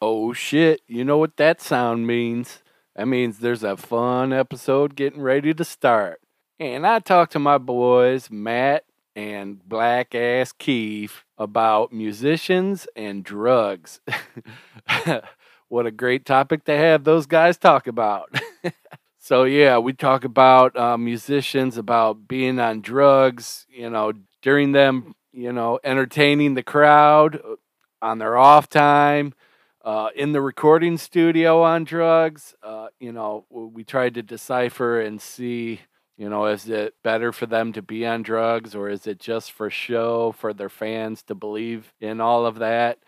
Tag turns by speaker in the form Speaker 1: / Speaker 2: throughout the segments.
Speaker 1: Oh shit, you know what that sound means? That means there's a fun episode getting ready to start. And I talked to my boys, Matt and Black Ass Keef, about musicians and drugs. what a great topic to have those guys talk about. so, yeah, we talk about uh, musicians, about being on drugs, you know, during them, you know, entertaining the crowd uh, on their off time. Uh, in the recording studio on drugs, uh, you know, we tried to decipher and see you know, is it better for them to be on drugs or is it just for show for their fans to believe in all of that?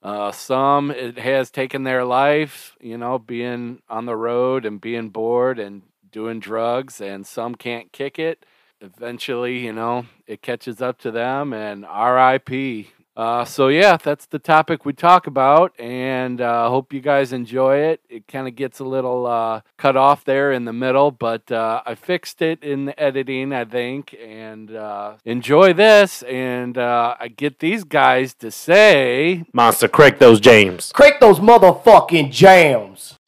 Speaker 1: Uh, some, it has taken their life, you know, being on the road and being bored and doing drugs, and some can't kick it. Eventually, you know, it catches up to them and RIP. Uh, so, yeah, that's the topic we talk about, and uh, hope you guys enjoy it. It kind of gets a little uh, cut off there in the middle, but uh, I fixed it in the editing, I think. And uh, enjoy this, and uh, I get these guys to say,
Speaker 2: Monster, crack those James.
Speaker 3: Crank those motherfucking jams.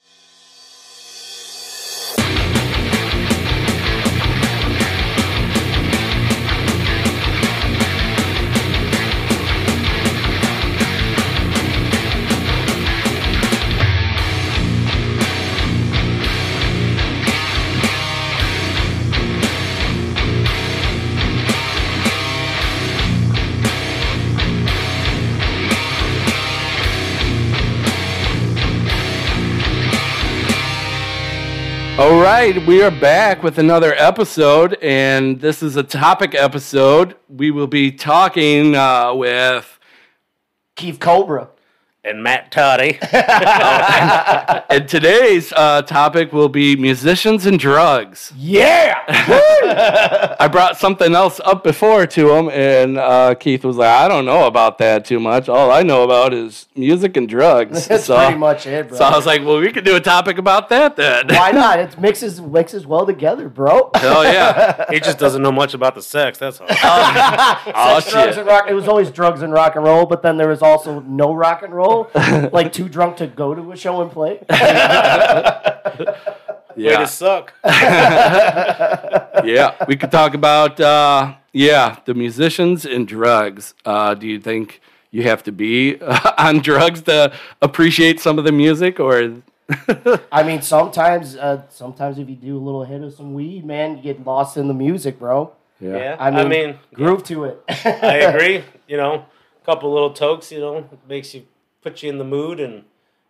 Speaker 1: All right, we are back with another episode, and this is a topic episode. We will be talking uh, with
Speaker 3: Keith Cobra.
Speaker 2: And Matt Toddy.
Speaker 1: And today's uh, topic will be musicians and drugs.
Speaker 3: Yeah.
Speaker 1: I brought something else up before to him, and uh, Keith was like, "I don't know about that too much. All I know about is music and drugs."
Speaker 3: That's
Speaker 1: so,
Speaker 3: pretty much it, bro.
Speaker 1: so I was like, "Well, we could do a topic about that then."
Speaker 3: Why not? It mixes mixes well together, bro.
Speaker 1: oh yeah.
Speaker 2: he just doesn't know much about the sex, that's all.
Speaker 1: Oh
Speaker 3: drugs
Speaker 1: shit.
Speaker 3: and rock. It was always drugs and rock and roll, but then there was also no rock and roll, like too drunk to go to a show and play.
Speaker 2: Way
Speaker 1: Yeah.
Speaker 2: to suck.
Speaker 1: yeah, we could talk about uh, yeah the musicians and drugs. Uh, do you think you have to be on drugs to appreciate some of the music, or
Speaker 3: I mean, sometimes, uh, sometimes if you do a little hit of some weed, man, you get lost in the music, bro.
Speaker 2: Yeah,
Speaker 3: I mean, groove to it.
Speaker 2: I agree. You know, a couple little tokes, you know, makes you put you in the mood and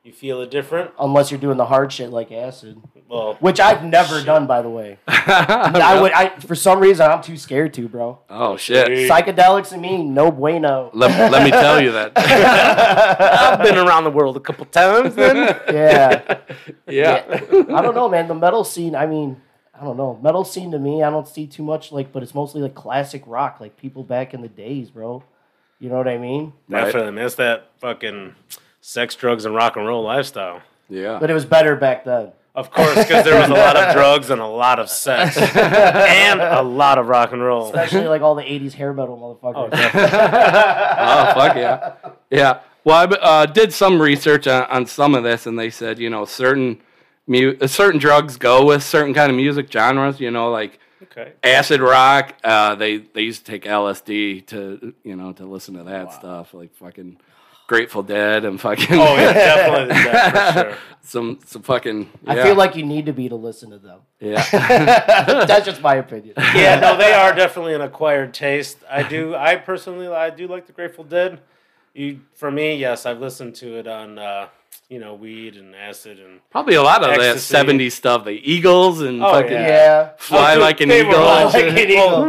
Speaker 2: you feel it different.
Speaker 3: Unless you're doing the hard shit like acid,
Speaker 2: Well,
Speaker 3: which I've never done, by the way. I would, I for some reason, I'm too scared to, bro.
Speaker 1: oh shit.
Speaker 3: Psychedelics and me, no bueno.
Speaker 1: Let, let me tell you that.
Speaker 2: I've been around the world a couple times. Then
Speaker 3: Yeah,
Speaker 1: yeah.
Speaker 3: I don't know, man. The metal scene, I mean. I don't know. Metal scene to me, I don't see too much like, but it's mostly like classic rock, like people back in the days, bro. You know what I mean?
Speaker 1: Right.
Speaker 2: definitely, man, it's that fucking sex, drugs, and rock and roll lifestyle.
Speaker 1: Yeah.
Speaker 3: But it was better back then.
Speaker 2: Of course, because there was a lot of drugs and a lot of sex and a lot of rock and roll.
Speaker 3: Especially like all the 80s hair metal motherfuckers.
Speaker 1: oh fuck yeah, yeah. Well, I uh, did some research on, on some of this, and they said you know certain mu- uh, certain drugs go with certain kind of music genres. You know, like
Speaker 2: Okay.
Speaker 1: acid rock. Uh, they they used to take LSD to you know to listen to that stuff, like fucking Grateful Dead and fucking
Speaker 2: Oh yeah, definitely that for sure.
Speaker 1: some some fucking.
Speaker 3: I
Speaker 1: yeah,
Speaker 3: feel like you need to be to listen to them.
Speaker 1: yeah,
Speaker 3: That's just my opinion.
Speaker 2: Yeah, no, they are definitely an acquired taste. I do, I personally, I do like the Grateful Dead. You, for me, yes, I've listened to it on, uh, you know, weed and acid and.
Speaker 1: probably a lot of that
Speaker 2: Ecstasy.
Speaker 1: '70s stuff, the Eagles and
Speaker 2: Oh,
Speaker 1: fucking
Speaker 2: yeah.
Speaker 3: Yeah.
Speaker 1: Fly
Speaker 2: Oh, dude,
Speaker 1: Like an
Speaker 2: they were
Speaker 1: Eagle.
Speaker 2: all like an eagle.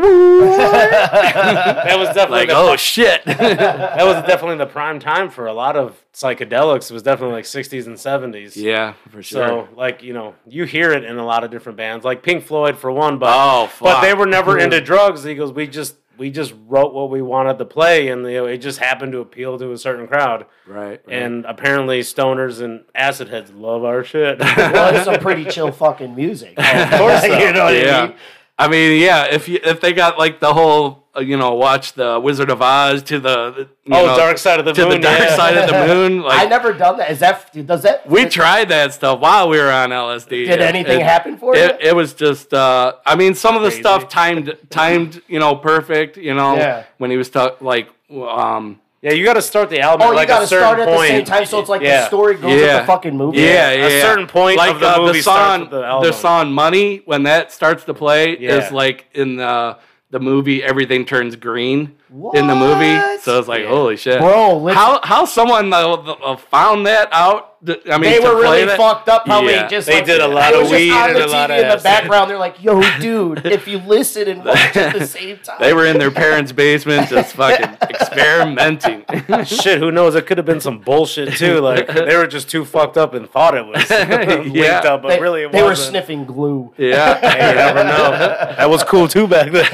Speaker 2: that was definitely
Speaker 1: Like
Speaker 2: the,
Speaker 1: oh shit,
Speaker 2: that was definitely the prime time for a lot of psychedelics. It was definitely like sixties and seventies.
Speaker 1: yeah, for sure.
Speaker 2: So like you know you hear it in a lot of different bands like Pink Floyd for one, but
Speaker 1: Oh, fuck.
Speaker 2: but they were never into drugs. He goes, we just we just wrote what we wanted to play, and you know, it just happened to appeal to a certain crowd.
Speaker 1: right, right.
Speaker 2: And apparently stoners and acid heads love our shit.
Speaker 3: Well, it's some pretty chill fucking music.
Speaker 2: of course, so.
Speaker 3: you know what
Speaker 1: yeah.
Speaker 3: I mean?
Speaker 1: I mean, yeah. If you if they got like the whole uh, you know, watch the Wizard of Oz to the, the- you
Speaker 2: oh,
Speaker 1: know,
Speaker 2: Dark Side of the
Speaker 1: to
Speaker 2: Moon.
Speaker 1: the dark
Speaker 2: yeah.
Speaker 1: side of the moon.
Speaker 3: I
Speaker 1: Like
Speaker 3: never done that. Is that does that?
Speaker 1: we tried that stuff while we were on LSD.
Speaker 3: Did anything
Speaker 1: happen?
Speaker 3: happen for
Speaker 1: it,
Speaker 3: you?
Speaker 1: it was just uh i mean some of the
Speaker 2: Crazy.
Speaker 1: stuff timed timed you know perfect you know
Speaker 3: Yeah.
Speaker 1: when he was talk like um
Speaker 2: Yeah, you got to start the album
Speaker 3: Oh,
Speaker 2: at
Speaker 3: you
Speaker 2: like
Speaker 3: gotta
Speaker 2: a certain
Speaker 3: start at
Speaker 2: point.
Speaker 3: the same time, so it's like
Speaker 2: Yeah.
Speaker 3: the story goes with
Speaker 1: Yeah.
Speaker 3: the fucking movie.
Speaker 1: yeah, yeah,
Speaker 2: a
Speaker 1: yeah.
Speaker 2: certain point
Speaker 1: like
Speaker 2: of the
Speaker 1: uh,
Speaker 2: movie starts
Speaker 1: song
Speaker 2: with the album.
Speaker 1: song money when that starts to play
Speaker 2: Yeah.
Speaker 1: is like in the the movie everything turns green in the movie
Speaker 3: What?
Speaker 1: so it's like
Speaker 2: Yeah.
Speaker 1: holy shit
Speaker 3: Bro, let's-
Speaker 1: how how someone uh, uh, found that out th- i mean
Speaker 3: they
Speaker 1: to
Speaker 3: were
Speaker 1: play
Speaker 3: really
Speaker 1: that-
Speaker 3: fucked up how
Speaker 1: Yeah.
Speaker 3: they just
Speaker 2: They
Speaker 3: like,
Speaker 2: did a lot
Speaker 3: it
Speaker 2: of
Speaker 3: was just
Speaker 2: weed
Speaker 3: on the
Speaker 2: and a lot
Speaker 3: TV
Speaker 2: of
Speaker 3: in the
Speaker 2: acid.
Speaker 3: background. They're like, "Yo, dude, if you listen and watch at the same time,
Speaker 1: they were in their parents' basement just fucking experimenting.
Speaker 2: Shit, who knows? It could have been some bullshit too. Like they were just too fucked up and thought it was
Speaker 1: Yeah.
Speaker 2: linked up, but
Speaker 3: They-
Speaker 2: really it
Speaker 3: they were
Speaker 2: wasn't.
Speaker 3: sniffing glue."
Speaker 1: yeah.
Speaker 2: Hey, you never know. That was cool too back then.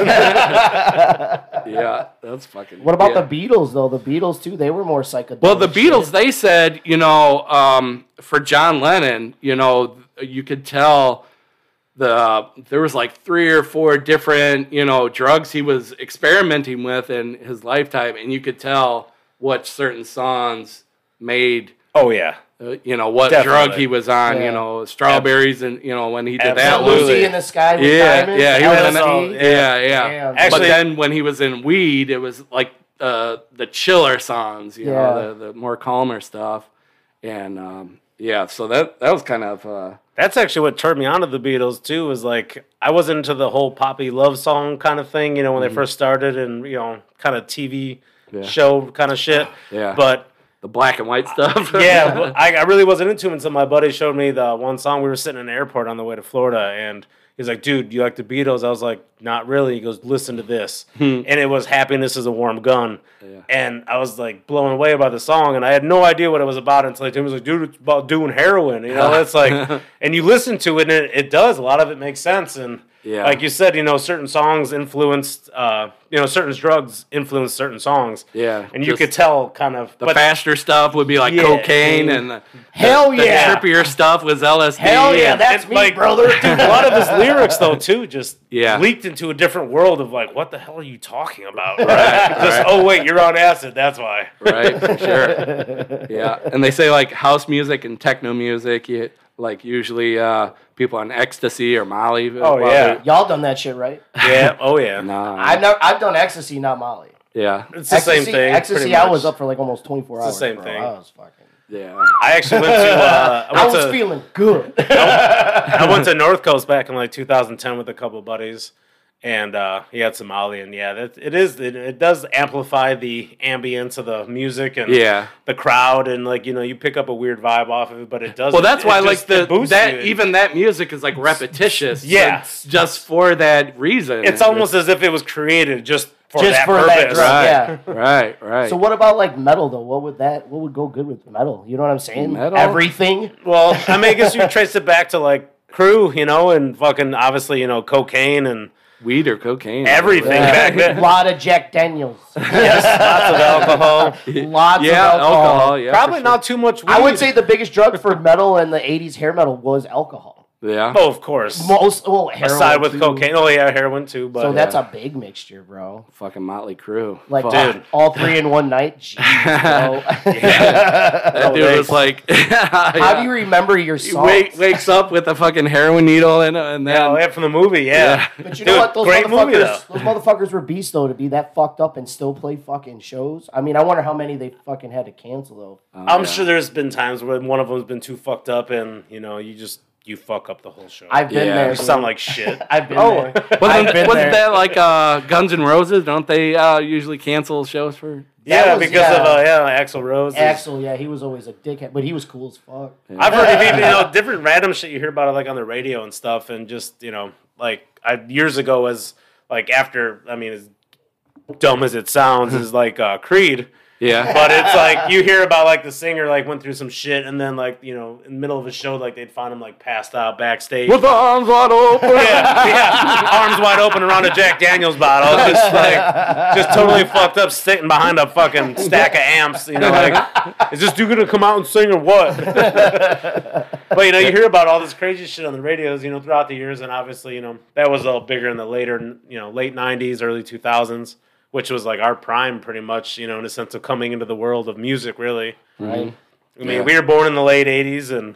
Speaker 1: Yeah. That's fucking
Speaker 3: What about
Speaker 1: yeah.
Speaker 3: the Beatles though? The Beatles too. They were more psychedelic.
Speaker 1: Well, the
Speaker 3: shit.
Speaker 1: Beatles, they said, you know, um, for John Lennon, you know, you could tell the there was like three or four different, you know, drugs he was experimenting with in his lifetime, and you could tell what certain songs made.
Speaker 2: oh yeah,
Speaker 1: uh, You know what
Speaker 2: Definitely.
Speaker 1: drug he was on.
Speaker 3: Yeah.
Speaker 1: You know strawberries and you know when he did
Speaker 3: That
Speaker 1: that.
Speaker 2: Absolutely.
Speaker 3: Lucy in the sky with
Speaker 1: Yeah,
Speaker 3: diamonds.
Speaker 1: yeah, he
Speaker 2: was in
Speaker 3: LSD.
Speaker 2: all- yeah.
Speaker 1: Yeah, yeah.
Speaker 3: Damn.
Speaker 1: but
Speaker 2: Actually-
Speaker 1: then when he was in weed, it was like uh, the chiller songs, you
Speaker 3: Yeah.
Speaker 1: know, the, the more calmer stuff, and um, yeah. So that that was kind of uh,
Speaker 2: that's actually what turned me on to the Beatles too. Was like I was into the whole poppy love song kind of thing. You know,
Speaker 3: Mm-hmm.
Speaker 2: when they first started, and you know, kind of TV
Speaker 1: Yeah.
Speaker 2: show kind of shit.
Speaker 1: Yeah.
Speaker 2: but
Speaker 1: the black and white stuff.
Speaker 2: yeah, but I, I really wasn't into him until my buddy showed me the one song. We were sitting in an airport on the way to Florida, and he's like, "Dude, you like the Beatles?" I was like, "Not really." He goes, "Listen to this,"
Speaker 1: Hmm.
Speaker 2: and it was "Happiness Is a Warm Gun," and I was like blown away by the song, and I had no idea what it was about until he told me, he was like, "Dude, it's about doing heroin," you know. It's like, and you listen to it, and it, it does a lot of it makes sense, and
Speaker 1: Yeah.
Speaker 2: like you said, you know, certain songs influenced, uh, you know, certain drugs influenced certain songs,
Speaker 1: Yeah,
Speaker 2: and you
Speaker 1: just
Speaker 2: could tell kind of
Speaker 1: the faster stuff would be like
Speaker 2: Yeah.
Speaker 1: cocaine, and the,
Speaker 3: Hell
Speaker 1: the
Speaker 3: yeah.
Speaker 1: trippier stuff was LSD.
Speaker 3: Hell yeah,
Speaker 1: and-
Speaker 3: that's
Speaker 2: And,
Speaker 3: me,
Speaker 2: like-
Speaker 3: brother.
Speaker 2: Dude, a lot of his lyrics though too just
Speaker 1: Yeah.
Speaker 2: leaked into a different world of like what the hell are you talking about just
Speaker 1: right.
Speaker 2: oh wait you're on acid that's why
Speaker 1: right for sure yeah and they say like house music and techno music you, like usually uh, people on ecstasy or molly
Speaker 2: Oh,
Speaker 1: while
Speaker 2: yeah.
Speaker 1: they're-
Speaker 3: Y'all done that shit, right?
Speaker 2: yeah oh yeah
Speaker 1: nah,
Speaker 3: I've never. I've done ecstasy, not Molly.
Speaker 1: yeah
Speaker 2: it's the same
Speaker 3: Ecstasy-
Speaker 2: thing pretty
Speaker 3: Ecstasy. I
Speaker 2: much.
Speaker 3: was up for like almost twenty four hours.
Speaker 2: It's the same
Speaker 3: bro.
Speaker 2: thing.
Speaker 3: I was fucking.
Speaker 1: yeah
Speaker 2: I actually went to uh, I,
Speaker 3: I
Speaker 2: went
Speaker 3: was
Speaker 2: to,
Speaker 3: feeling good.
Speaker 2: I went to North Coast back in like 2010 with a couple buddies and uh, he had some Molly and yeah that it is it, it does amplify the ambience of the music and
Speaker 1: yeah
Speaker 2: the crowd and like you know you pick up a weird vibe off of it but it does
Speaker 1: well that's
Speaker 2: it
Speaker 1: why
Speaker 2: just-
Speaker 1: like
Speaker 2: it
Speaker 1: the
Speaker 2: boosts
Speaker 1: that
Speaker 2: you.
Speaker 1: even that music is like repetitious so
Speaker 2: Yeah.
Speaker 1: just for that reason
Speaker 2: it's almost as if it was created just for
Speaker 3: Just
Speaker 2: that
Speaker 3: for that
Speaker 2: purpose
Speaker 1: right
Speaker 3: drug. yeah.
Speaker 1: right right
Speaker 3: So what about like metal though? What would that? What would go good with metal? You know what I'm saying?
Speaker 1: Metal?
Speaker 3: Everything.
Speaker 2: Well, I mean, I guess you trace it back to like crew, you know, and fucking obviously, you know, cocaine and
Speaker 1: weed or cocaine
Speaker 2: everything back
Speaker 3: A
Speaker 2: then.
Speaker 3: lot of Jack Daniels.
Speaker 2: Yes, lots of alcohol.
Speaker 3: Lots
Speaker 1: yeah
Speaker 3: of alcohol.
Speaker 1: alcohol yeah for
Speaker 2: Probably
Speaker 1: sure.
Speaker 2: not too much weed.
Speaker 3: I would say the biggest drug for metal in the '80s hair metal was alcohol.
Speaker 1: yeah
Speaker 2: oh, of course.
Speaker 3: Most well, heroin
Speaker 2: Aside with
Speaker 3: too.
Speaker 2: cocaine. Oh, yeah, heroin too. But
Speaker 3: So that's
Speaker 1: Yeah.
Speaker 3: a big mixture, bro.
Speaker 1: fucking motley crew
Speaker 3: Like
Speaker 1: Fuck.
Speaker 2: Dude.
Speaker 3: all three in one night. Jeez, bro.
Speaker 1: that dude was
Speaker 2: thanks.
Speaker 1: like
Speaker 3: How do you remember your
Speaker 1: He
Speaker 3: songs?
Speaker 1: wake, wakes up with a fucking heroin needle and uh, and then
Speaker 2: oh, yeah, from the movie, yeah.
Speaker 3: But you
Speaker 2: Dude,
Speaker 3: know what? Those
Speaker 2: great
Speaker 3: motherfuckers,
Speaker 2: movie, though.
Speaker 3: those motherfuckers were beasts though to be that fucked up and still play fucking shows. I mean, I wonder how many they fucking had to cancel though.
Speaker 1: Oh,
Speaker 2: I'm sure there's been times when one of them's been too fucked up and, you know, you just, you fuck up the whole show.
Speaker 3: I've been
Speaker 1: Yeah.
Speaker 3: there.
Speaker 2: you
Speaker 3: dude.
Speaker 2: sound like shit.
Speaker 3: I've been
Speaker 2: Oh.
Speaker 3: there. I've
Speaker 1: wasn't,
Speaker 3: been
Speaker 1: wasn't
Speaker 3: there.
Speaker 1: that like uh, Guns N' Roses? Don't they uh, usually cancel shows for?
Speaker 2: yeah,
Speaker 3: was-
Speaker 2: because
Speaker 3: yeah.
Speaker 2: of, uh, yeah, Axl Rose. is-
Speaker 3: Axel, yeah, he was always a dickhead, but he was cool as fuck.
Speaker 2: I've heard of even you know different random shit you hear about it like on the radio and stuff, and just you know like I years ago was like after I mean as dumb as it sounds is like uh, Creed,
Speaker 1: Yeah,
Speaker 2: but it's like you hear about like the singer like went through some shit, and then like you know in the middle of a show like they'd find him like passed out backstage.
Speaker 1: with the arms wide open.
Speaker 2: yeah, yeah, arms wide open around a Jack Daniels bottle, just like, just totally fucked up, sitting behind a fucking stack of amps. You know, like, is this dude gonna come out and sing or what? but you know, you hear about all this crazy shit on the radios, you know, throughout the years, and obviously, you know, that was all bigger in the later, you know, late '90s, early 2000s. which was like our prime, pretty much, you know, in a sense of coming into the world of music, really.
Speaker 3: right?
Speaker 2: I mean, we were born in the late 80s, and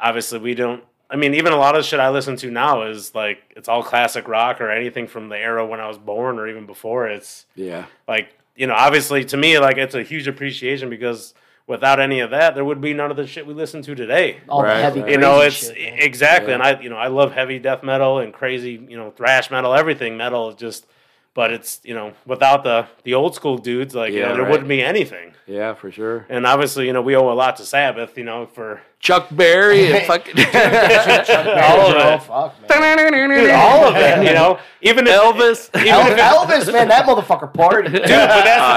Speaker 2: obviously we don't. I mean, even a lot of shit I listen to now is like it's all classic rock or anything from the era when I was born or even before. It's
Speaker 4: Yeah.
Speaker 2: like you know obviously to me like it's a huge appreciation because without any of that there would be none of the shit we listen to today
Speaker 3: All
Speaker 4: Right,
Speaker 3: the heavy,
Speaker 4: right.
Speaker 2: you know it's
Speaker 3: crazy shit, man.
Speaker 2: exactly and i you know i love heavy death metal and crazy you know thrash metal everything metal is just but it's you know without the the old school dudes like you
Speaker 4: Yeah,
Speaker 2: know, there
Speaker 4: right.
Speaker 2: wouldn't be anything
Speaker 4: Yeah, for sure.
Speaker 2: and obviously you know we owe a lot to sabbath you know for
Speaker 1: Chuck Berry and fucking
Speaker 2: all of
Speaker 3: Oh
Speaker 2: it
Speaker 3: fuck, man.
Speaker 2: Dude, all of it you know even if-
Speaker 1: Elvis.
Speaker 2: even if
Speaker 3: Elvis,
Speaker 2: it-
Speaker 3: Elvis, man, that motherfucker party.
Speaker 2: Dude, but that's the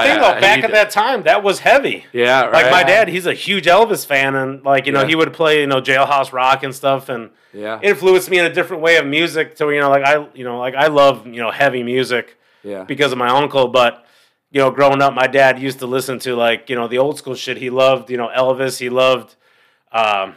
Speaker 1: Oh,
Speaker 2: thing
Speaker 1: yeah,
Speaker 2: though.
Speaker 1: he
Speaker 2: Back at
Speaker 1: did.
Speaker 2: that time, that was heavy.
Speaker 1: Yeah, right.
Speaker 2: Like my dad, he's a huge Elvis fan, and like you know,
Speaker 1: Yeah.
Speaker 2: he would play you know Jailhouse Rock and stuff, and
Speaker 4: Yeah.
Speaker 2: influenced me in a different way of music. To you know, like I you know like I love you know heavy music
Speaker 4: Yeah.
Speaker 2: because of my uncle, but you know, growing up, my dad used to listen to like you know the old school shit. He loved you know Elvis. He loved. Um,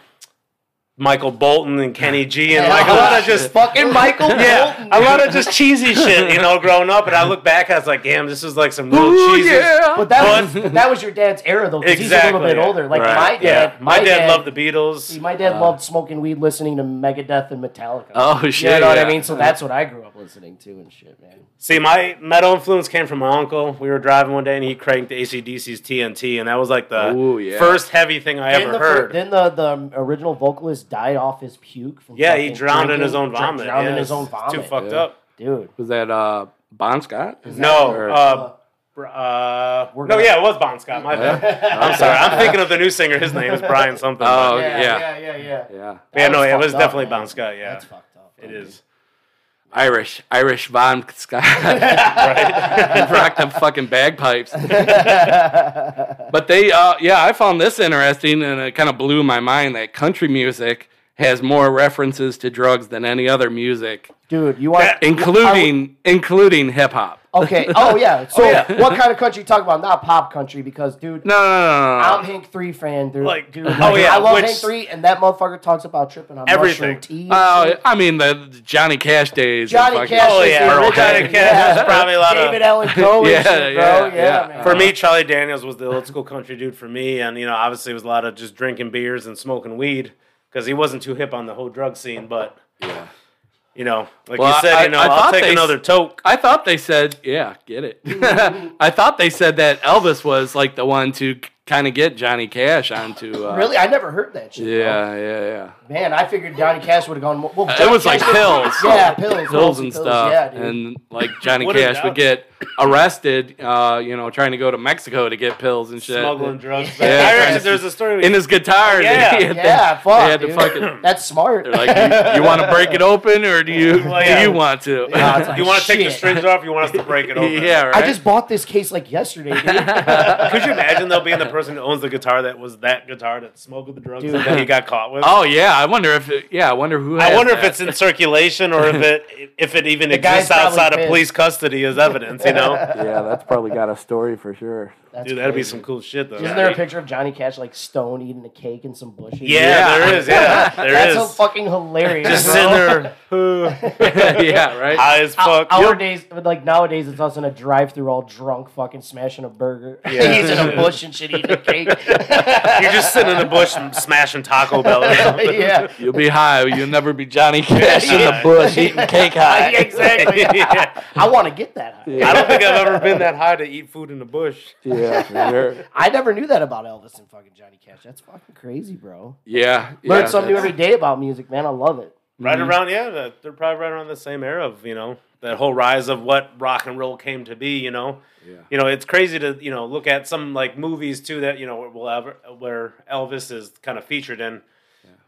Speaker 2: Michael Bolton and Kenny G and like a lot of just
Speaker 3: fucking Michael
Speaker 2: yeah,
Speaker 3: Bolton.
Speaker 2: a lot of just cheesy shit, you know, growing up. And I look back, I was like, damn, this is like some real cheesy.
Speaker 3: But that was that was your dad's era though, because he's a
Speaker 2: Exactly,
Speaker 3: little bit
Speaker 2: yeah.
Speaker 3: older. Like
Speaker 1: Right,
Speaker 3: my dad,
Speaker 2: Yeah,
Speaker 3: my, dad,
Speaker 2: loved the Beatles.
Speaker 3: My dad loved smoking weed, listening to Megadeth and Metallica.
Speaker 1: Uh, Oh shit!
Speaker 3: you know what
Speaker 1: yeah.
Speaker 3: I mean? So that's what I grew up listening to and shit, man.
Speaker 2: See, my metal influence came from my uncle. We were driving one day and he cranked ACDC's TNT, and that was like the
Speaker 4: Ooh, yeah.
Speaker 2: first heavy thing I
Speaker 3: Then
Speaker 2: ever
Speaker 3: the fir-
Speaker 2: heard.
Speaker 3: Then the, the original vocalist died off his puke from
Speaker 2: yeah, he
Speaker 3: fucking
Speaker 2: drowned in his
Speaker 3: drinking,
Speaker 2: own
Speaker 3: dr-
Speaker 2: vomit.
Speaker 3: Drowned in
Speaker 2: yeah,
Speaker 3: his own
Speaker 2: it's Too
Speaker 3: vomit,
Speaker 2: fucked
Speaker 4: Yeah.
Speaker 2: up.
Speaker 3: dude.
Speaker 4: Was that uh Bon Scott? Is that-
Speaker 2: No,
Speaker 4: or-
Speaker 2: uh, br- uh,
Speaker 3: We're
Speaker 2: no,
Speaker 3: gonna-
Speaker 2: yeah, it was Bon Scott. My bad. I'm sorry. I'm thinking of the new singer. His name is Brian something.
Speaker 1: Oh,
Speaker 2: but-
Speaker 1: Yeah, yeah.
Speaker 3: yeah, yeah.
Speaker 4: yeah.
Speaker 2: yeah, no,
Speaker 3: That
Speaker 2: it was
Speaker 3: fucked up,
Speaker 2: definitely
Speaker 3: man.
Speaker 2: Bon Scott. Yeah,
Speaker 3: That's fucked up.
Speaker 2: it is.
Speaker 1: Irish, Irish Von Scott. and rock them fucking bagpipes. but they, uh, yeah, I found this interesting and it kind of blew my mind that country music has more references to drugs than any other music,
Speaker 3: Dude, you want
Speaker 1: including including hip hop.
Speaker 3: Okay. Oh yeah. So
Speaker 2: yeah.
Speaker 3: what kind of country you talking about? Not pop country because dude,
Speaker 1: No, no,
Speaker 3: I'm
Speaker 1: no, no, no.
Speaker 3: Hank Three fan. Dude,
Speaker 2: Like,
Speaker 3: dude,
Speaker 2: oh,
Speaker 3: like,
Speaker 2: yeah,
Speaker 3: I love
Speaker 2: which-
Speaker 3: Hank Three, and that motherfucker talks about tripping on
Speaker 2: Everything.
Speaker 3: mushroom tea.
Speaker 1: Uh, I mean the Johnny Cash days. and
Speaker 3: Johnny
Speaker 1: fucking-
Speaker 3: Cash.
Speaker 2: Oh
Speaker 3: is the
Speaker 2: yeah,
Speaker 3: original-
Speaker 2: Johnny Cash.
Speaker 3: yeah.
Speaker 2: There's probably a lot of
Speaker 3: David Allen Coe.
Speaker 1: Yeah,
Speaker 3: and shit, bro.
Speaker 1: yeah,
Speaker 3: Yeah,
Speaker 1: yeah.
Speaker 3: man.
Speaker 2: For me, Charlie Daniels was the old school country dude for me, and you know, obviously, it was a lot of just drinking beers and smoking weed because he wasn't too hip on the whole drug scene. But
Speaker 4: Yeah.
Speaker 2: you know, like
Speaker 1: Well,
Speaker 2: you said,
Speaker 1: I-
Speaker 2: you know,
Speaker 1: I
Speaker 2: I,
Speaker 1: thought
Speaker 2: will take
Speaker 1: they-
Speaker 2: another toke.
Speaker 1: I thought they said, yeah, get it. I thought they said that Elvis was like the one to kind of get Johnny Cash onto. Uh,
Speaker 3: Really, I never heard that shit.
Speaker 1: Yeah, yeah, yeah.
Speaker 3: bro. man, I figured Johnny Cash would have gone. more- Well,
Speaker 1: It
Speaker 3: Johnny
Speaker 1: was like
Speaker 3: Cash-
Speaker 1: pills,
Speaker 3: Yeah, pills,
Speaker 1: pills and
Speaker 3: pills,
Speaker 1: stuff,
Speaker 3: Yeah, dude.
Speaker 1: and like Johnny
Speaker 2: What a
Speaker 1: Cash would
Speaker 2: doubt.
Speaker 1: get arrested, uh, you know, trying to go to Mexico to get pills and shit.
Speaker 2: Smuggling drugs.
Speaker 1: Yeah.
Speaker 2: I remember there's a story.
Speaker 1: in his guitar.
Speaker 2: Yeah.
Speaker 1: that he had to-
Speaker 3: yeah, fuck.
Speaker 1: had to
Speaker 3: dude.
Speaker 1: fucking-
Speaker 3: That's smart.
Speaker 1: they're like, you, you want to break it open, or do you
Speaker 2: Well, yeah.
Speaker 1: do you want to?
Speaker 3: Yeah, it's like,
Speaker 2: you want to take the
Speaker 3: shit.
Speaker 2: strings off? You want us to break it open?
Speaker 1: yeah, right.
Speaker 3: I just bought this case like yesterday, dude.
Speaker 2: Could you imagine though being the person who owns the guitar that was that guitar that smoked the drugs
Speaker 3: Dude.
Speaker 2: and that he got caught with?
Speaker 1: oh yeah, I wonder if it, yeah, I wonder who.
Speaker 2: I
Speaker 1: has
Speaker 2: wonder if
Speaker 1: that.
Speaker 2: it's in circulation or if it if it even
Speaker 3: guy's
Speaker 2: exists
Speaker 3: probably
Speaker 2: outside of
Speaker 3: pissed.
Speaker 2: police custody as evidence. You know,
Speaker 4: Yeah, that's probably got a story for sure.
Speaker 3: That's
Speaker 2: dude, that'd be
Speaker 3: crazy.
Speaker 2: some cool shit though.
Speaker 3: Isn't there a picture of Johnny Cash like stone eating a cake in some bushes?
Speaker 2: Yeah,
Speaker 1: Yeah.
Speaker 2: there is. Yeah, there is.
Speaker 3: That's so fucking hilarious.
Speaker 2: Just
Speaker 3: bro.
Speaker 2: sitting there
Speaker 1: yeah, right.
Speaker 2: high as
Speaker 3: Our,
Speaker 2: fuck.
Speaker 3: our days, but, like nowadays, it's us in a drive-through, all drunk, fucking smashing a burger.
Speaker 2: Yeah.
Speaker 3: He's in a bush and shit, eating a cake.
Speaker 2: You're just sitting in the bush and smashing Taco Bell or something.
Speaker 3: yeah,
Speaker 1: You'll be high. You'll never be Johnny Cash in the
Speaker 2: Yeah.
Speaker 1: bush eating cake high.
Speaker 3: Yeah, exactly.
Speaker 2: Yeah.
Speaker 3: I want to get that. high.
Speaker 2: I don't think I've ever been that high to eat food in the bush.
Speaker 4: Yeah, for sure.
Speaker 3: I never knew that about Elvis and fucking Johnny Cash. That's fucking crazy, bro.
Speaker 1: Yeah, yeah.
Speaker 3: Learn something new every day about music, man. I love it.
Speaker 2: Right
Speaker 1: Mm-hmm.
Speaker 2: around, yeah, that- they're probably right around the same era of you know that whole rise of what rock and roll came to be. You know,
Speaker 4: Yeah.
Speaker 2: you know, it's crazy to you know look at some like movies too that you know will ever where Elvis is kind of featured in.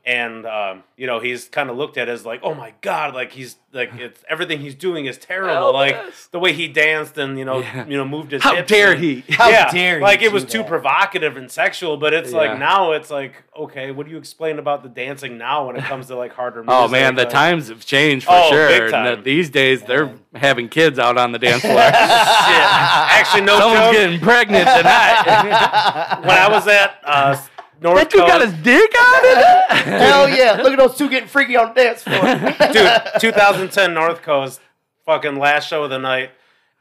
Speaker 2: And um, you know he's kind of looked at as like, oh my god, like he's like it's everything he's doing is terrible. Like
Speaker 1: Elvis.
Speaker 2: the way he danced and you know
Speaker 1: Yeah.
Speaker 2: you know moved his
Speaker 1: How
Speaker 2: hips
Speaker 1: dare
Speaker 2: and-
Speaker 1: he?
Speaker 3: How dare you
Speaker 2: like it
Speaker 3: do
Speaker 2: was too
Speaker 3: that?
Speaker 2: provocative and sexual, but it's
Speaker 1: Yeah.
Speaker 2: like now it's like okay, what do you explain about the dancing now when it comes to like harder? Music? uh,
Speaker 1: Oh man, the
Speaker 2: Like,
Speaker 1: times have changed for
Speaker 2: Oh,
Speaker 1: sure.
Speaker 2: big
Speaker 1: And
Speaker 2: time.
Speaker 1: the- these days, they're having kids out on the dance floor.
Speaker 2: shit. Actually, no
Speaker 1: Someone's
Speaker 2: joke.
Speaker 1: getting pregnant tonight.
Speaker 2: When I was at uh,
Speaker 1: that
Speaker 2: North
Speaker 1: dude got his
Speaker 2: Coast-
Speaker 1: dick on it.
Speaker 3: Hell yeah! Look at those two getting freaky on the dance floor.
Speaker 2: dude, 2010 North Coast, fucking last show of the night,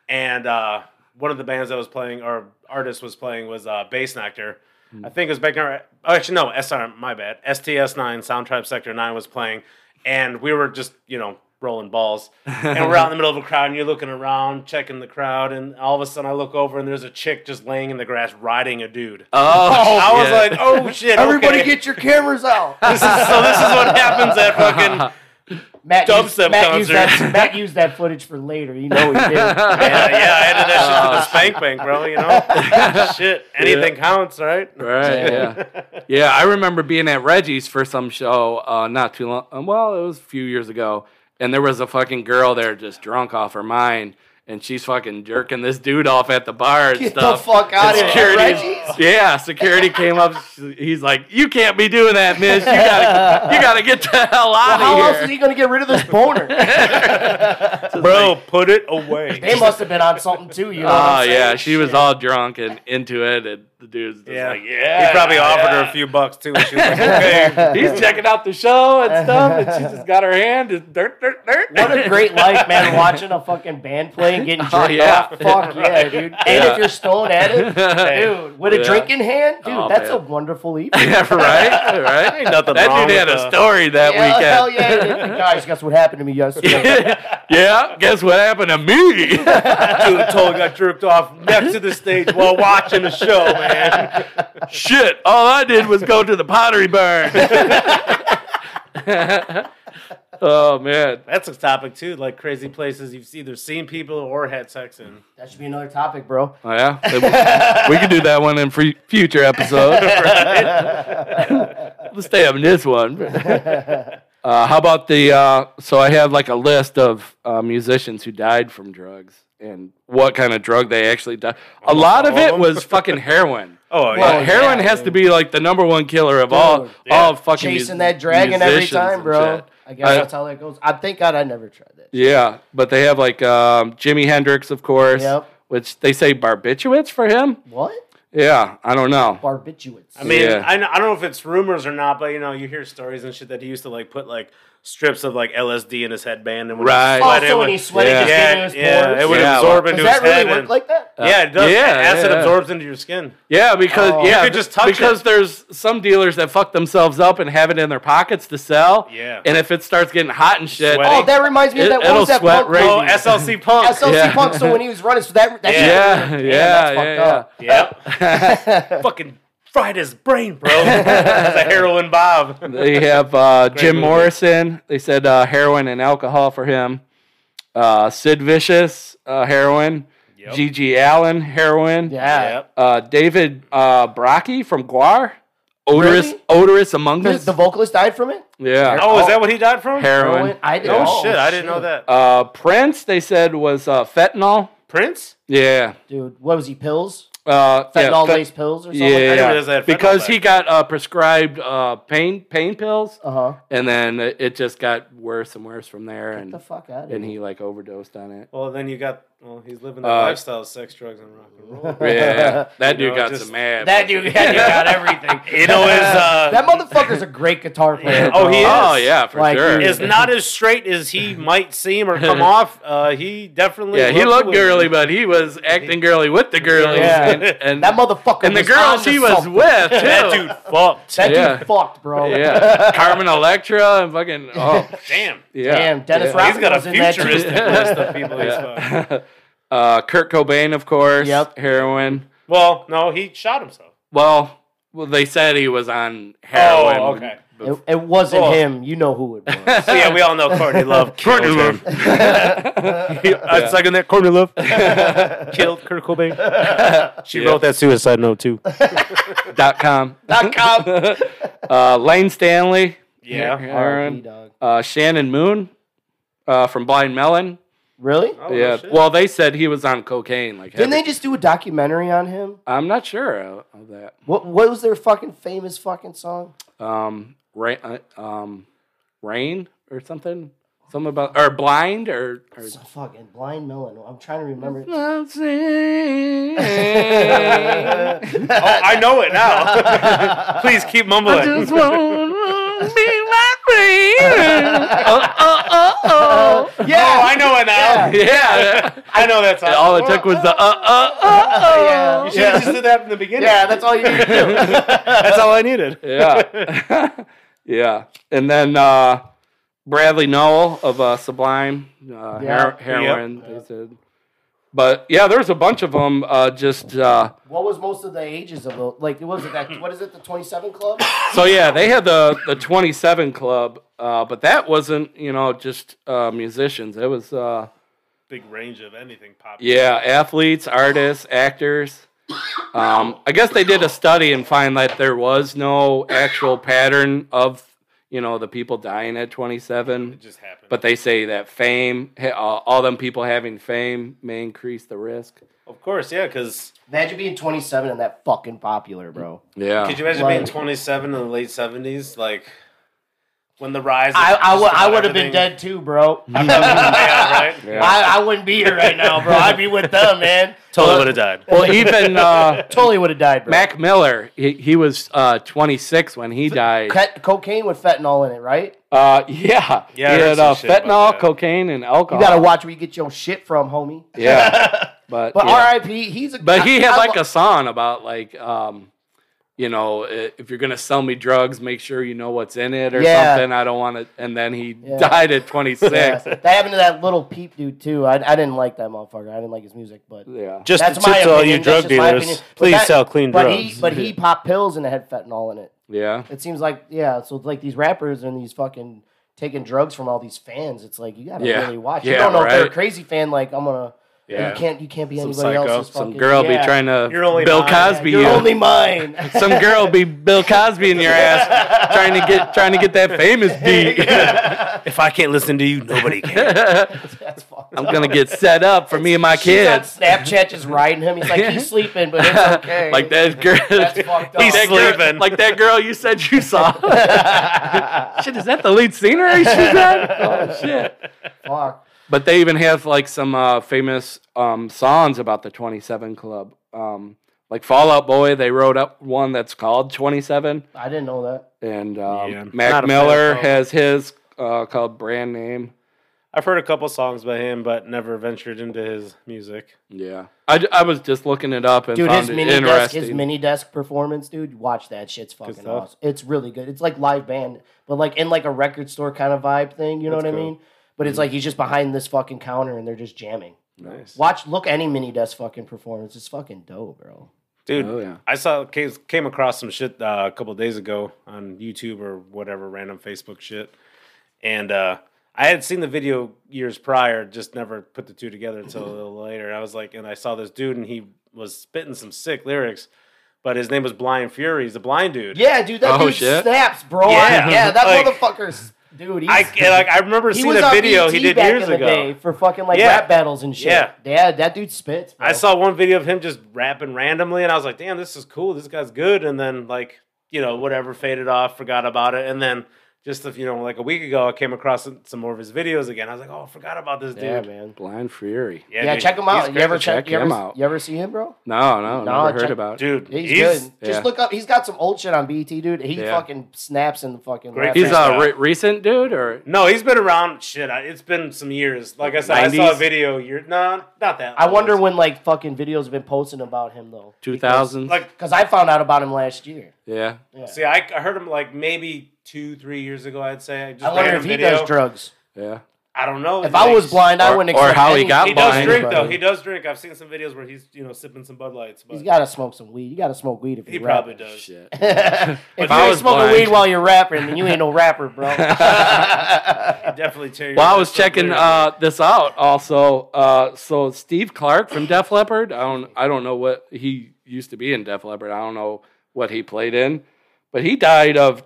Speaker 2: and uh, one of the bands that was playing or artist was playing was uh, Bass Nectar.
Speaker 3: Hmm.
Speaker 2: I think it was back. Oh, actually, no. SR, my bad. STS nine, Sound Tribe Sector nine was playing, and we were just you know rolling balls, and we're out in the middle of a crowd, and you're looking around, checking the crowd, and all of a sudden I look over, and there's a chick just laying in the grass riding a dude.
Speaker 1: Oh,
Speaker 2: I was
Speaker 1: shit.
Speaker 2: like, oh shit!
Speaker 3: Everybody,
Speaker 2: okay.
Speaker 3: get your cameras out.
Speaker 2: This is- so. This is what happens at fucking.
Speaker 3: Matt, used,
Speaker 2: Dubstep
Speaker 3: Matt, used
Speaker 2: concert.
Speaker 3: that, Matt used that footage for later. You know he
Speaker 2: Yeah,
Speaker 3: did.
Speaker 2: yeah, I added that shit to the spank bank, bro. You know, shit, anything counts, right?
Speaker 1: Right. Yeah. yeah. I remember being at Reggie's for some show uh, not too long. um, Well, it was a few years ago. And there was a fucking girl there just drunk off her mind. And she's fucking jerking this dude off at the bar and
Speaker 3: Get the
Speaker 1: stuff.
Speaker 3: fuck out of here,
Speaker 1: security,
Speaker 3: Reggie's.
Speaker 1: yeah, security came up. He's like, "You can't be doing that, Miss. You gotta, you gotta get the hell out
Speaker 3: How
Speaker 1: of
Speaker 3: else
Speaker 1: here."
Speaker 3: is he going to get rid of this boner?
Speaker 2: Bro, put it away.
Speaker 3: they must have been on something too. You know. what
Speaker 1: Oh
Speaker 3: I'm saying?
Speaker 1: yeah, she was all drunk and into it, and the dude's just
Speaker 2: Yeah.
Speaker 1: like, "Yeah."
Speaker 2: he probably
Speaker 1: yeah,
Speaker 2: offered
Speaker 1: yeah."
Speaker 2: her a few bucks too. and She was like, okay.
Speaker 1: He's checking out the show and stuff, and she just got her hand just dirt, dirt, dirt.
Speaker 3: What a great life, man! Watching a fucking band play and getting jerked
Speaker 1: Oh, yeah.
Speaker 3: off. Fuck yeah, dude! And
Speaker 1: Yeah.
Speaker 3: if you're stoned at it, dude, with a
Speaker 1: Yeah.
Speaker 3: drink in hand, dude,
Speaker 1: Oh,
Speaker 3: that's
Speaker 1: man.
Speaker 3: a wonderful evening.
Speaker 1: Yeah, right, right. Ain't
Speaker 2: nothing
Speaker 1: that
Speaker 2: wrong
Speaker 1: dude had
Speaker 2: with
Speaker 1: a
Speaker 2: the-
Speaker 1: story that
Speaker 3: yeah,
Speaker 1: weekend.
Speaker 3: hell yeah! dude. Guys, guess what happened to me yesterday?
Speaker 1: yeah, guess what happened to me?
Speaker 2: Dude totally got jerked off next to the stage while watching the show, man.
Speaker 1: Shit, all I did was go to the pottery barn. oh man.
Speaker 2: That's a topic too, like crazy places you've either seen people or had sex in.
Speaker 3: that should be another topic, bro.
Speaker 1: Oh yeah, we could do that one in free future episode. Let's stay on this one. uh, how about the? Uh, so I have like a list of uh, musicians who died from drugs and what kind of drug they actually died. A lot of
Speaker 2: all
Speaker 1: it
Speaker 2: of 'em?
Speaker 1: was fucking heroin.
Speaker 2: Oh yeah,
Speaker 1: Well,
Speaker 3: yeah,
Speaker 1: heroin has
Speaker 3: dude.
Speaker 1: to be like the number one killer of all
Speaker 2: yeah.
Speaker 1: all fucking
Speaker 3: Chasing
Speaker 1: mus-
Speaker 3: that dragon every
Speaker 1: musicians
Speaker 3: time,
Speaker 1: and
Speaker 3: bro.
Speaker 1: shit.
Speaker 3: I guess
Speaker 1: I-
Speaker 3: that's how that goes. I thank God I never tried that.
Speaker 1: Yeah, but they have like um, Jimi Hendrix, of course,
Speaker 3: Yep.
Speaker 1: which they say barbiturates for him.
Speaker 3: What?
Speaker 1: Yeah, I don't know.
Speaker 3: Barbiturates.
Speaker 2: I mean,
Speaker 1: Yeah.
Speaker 2: I, kn- I don't know if it's rumors or not, but you know, you hear stories and shit that he used to like put like strips of like LSD in his headband and when
Speaker 1: Right.
Speaker 2: he
Speaker 3: oh,
Speaker 2: sweat,
Speaker 3: so
Speaker 2: it
Speaker 3: when
Speaker 2: would,
Speaker 3: he sweated,
Speaker 1: yeah.
Speaker 3: just
Speaker 2: yeah,
Speaker 3: yeah,
Speaker 2: yeah,
Speaker 3: into his pores?
Speaker 2: it would
Speaker 1: Yeah. Uh,
Speaker 2: absorb
Speaker 3: Does
Speaker 2: into his
Speaker 3: that really
Speaker 2: head.
Speaker 3: work
Speaker 2: and-
Speaker 3: like that?
Speaker 2: yeah, it does.
Speaker 1: Yeah,
Speaker 2: acid
Speaker 1: yeah.
Speaker 2: absorbs into your skin.
Speaker 1: Yeah, because
Speaker 3: Oh.
Speaker 1: yeah,
Speaker 2: You could just touch
Speaker 1: because
Speaker 2: it.
Speaker 1: there's some dealers that fuck themselves up and have it in their pockets to sell.
Speaker 2: Yeah.
Speaker 1: and if it starts getting hot and shit,
Speaker 2: Sweaty.
Speaker 3: Oh, that reminds me of
Speaker 1: It-
Speaker 3: that. What
Speaker 1: it'll
Speaker 3: was that
Speaker 1: sweat
Speaker 3: punk?
Speaker 1: right-
Speaker 3: bro?
Speaker 2: Oh, SLC Punk.
Speaker 3: SLC
Speaker 1: Yeah.
Speaker 3: Punk. So when he was running, so that, that
Speaker 1: Yeah,
Speaker 3: shit,
Speaker 1: yeah, yeah, yeah.
Speaker 2: Yep. Fucking fried his brain, bro. That's a heroin Bob.
Speaker 1: they have uh, Jim
Speaker 2: movie.
Speaker 1: Morrison. They said uh, heroin and alcohol for him. Uh, Sid Vicious, uh, heroin.
Speaker 2: Yep.
Speaker 1: G.G. Allen, heroin.
Speaker 3: Yeah.
Speaker 2: Yep.
Speaker 1: Uh, David uh, Brockie from Guar. Odorous,
Speaker 3: Really?
Speaker 1: odorous among
Speaker 3: The,
Speaker 1: us.
Speaker 3: the vocalist died from it.
Speaker 1: yeah,
Speaker 2: Oh, is that what he died from?
Speaker 1: heroin.
Speaker 3: I didn't.
Speaker 2: Oh, shit, I didn't know that.
Speaker 1: Uh, Prince, they said was uh, fentanyl.
Speaker 2: Prince?
Speaker 1: Yeah,
Speaker 3: Dude, what was he? Pills?
Speaker 1: uh, yeah,
Speaker 3: Fentanyl
Speaker 1: fe-
Speaker 3: laced pills or something?
Speaker 1: Yeah,
Speaker 2: didn't
Speaker 1: yeah.
Speaker 2: realize they had fentanyl
Speaker 1: because he
Speaker 2: back
Speaker 1: got uh, prescribed uh, pain pain pills,
Speaker 3: Uh huh.
Speaker 1: and then it it just got worse and worse from there,
Speaker 3: Get
Speaker 1: and
Speaker 3: the fuck out of
Speaker 1: and
Speaker 3: here.
Speaker 1: he like overdosed on it.
Speaker 2: Well, then you got, well, he's living the
Speaker 1: Uh,
Speaker 2: lifestyle of sex, drugs, and rock and roll.
Speaker 1: Yeah, that dude
Speaker 2: know,
Speaker 1: got
Speaker 2: just-
Speaker 1: some mad.
Speaker 3: That dude, that dude got everything.
Speaker 2: You know, is, uh,
Speaker 3: that motherfucker's a great guitar player.
Speaker 2: Oh, he
Speaker 3: bro.
Speaker 1: oh
Speaker 2: is.
Speaker 1: yeah, for
Speaker 3: Like,
Speaker 1: sure.
Speaker 3: he
Speaker 2: is not as straight as he might seem or come off. Uh, he definitely.
Speaker 1: yeah, he looked
Speaker 2: with-
Speaker 1: girly, but he was acting girly with the girlies,
Speaker 3: Yeah.
Speaker 1: and, and,
Speaker 3: That motherfucker.
Speaker 1: and the
Speaker 3: was
Speaker 1: girls
Speaker 3: onto
Speaker 1: he was
Speaker 3: something.
Speaker 1: with too.
Speaker 2: That dude fucked.
Speaker 3: That
Speaker 1: Yeah.
Speaker 3: dude fucked, bro.
Speaker 1: yeah, Carmen Electra and fucking oh
Speaker 2: Damn.
Speaker 1: yeah,
Speaker 3: Damn, Dennis
Speaker 1: yeah.
Speaker 3: Rodman
Speaker 2: He's got a
Speaker 3: was in that too.
Speaker 2: futuristic list of people he's fucked.
Speaker 1: Uh, Kurt Cobain, of course.
Speaker 3: Yep.
Speaker 1: Heroin.
Speaker 2: Well, no, he shot himself.
Speaker 1: Well, well, they said he was on heroin.
Speaker 2: Oh, okay.
Speaker 3: It, it wasn't
Speaker 2: Oh.
Speaker 3: him. You know who it was.
Speaker 2: So, yeah, we all know Courtney Love. Courtney Love. I second that. Courtney Love killed Kurt Cobain. She
Speaker 1: Yeah.
Speaker 2: wrote that suicide note too.
Speaker 1: Dot com. Dot com. uh, Lane Stanley.
Speaker 2: Yeah.
Speaker 3: R.I.P.,
Speaker 1: Heroin.
Speaker 3: dog.
Speaker 1: Uh, Shannon Moon uh, from Blind Melon.
Speaker 3: Really?
Speaker 2: Oh,
Speaker 1: yeah.
Speaker 2: shit.
Speaker 1: Well, they said he was on cocaine. Like,
Speaker 3: Didn't they
Speaker 1: heavy-
Speaker 3: just do a documentary on him?
Speaker 1: I'm not sure of of that.
Speaker 3: What What was their fucking famous fucking song?
Speaker 1: Um, rain, uh, um, rain or something. Something about or blind or. or
Speaker 3: It's a fucking Blind Melon. I'm trying to remember.
Speaker 2: Oh, I know it now. Please keep mumbling.
Speaker 1: Uh, won't be my friend. Oh, oh, oh,
Speaker 2: Yeah, I know it now.
Speaker 1: yeah.
Speaker 2: I know that's how.
Speaker 1: All it took was the uh uh uh.
Speaker 2: you
Speaker 3: yeah.
Speaker 2: should have just did that from the beginning.
Speaker 3: yeah, that's all you need to do.
Speaker 2: that's all I needed.
Speaker 1: Yeah. yeah. And then uh, Bradley Noel of uh, Sublime, uh,
Speaker 3: Yeah.
Speaker 1: Her- Heroin. They said. But yeah, there's a bunch of them. Uh, just uh,
Speaker 3: What was most of the ages of those? Like, what was it that? What is it? The twenty-seven club?
Speaker 1: so yeah, they had the the 27 Club, uh, but that wasn't you know just uh, musicians. It was uh,
Speaker 2: Big range of anything pop.
Speaker 1: yeah, athletes, artists, actors. Um, I guess they did a study and find that there was no actual pattern of you know the people dying at 27.
Speaker 2: It just happened.
Speaker 1: but they say that fame, ha- uh, all them people having fame, may increase the risk.
Speaker 2: of course, yeah, because
Speaker 3: Imagine being twenty-seven and that fucking popular, bro.
Speaker 1: Yeah,
Speaker 2: could you imagine being
Speaker 3: Like-
Speaker 2: 27 in the late 70s? Like, when the rise. of
Speaker 3: I, I,
Speaker 2: just
Speaker 3: would I
Speaker 2: about
Speaker 3: would have been
Speaker 2: everything-
Speaker 3: dead too, bro.
Speaker 2: yeah, right?
Speaker 1: Yeah.
Speaker 3: I, I wouldn't be here right now, bro. I'd be with them, man.
Speaker 2: Totally would have died.
Speaker 1: well, even uh,
Speaker 3: Totally would have died, bro.
Speaker 1: Mac Miller, he, he was uh, 26 when he died.
Speaker 3: Co- cocaine with fentanyl in it, right?
Speaker 1: Uh, yeah,
Speaker 2: Yeah, I
Speaker 1: he
Speaker 2: heard
Speaker 1: had
Speaker 2: some
Speaker 1: uh,
Speaker 2: shit about
Speaker 1: fentanyl,
Speaker 2: that.
Speaker 1: cocaine, and
Speaker 3: You
Speaker 1: alcohol.
Speaker 3: gotta
Speaker 2: Uh-huh.
Speaker 3: watch where you get your shit from, homie.
Speaker 1: Yeah, but
Speaker 3: But
Speaker 1: yeah.
Speaker 3: R.I.P. He's a.
Speaker 1: But he had
Speaker 3: I- I
Speaker 1: like
Speaker 3: lo-
Speaker 1: a song about like, um, you know, i- if you're gonna sell me drugs, make sure you know what's in it or
Speaker 3: Yeah.
Speaker 1: something. I don't want to. And then he
Speaker 3: Yeah.
Speaker 1: died at 26.
Speaker 3: Yeah.
Speaker 1: yeah.
Speaker 3: That happened to that little peep dude too. I, I didn't like that motherfucker. I didn't like his music, but
Speaker 2: Just
Speaker 3: that's
Speaker 2: a
Speaker 3: my
Speaker 2: tip to all you
Speaker 3: opinion. That's
Speaker 2: drug
Speaker 3: just my
Speaker 2: dealers:
Speaker 3: opinion. But
Speaker 2: please
Speaker 3: that-
Speaker 2: sell clean
Speaker 3: but
Speaker 2: drugs.
Speaker 3: He, but he popped pills and it had fentanyl in it.
Speaker 1: yeah.
Speaker 3: It seems like yeah. So it's like these rappers and these fucking taking drugs from all these fans. It's like you gotta
Speaker 1: Yeah.
Speaker 3: really watch. you
Speaker 1: Yeah,
Speaker 3: don't know if they're a
Speaker 1: right.
Speaker 3: crazy fan. Like I'm gonna.
Speaker 1: Yeah.
Speaker 3: You can't. You can't be
Speaker 2: Some
Speaker 3: anybody
Speaker 2: psycho,
Speaker 3: else's.
Speaker 1: Some
Speaker 3: fucking-
Speaker 1: girl
Speaker 3: yeah.
Speaker 1: be trying to
Speaker 2: You're only
Speaker 1: Bill
Speaker 2: mine.
Speaker 1: Cosby
Speaker 3: You're
Speaker 1: you.
Speaker 3: only mine.
Speaker 1: Some girl be Bill Cosby in your ass trying to get trying to get that famous beat.
Speaker 2: if I can't listen to you, nobody can.
Speaker 3: That's fucked
Speaker 1: I'm
Speaker 3: up.
Speaker 1: gonna get set up for me and my
Speaker 3: She's on
Speaker 1: kids.
Speaker 3: Snapchat just riding him. He's like he's sleeping, but it's okay.
Speaker 1: Like that girl.
Speaker 3: That's fucked up.
Speaker 1: He's
Speaker 2: He's
Speaker 1: sleeping.
Speaker 2: sleeping.
Speaker 1: Like that girl you said you saw. shit, is that the lead singer? She's in? Oh shit.
Speaker 3: Fuck.
Speaker 1: But they even have like some uh, famous um, songs about the 27 Club. Um, like Fallout Boy, they wrote up one that's called 27.
Speaker 3: I didn't know that.
Speaker 1: And um,
Speaker 2: Yeah. Not
Speaker 1: Mac
Speaker 2: a fan
Speaker 1: Miller
Speaker 2: of Fallout.
Speaker 1: has his uh, called Brand Name.
Speaker 2: I've heard a couple songs by him, but never ventured into his music.
Speaker 1: Yeah. I, I was just looking it up and
Speaker 3: Dude,
Speaker 1: found
Speaker 3: his
Speaker 1: it
Speaker 3: mini desk,
Speaker 1: interesting.
Speaker 3: his mini desk performance, dude. Watch that shit's fucking
Speaker 2: stuff.
Speaker 3: awesome. It's really good. It's like live band, but like in like a record store kind of vibe thing. You know
Speaker 2: That's
Speaker 3: what I
Speaker 2: cool.
Speaker 3: mean? But
Speaker 1: Mm-hmm.
Speaker 3: it's like he's just behind this fucking counter and they're just jamming.
Speaker 2: Nice,
Speaker 3: Watch, look any mini desk fucking performance. It's fucking dope, bro.
Speaker 2: dude.
Speaker 1: Oh, yeah.
Speaker 2: I saw came, came across some shit uh, a couple days ago on YouTube or whatever random Facebook shit, and uh, I had seen the video years prior, just never put the two together until a little later. And I was like, and I saw this dude, and he was spitting some sick lyrics, but his name was Blind Fury. He's a blind dude.
Speaker 3: Yeah, dude, that
Speaker 1: Oh,
Speaker 3: dude
Speaker 1: shit.
Speaker 3: snaps, bro. I- Yeah,
Speaker 2: Yeah.
Speaker 3: that
Speaker 2: Like-
Speaker 3: motherfucker's dude. He's,
Speaker 2: I and, like I remember
Speaker 3: he
Speaker 2: seeing
Speaker 3: was
Speaker 2: a
Speaker 3: on
Speaker 2: video
Speaker 3: BET
Speaker 2: he did
Speaker 3: back
Speaker 2: years
Speaker 3: in the
Speaker 2: ago.
Speaker 3: day for fucking like
Speaker 2: Yeah.
Speaker 3: rap battles and shit. Yeah,
Speaker 2: Yeah.
Speaker 3: that dude spits. Bro.
Speaker 2: I saw one video of him just rapping randomly, and I was like, "Damn, this is cool. This guy's good." And then, like, you know, whatever faded off, forgot about it. And then, just if you know, like a week ago, I came across some- some more of his videos again. I was like, "Oh, I forgot about this dude."
Speaker 3: Yeah, man.
Speaker 1: Blind Fury.
Speaker 2: Yeah,
Speaker 3: Yeah,
Speaker 2: dude,
Speaker 3: check him
Speaker 2: he's
Speaker 3: out. You
Speaker 2: crazy.
Speaker 3: ever check,
Speaker 1: Check
Speaker 3: you ever,
Speaker 1: him out.
Speaker 3: You ever see him, bro?
Speaker 1: No, no,
Speaker 3: No,
Speaker 1: never
Speaker 3: check-
Speaker 1: heard about it.
Speaker 2: dude?
Speaker 3: He's,
Speaker 2: He's,
Speaker 3: good.
Speaker 1: yeah.
Speaker 3: Just look up. He's got some old shit on BT, dude. He
Speaker 1: Yeah.
Speaker 3: fucking snaps in the fucking.
Speaker 2: Great
Speaker 3: rap
Speaker 1: He's
Speaker 3: battles.
Speaker 1: a
Speaker 2: freestyle.
Speaker 1: re- recent dude or?
Speaker 2: no, he's been around. Shit, I, it's been some years. Like I said, I saw a
Speaker 1: 90s?
Speaker 2: video. Year, no, not that.
Speaker 3: I wonder
Speaker 2: long.
Speaker 3: when like fucking videos have been posted about him though.
Speaker 1: 2000s.
Speaker 2: Like,
Speaker 3: Because I found out about him last year.
Speaker 1: yeah.
Speaker 3: Yeah.
Speaker 2: see, I, I heard him like maybe two, three years ago. I'd say. I Just
Speaker 3: I wonder
Speaker 2: random
Speaker 3: if he
Speaker 2: video.
Speaker 3: does drugs.
Speaker 1: Yeah.
Speaker 2: I don't know.
Speaker 3: If I was
Speaker 2: Like,
Speaker 3: blind, I
Speaker 1: Or-
Speaker 3: wouldn't.
Speaker 1: or
Speaker 3: Expect
Speaker 1: how he
Speaker 3: anything
Speaker 1: got
Speaker 2: He
Speaker 3: from
Speaker 2: does
Speaker 1: blind,
Speaker 2: drink
Speaker 3: anybody.
Speaker 2: though. He does drink. I've seen some videos where he's you know sipping some Bud Lights. But
Speaker 3: He's got to smoke some weed. You got to smoke weed if
Speaker 2: he
Speaker 3: you
Speaker 2: probably
Speaker 3: rap.
Speaker 2: does.
Speaker 1: Shit.
Speaker 3: if you
Speaker 1: I
Speaker 3: ain't
Speaker 1: was
Speaker 3: smoking
Speaker 1: blind-
Speaker 3: weed while you're rapping, then you ain't no rapper, bro.
Speaker 2: He definitely. tear your
Speaker 1: Well, I was
Speaker 2: lips up
Speaker 1: checking
Speaker 2: later.
Speaker 1: uh, this out also. Uh, so Steve Clark from Def Leppard. I don't, I don't know what he used to be in Def Leppard. I don't know what he played in, but he died of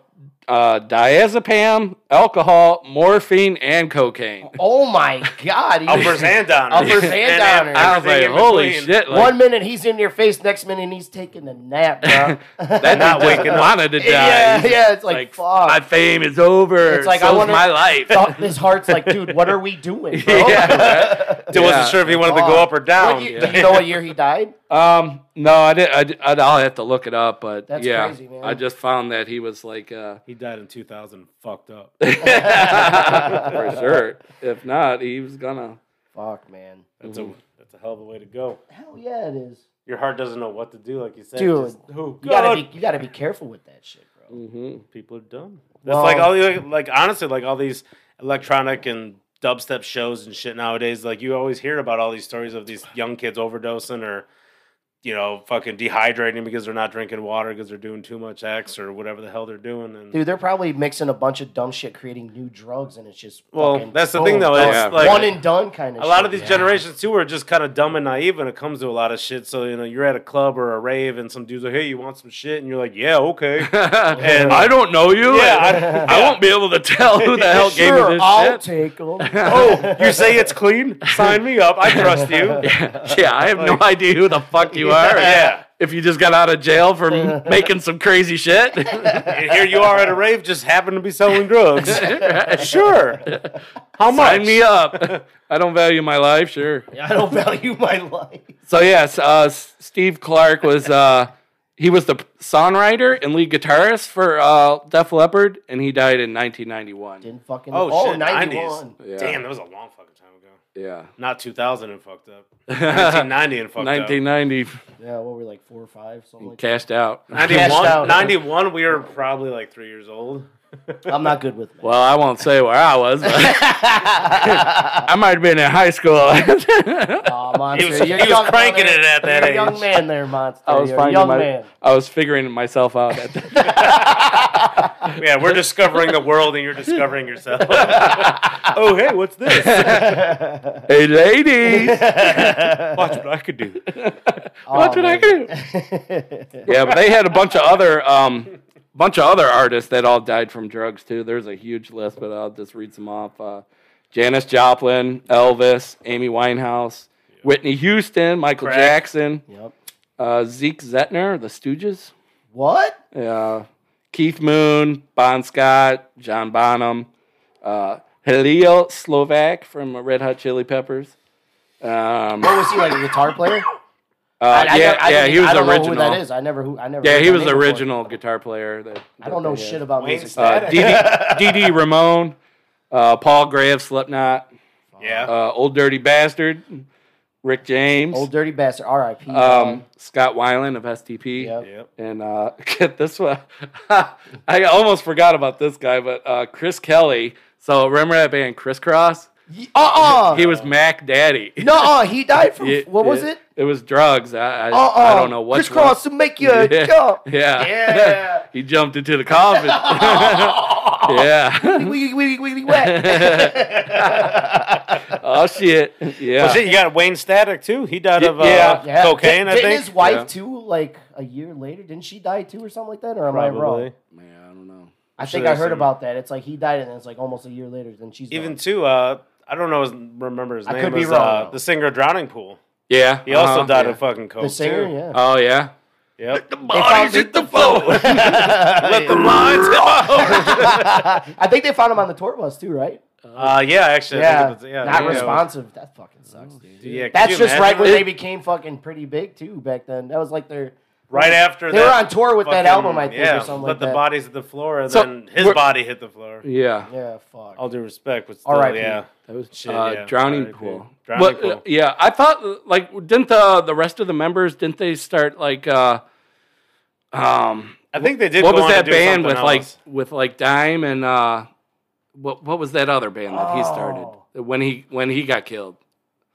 Speaker 1: uh, diazepam, alcohol, morphine, and cocaine.
Speaker 3: oh my god! he-
Speaker 2: uppers and downers.
Speaker 3: Uppers and downers.
Speaker 2: everything
Speaker 1: I was like,
Speaker 2: in
Speaker 1: holy
Speaker 2: between.
Speaker 1: shit! Like,
Speaker 3: One minute he's in your face, next minute he's taking a nap, bro.
Speaker 1: that
Speaker 2: Not
Speaker 1: dude just
Speaker 2: waking up.
Speaker 1: wanted to die.
Speaker 3: yeah,
Speaker 1: He's
Speaker 3: yeah, it's like,
Speaker 1: like,
Speaker 3: fuck.
Speaker 1: my fame is over.
Speaker 3: It's like, I
Speaker 1: So's
Speaker 3: wonder-
Speaker 1: my life.
Speaker 3: Thought- his heart's like, dude, what are we doing, bro?
Speaker 1: yeah.
Speaker 2: Dude wasn't sure if he wanted to go up or down.
Speaker 3: What year- Do you know what year he died?
Speaker 1: Um, No, I did. I, did- I'd- I'll have to look it up, but
Speaker 3: That's
Speaker 1: yeah,
Speaker 3: crazy, man.
Speaker 1: I just found that he was like, uh,
Speaker 2: He died in 2000. Fucked up.
Speaker 1: for sure. If not, he was gonna.
Speaker 3: Fuck, man.
Speaker 2: That's a that's a hell of a way to go.
Speaker 3: Hell yeah, it is.
Speaker 2: Your heart doesn't know what to do, like you said.
Speaker 3: Dude.
Speaker 2: Just, oh,
Speaker 3: You gotta
Speaker 2: God.
Speaker 3: be, you gotta be careful with that shit, bro.
Speaker 1: Mhm.
Speaker 2: people are dumb. That's
Speaker 3: Well-
Speaker 2: like all the like, like honestly, like all these electronic and dubstep shows and shit nowadays. Like you always hear about all these stories of these young kids overdosing or you know fucking dehydrating because they're not drinking water because they're doing too much X or whatever the hell they're doing. And
Speaker 3: Dude, they're probably mixing a bunch of dumb shit, creating new drugs, and it's just
Speaker 2: well,
Speaker 3: fucking
Speaker 2: that's the
Speaker 3: boom,
Speaker 2: thing though.
Speaker 3: done.
Speaker 2: It's
Speaker 1: Yeah.
Speaker 2: like
Speaker 3: oh, one and done kind of.
Speaker 2: a lot of these generations too are just kind of dumb and naive when it comes to a lot of shit. So you know, you're at a club or a rave, and some dude's like, "Hey, you want some shit?" And you're like, "Yeah, okay."
Speaker 1: and I don't know you.
Speaker 2: Yeah,
Speaker 1: I, won't be able to tell who the hell gave me
Speaker 3: Sure,
Speaker 1: this
Speaker 3: I'll
Speaker 1: shit.
Speaker 3: take them.
Speaker 2: oh, you say it's clean? Sign me up. I trust you.
Speaker 1: yeah, I have no idea who the fuck you are.
Speaker 2: Yeah.
Speaker 1: If you just got out of jail for m- making some crazy shit.
Speaker 2: And here you are at a rave, just happen to be selling drugs. sure. How much?
Speaker 1: Sign me up. I don't value my life, sure.
Speaker 3: I don't value my life.
Speaker 1: So yes, uh, S- Steve Clark was uh, he was the songwriter and lead guitarist for uh, Def Leppard, and he died in 1991.
Speaker 3: Didn't fucking.
Speaker 2: Oh,
Speaker 3: Oh,
Speaker 2: shit,
Speaker 3: 91.
Speaker 2: 90s.
Speaker 1: Yeah.
Speaker 2: Damn, that was a long fucking time ago.
Speaker 1: Yeah,
Speaker 2: Not 2000 and fucked up. 1990 and fucked up.
Speaker 1: 1990
Speaker 3: Yeah, what were we, like four or five, something like that.
Speaker 1: cashed out.
Speaker 2: 91,
Speaker 3: Cashed out.
Speaker 2: 91, we were probably like three years old.
Speaker 3: I'm not good with math.
Speaker 1: Well, I won't say where I was. But I might have been in high school.
Speaker 3: Aw, monster.
Speaker 2: He was-
Speaker 3: you're
Speaker 2: he was
Speaker 3: young,
Speaker 2: cranking
Speaker 3: brother.
Speaker 2: it at that
Speaker 3: You're a young
Speaker 2: age.
Speaker 3: man there, monster.
Speaker 1: I was
Speaker 3: Oh, You're a
Speaker 1: finding
Speaker 3: young
Speaker 1: my-
Speaker 3: man.
Speaker 1: I was figuring myself out. At the,
Speaker 2: Yeah, we're discovering the world and you're discovering yourself. oh, hey, what's this?
Speaker 1: hey, ladies,
Speaker 2: Watch what I could do.
Speaker 1: Oh, what did
Speaker 3: Oh,
Speaker 1: I do? Yeah, but they had a bunch of other um, bunch of other artists that all died from drugs too. There's a huge list, but I'll just read some off. Uh, Janis Joplin, Elvis, Amy Winehouse, Whitney Houston, Michael
Speaker 2: Crack.
Speaker 1: Jackson,
Speaker 3: Yep.
Speaker 1: uh, Zeke Zettner, The Stooges,
Speaker 3: What?
Speaker 1: uh, Keith Moon, Bon Scott, John Bonham, uh, Helio Slovak from Red Hot Chili Peppers. Um,
Speaker 3: What was he like a guitar player?
Speaker 1: uh,
Speaker 3: I- I
Speaker 1: yeah,
Speaker 3: don't- I
Speaker 1: yeah,
Speaker 3: don't-
Speaker 1: he was
Speaker 3: I don't
Speaker 1: original.
Speaker 3: Know who that is? I never who I never.
Speaker 1: Yeah,
Speaker 3: heard
Speaker 1: he
Speaker 3: that
Speaker 1: was
Speaker 3: name
Speaker 1: the
Speaker 3: before.
Speaker 1: original guitar player. That,
Speaker 3: I don't know shit about
Speaker 2: Wayne
Speaker 3: music.
Speaker 1: Uh,
Speaker 2: Static.
Speaker 1: DD, DD Ramone, uh, Paul Graves, Slipknot,
Speaker 2: yeah.
Speaker 1: uh, Old Dirty Bastard, Rick James,
Speaker 3: Old dirty bastard. R.I.P.
Speaker 1: um, Scott Weiland of STP,
Speaker 3: Yep.
Speaker 2: yep.
Speaker 1: and uh, get this one. I almost forgot about this guy, but uh, Chris Kelly. So remember that band Crisscross?
Speaker 3: Uh uh.
Speaker 1: He was Mac Daddy.
Speaker 3: No, uh, he died from
Speaker 1: Yeah,
Speaker 3: what was
Speaker 1: yeah.
Speaker 3: it?
Speaker 1: It was drugs. I I,
Speaker 3: Uh uh.
Speaker 1: I don't know what.
Speaker 3: crisscross to make you
Speaker 1: Yeah.
Speaker 3: jump.
Speaker 1: Yeah.
Speaker 3: Yeah.
Speaker 1: he jumped into the coffin.
Speaker 3: Uh-uh.
Speaker 1: yeah.
Speaker 3: Wiggly wiggly wiggly wet.
Speaker 1: oh shit. Yeah.
Speaker 2: Well, shit, you got Wayne Static too. He died of uh,
Speaker 1: Yeah.
Speaker 2: cocaine,
Speaker 3: Didn't,
Speaker 2: I
Speaker 3: didn't
Speaker 2: think.
Speaker 3: his wife
Speaker 1: Yeah.
Speaker 3: too? Like a year later, didn't she die too, or something like that? Or am I
Speaker 2: Probably.
Speaker 3: wrong?
Speaker 1: Man, I don't know.
Speaker 3: I
Speaker 2: sure
Speaker 3: think I
Speaker 2: there's
Speaker 3: heard
Speaker 2: some-
Speaker 3: about that. It's like he died, and then it's like almost a year later, then she's
Speaker 2: Even
Speaker 3: gone.
Speaker 2: too, uh, I don't know. His, remember his
Speaker 3: I
Speaker 2: name
Speaker 3: could be
Speaker 2: was,
Speaker 3: wrong,
Speaker 2: uh,
Speaker 3: though.
Speaker 2: the singer of Drowning Pool.
Speaker 1: Yeah.
Speaker 2: He also
Speaker 1: uh-huh,
Speaker 2: died
Speaker 1: yeah.
Speaker 2: of fucking coke
Speaker 3: the singer.
Speaker 2: too.
Speaker 1: Oh
Speaker 2: oh,
Speaker 3: Yeah.
Speaker 1: yeah.
Speaker 2: Yep.
Speaker 1: Bodies hit the floor.
Speaker 2: Let the lines
Speaker 3: I think they found him on the tour bus too, right?
Speaker 2: Uh, yeah, actually, I
Speaker 3: Yeah,
Speaker 2: think it's, yeah,
Speaker 3: not
Speaker 2: yeah,
Speaker 3: responsive. That fucking sucks, dude.
Speaker 2: Yeah, could
Speaker 3: That's
Speaker 2: you
Speaker 3: just right
Speaker 2: imagine
Speaker 3: when
Speaker 2: that?
Speaker 3: they became fucking pretty big too back then. That was like their
Speaker 2: Right after
Speaker 3: they
Speaker 2: that
Speaker 3: were on tour with that
Speaker 2: fucking-
Speaker 3: album, I think,
Speaker 2: yeah,
Speaker 3: or something
Speaker 2: Let
Speaker 3: like
Speaker 2: the
Speaker 3: that.
Speaker 2: bodies hit the floor, and
Speaker 1: So,
Speaker 2: then his
Speaker 1: we're-
Speaker 2: body hit the floor.
Speaker 1: yeah. Uh,
Speaker 3: yeah, fuck.
Speaker 2: All due respect, but still,
Speaker 3: R.I.P..
Speaker 2: yeah,
Speaker 1: That was
Speaker 2: Oh, Shit,
Speaker 1: uh,
Speaker 2: yeah.
Speaker 1: drowning
Speaker 2: R.I.P..
Speaker 1: pool.
Speaker 2: Drowning
Speaker 1: But,
Speaker 2: pool.
Speaker 1: uh, yeah, I thought like didn't the the rest of the members didn't they start like uh um
Speaker 2: I think they did.
Speaker 1: what
Speaker 2: go
Speaker 1: was
Speaker 2: on to
Speaker 1: that
Speaker 2: do
Speaker 1: band
Speaker 2: something
Speaker 1: with like
Speaker 2: else.
Speaker 1: with like Dime and uh what what was that other band that he started
Speaker 2: Oh.
Speaker 1: when he when he got killed?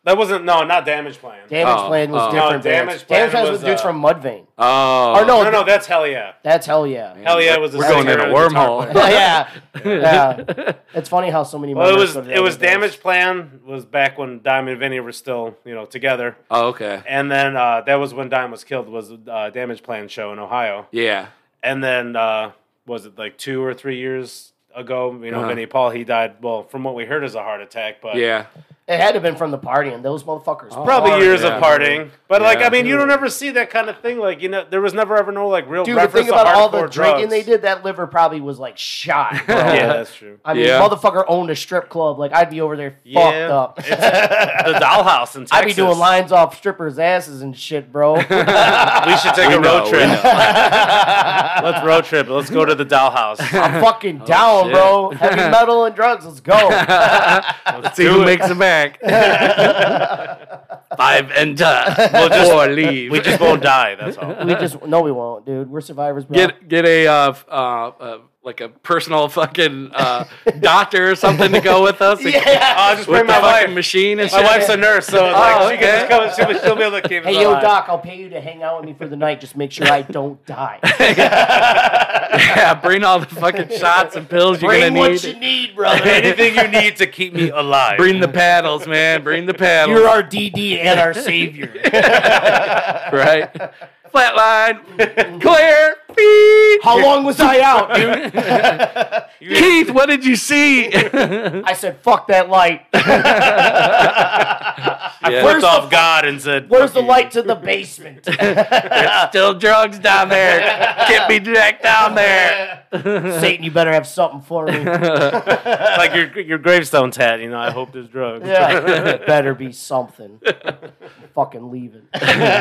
Speaker 2: That wasn't no, not Damage Plan.
Speaker 3: Damage
Speaker 1: Oh,
Speaker 3: Plan
Speaker 1: oh.
Speaker 3: was different.
Speaker 2: No,
Speaker 3: Damage
Speaker 2: Damage Plan
Speaker 3: Plan, was,
Speaker 2: was,
Speaker 3: with dudes
Speaker 2: uh,
Speaker 3: from Mudvayne.
Speaker 1: Oh,
Speaker 3: Or no,
Speaker 2: no, no, that's Hell Yeah.
Speaker 3: that's hell yeah.
Speaker 2: Hell Yeah was the
Speaker 1: we're going in
Speaker 2: singer
Speaker 1: a
Speaker 2: and the guitar player.
Speaker 1: wormhole.
Speaker 3: yeah, yeah. It's funny how so many.
Speaker 2: Well, it
Speaker 3: members
Speaker 2: was
Speaker 3: go to the
Speaker 2: it
Speaker 3: other
Speaker 2: was
Speaker 3: bands.
Speaker 2: Damage Plan was back when Dime and Vinny were still you know together,
Speaker 1: oh, okay.
Speaker 2: and then uh, that was when Dime was killed was uh, Damage Plan show in Ohio,
Speaker 1: Yeah.
Speaker 2: and then uh, was it like two or three years ago? You know,
Speaker 1: Uh-huh.
Speaker 2: Vinny Paul he died. Well, from what we heard, is a heart attack, but
Speaker 1: Yeah.
Speaker 3: It had to have been from the party and those motherfuckers.
Speaker 2: Probably
Speaker 3: party.
Speaker 2: years
Speaker 1: yeah.
Speaker 2: of partying, but like
Speaker 1: Yeah.
Speaker 2: I mean, you don't ever see that kind of thing. Like you know, there was never ever no like real
Speaker 3: Dude, the
Speaker 2: reference
Speaker 3: thing
Speaker 2: to
Speaker 3: about all the
Speaker 2: hardcore
Speaker 3: drinking
Speaker 2: drugs.
Speaker 3: they did, that liver probably was like shot. Bro.
Speaker 2: Yeah, that's true.
Speaker 3: I mean,
Speaker 1: Yeah.
Speaker 3: motherfucker owned a strip club. Like I'd be over there fucked up.
Speaker 2: It's the dollhouse in Texas.
Speaker 3: I'd be doing lines off strippers' asses and shit, bro.
Speaker 2: We should take
Speaker 1: We
Speaker 2: a road
Speaker 1: know,
Speaker 2: trip.
Speaker 1: we
Speaker 2: Let's road trip. Let's go to the dollhouse.
Speaker 3: I'm fucking
Speaker 2: Oh,
Speaker 3: down,
Speaker 1: shit.
Speaker 3: bro. Heavy metal and drugs. Let's go.
Speaker 1: Let's see who makes it back. Five and done. We'll
Speaker 2: just-
Speaker 1: or leave.
Speaker 2: We just won't die. That's all.
Speaker 3: we just no, we won't, dude. We're survivors, bro.
Speaker 1: get get a uh, f- uh, uh, like a personal fucking uh, doctor or something to go with us. and-
Speaker 3: yeah.
Speaker 2: I'll Oh, just
Speaker 1: With
Speaker 2: bring
Speaker 1: the
Speaker 2: my
Speaker 1: fucking
Speaker 2: wife.
Speaker 1: machine and
Speaker 2: My
Speaker 1: shit.
Speaker 2: wife's a nurse, so it's like,
Speaker 1: Oh,
Speaker 2: she can
Speaker 1: okay.
Speaker 2: just come and she, she'll be able to keep us
Speaker 3: Hey, yo,
Speaker 2: alive.
Speaker 3: Doc, I'll pay you to hang out with me for the night. Just make sure I don't die.
Speaker 1: yeah, bring all the fucking shots and pills you're
Speaker 3: Bring
Speaker 1: gonna
Speaker 3: what
Speaker 1: need.
Speaker 3: you need, brother.
Speaker 2: Anything you need to keep me alive.
Speaker 1: Bring the paddles, man. Bring the paddles.
Speaker 3: You're our DD and our savior.
Speaker 1: right. Flatline. Clear. Beep.
Speaker 3: How long was I out, dude?
Speaker 1: Keith, what did you see? yeah.
Speaker 3: I said, fuck that light.
Speaker 2: Flipped
Speaker 3: Where's
Speaker 2: off
Speaker 3: the-
Speaker 2: God and said,
Speaker 3: Where's
Speaker 2: "Fuck
Speaker 3: the
Speaker 2: you."
Speaker 3: light to the basement?
Speaker 1: Still drugs down there. Get me back down there.
Speaker 3: Satan, you better have something for me.
Speaker 2: Like your your gravestone tat. You know, I hope there's drugs.
Speaker 3: Yeah. better be something. fucking leaving.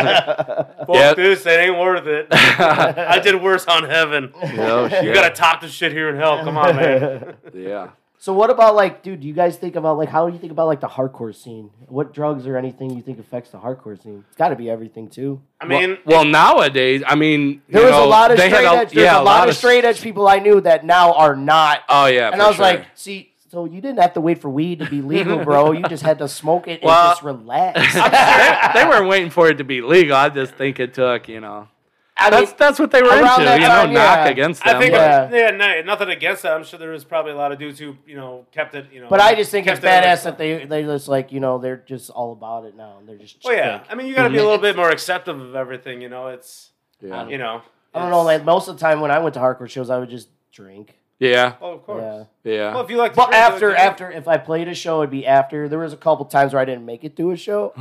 Speaker 2: Fuck
Speaker 1: Yep.
Speaker 2: this. It ain't worth it. I did worse on heaven.
Speaker 1: No shit.
Speaker 2: You gotta top this shit here in hell. Come on, man.
Speaker 1: yeah.
Speaker 3: So what about like, dude? Do you guys think about like how do you think about like the hardcore scene? What drugs or anything you think affects the hardcore scene? It's got to be everything too.
Speaker 2: I mean,
Speaker 1: well, well, nowadays, I mean,
Speaker 3: There
Speaker 1: you
Speaker 3: was
Speaker 1: know,
Speaker 3: a lot of
Speaker 1: they
Speaker 3: straight
Speaker 1: had
Speaker 3: edge. There's
Speaker 1: yeah,
Speaker 3: a lot of straight edge people I knew that now are not.
Speaker 1: Oh yeah,
Speaker 3: and
Speaker 1: for
Speaker 3: I was
Speaker 1: sure.
Speaker 3: like, see, so you didn't have to wait for weed to be legal, bro. You just had to smoke it
Speaker 1: Well-
Speaker 3: and just relax.
Speaker 1: they, they weren't waiting for it to be legal. I just think it took, you know,
Speaker 3: I mean,
Speaker 1: that's that's what they were into.
Speaker 3: around that
Speaker 1: You know,
Speaker 3: time, yeah.
Speaker 1: knock against them.
Speaker 2: I think
Speaker 1: but-
Speaker 3: Yeah.
Speaker 2: yeah, yeah no, nothing against that. I'm sure there was probably a lot of dudes who you know kept it. You know,
Speaker 3: but I just think it's
Speaker 2: Um, kept it-
Speaker 3: badass that they they just like you know they're just all about it now. and They're just.
Speaker 2: Well, yeah.
Speaker 3: like-
Speaker 2: I mean, you got to be a little bit more acceptive of everything. You know, it's
Speaker 1: yeah.
Speaker 2: you know.
Speaker 3: I don't know. Like most of the time when I went to hardcore shows, I would just drink.
Speaker 1: yeah,
Speaker 2: oh, of course.
Speaker 3: Yeah.
Speaker 1: yeah,
Speaker 2: Well, if you like, to
Speaker 3: But
Speaker 2: drink,
Speaker 3: after,
Speaker 2: okay.
Speaker 3: after, if I played a show, it'd be after. There was a couple times where I didn't make it to a show.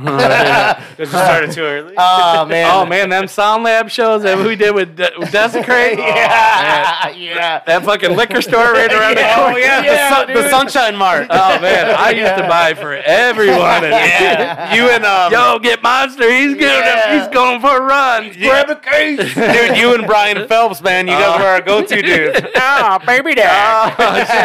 Speaker 2: Because you started too early.
Speaker 3: oh man!
Speaker 1: Oh man, them Sound Lab shows that we did with, De- with Desecrate. Oh,
Speaker 3: yeah, yeah.
Speaker 1: That fucking liquor store right around
Speaker 2: Yeah.
Speaker 1: the
Speaker 2: Oh,
Speaker 1: corner.
Speaker 2: yeah,
Speaker 1: the,
Speaker 3: Yeah,
Speaker 1: sun- the
Speaker 3: dude.
Speaker 1: Sunshine Mart. Oh man, I used to buy for everyone.
Speaker 2: yeah. You and um,
Speaker 1: Yo, get monster. He's good.
Speaker 3: Yeah.
Speaker 1: He's going for a run.
Speaker 2: grab a case, dude. You and Brian Phelps, man. You guys
Speaker 1: Oh.
Speaker 2: were
Speaker 3: Uh.
Speaker 2: our go-to dudes. Ah, baby dad.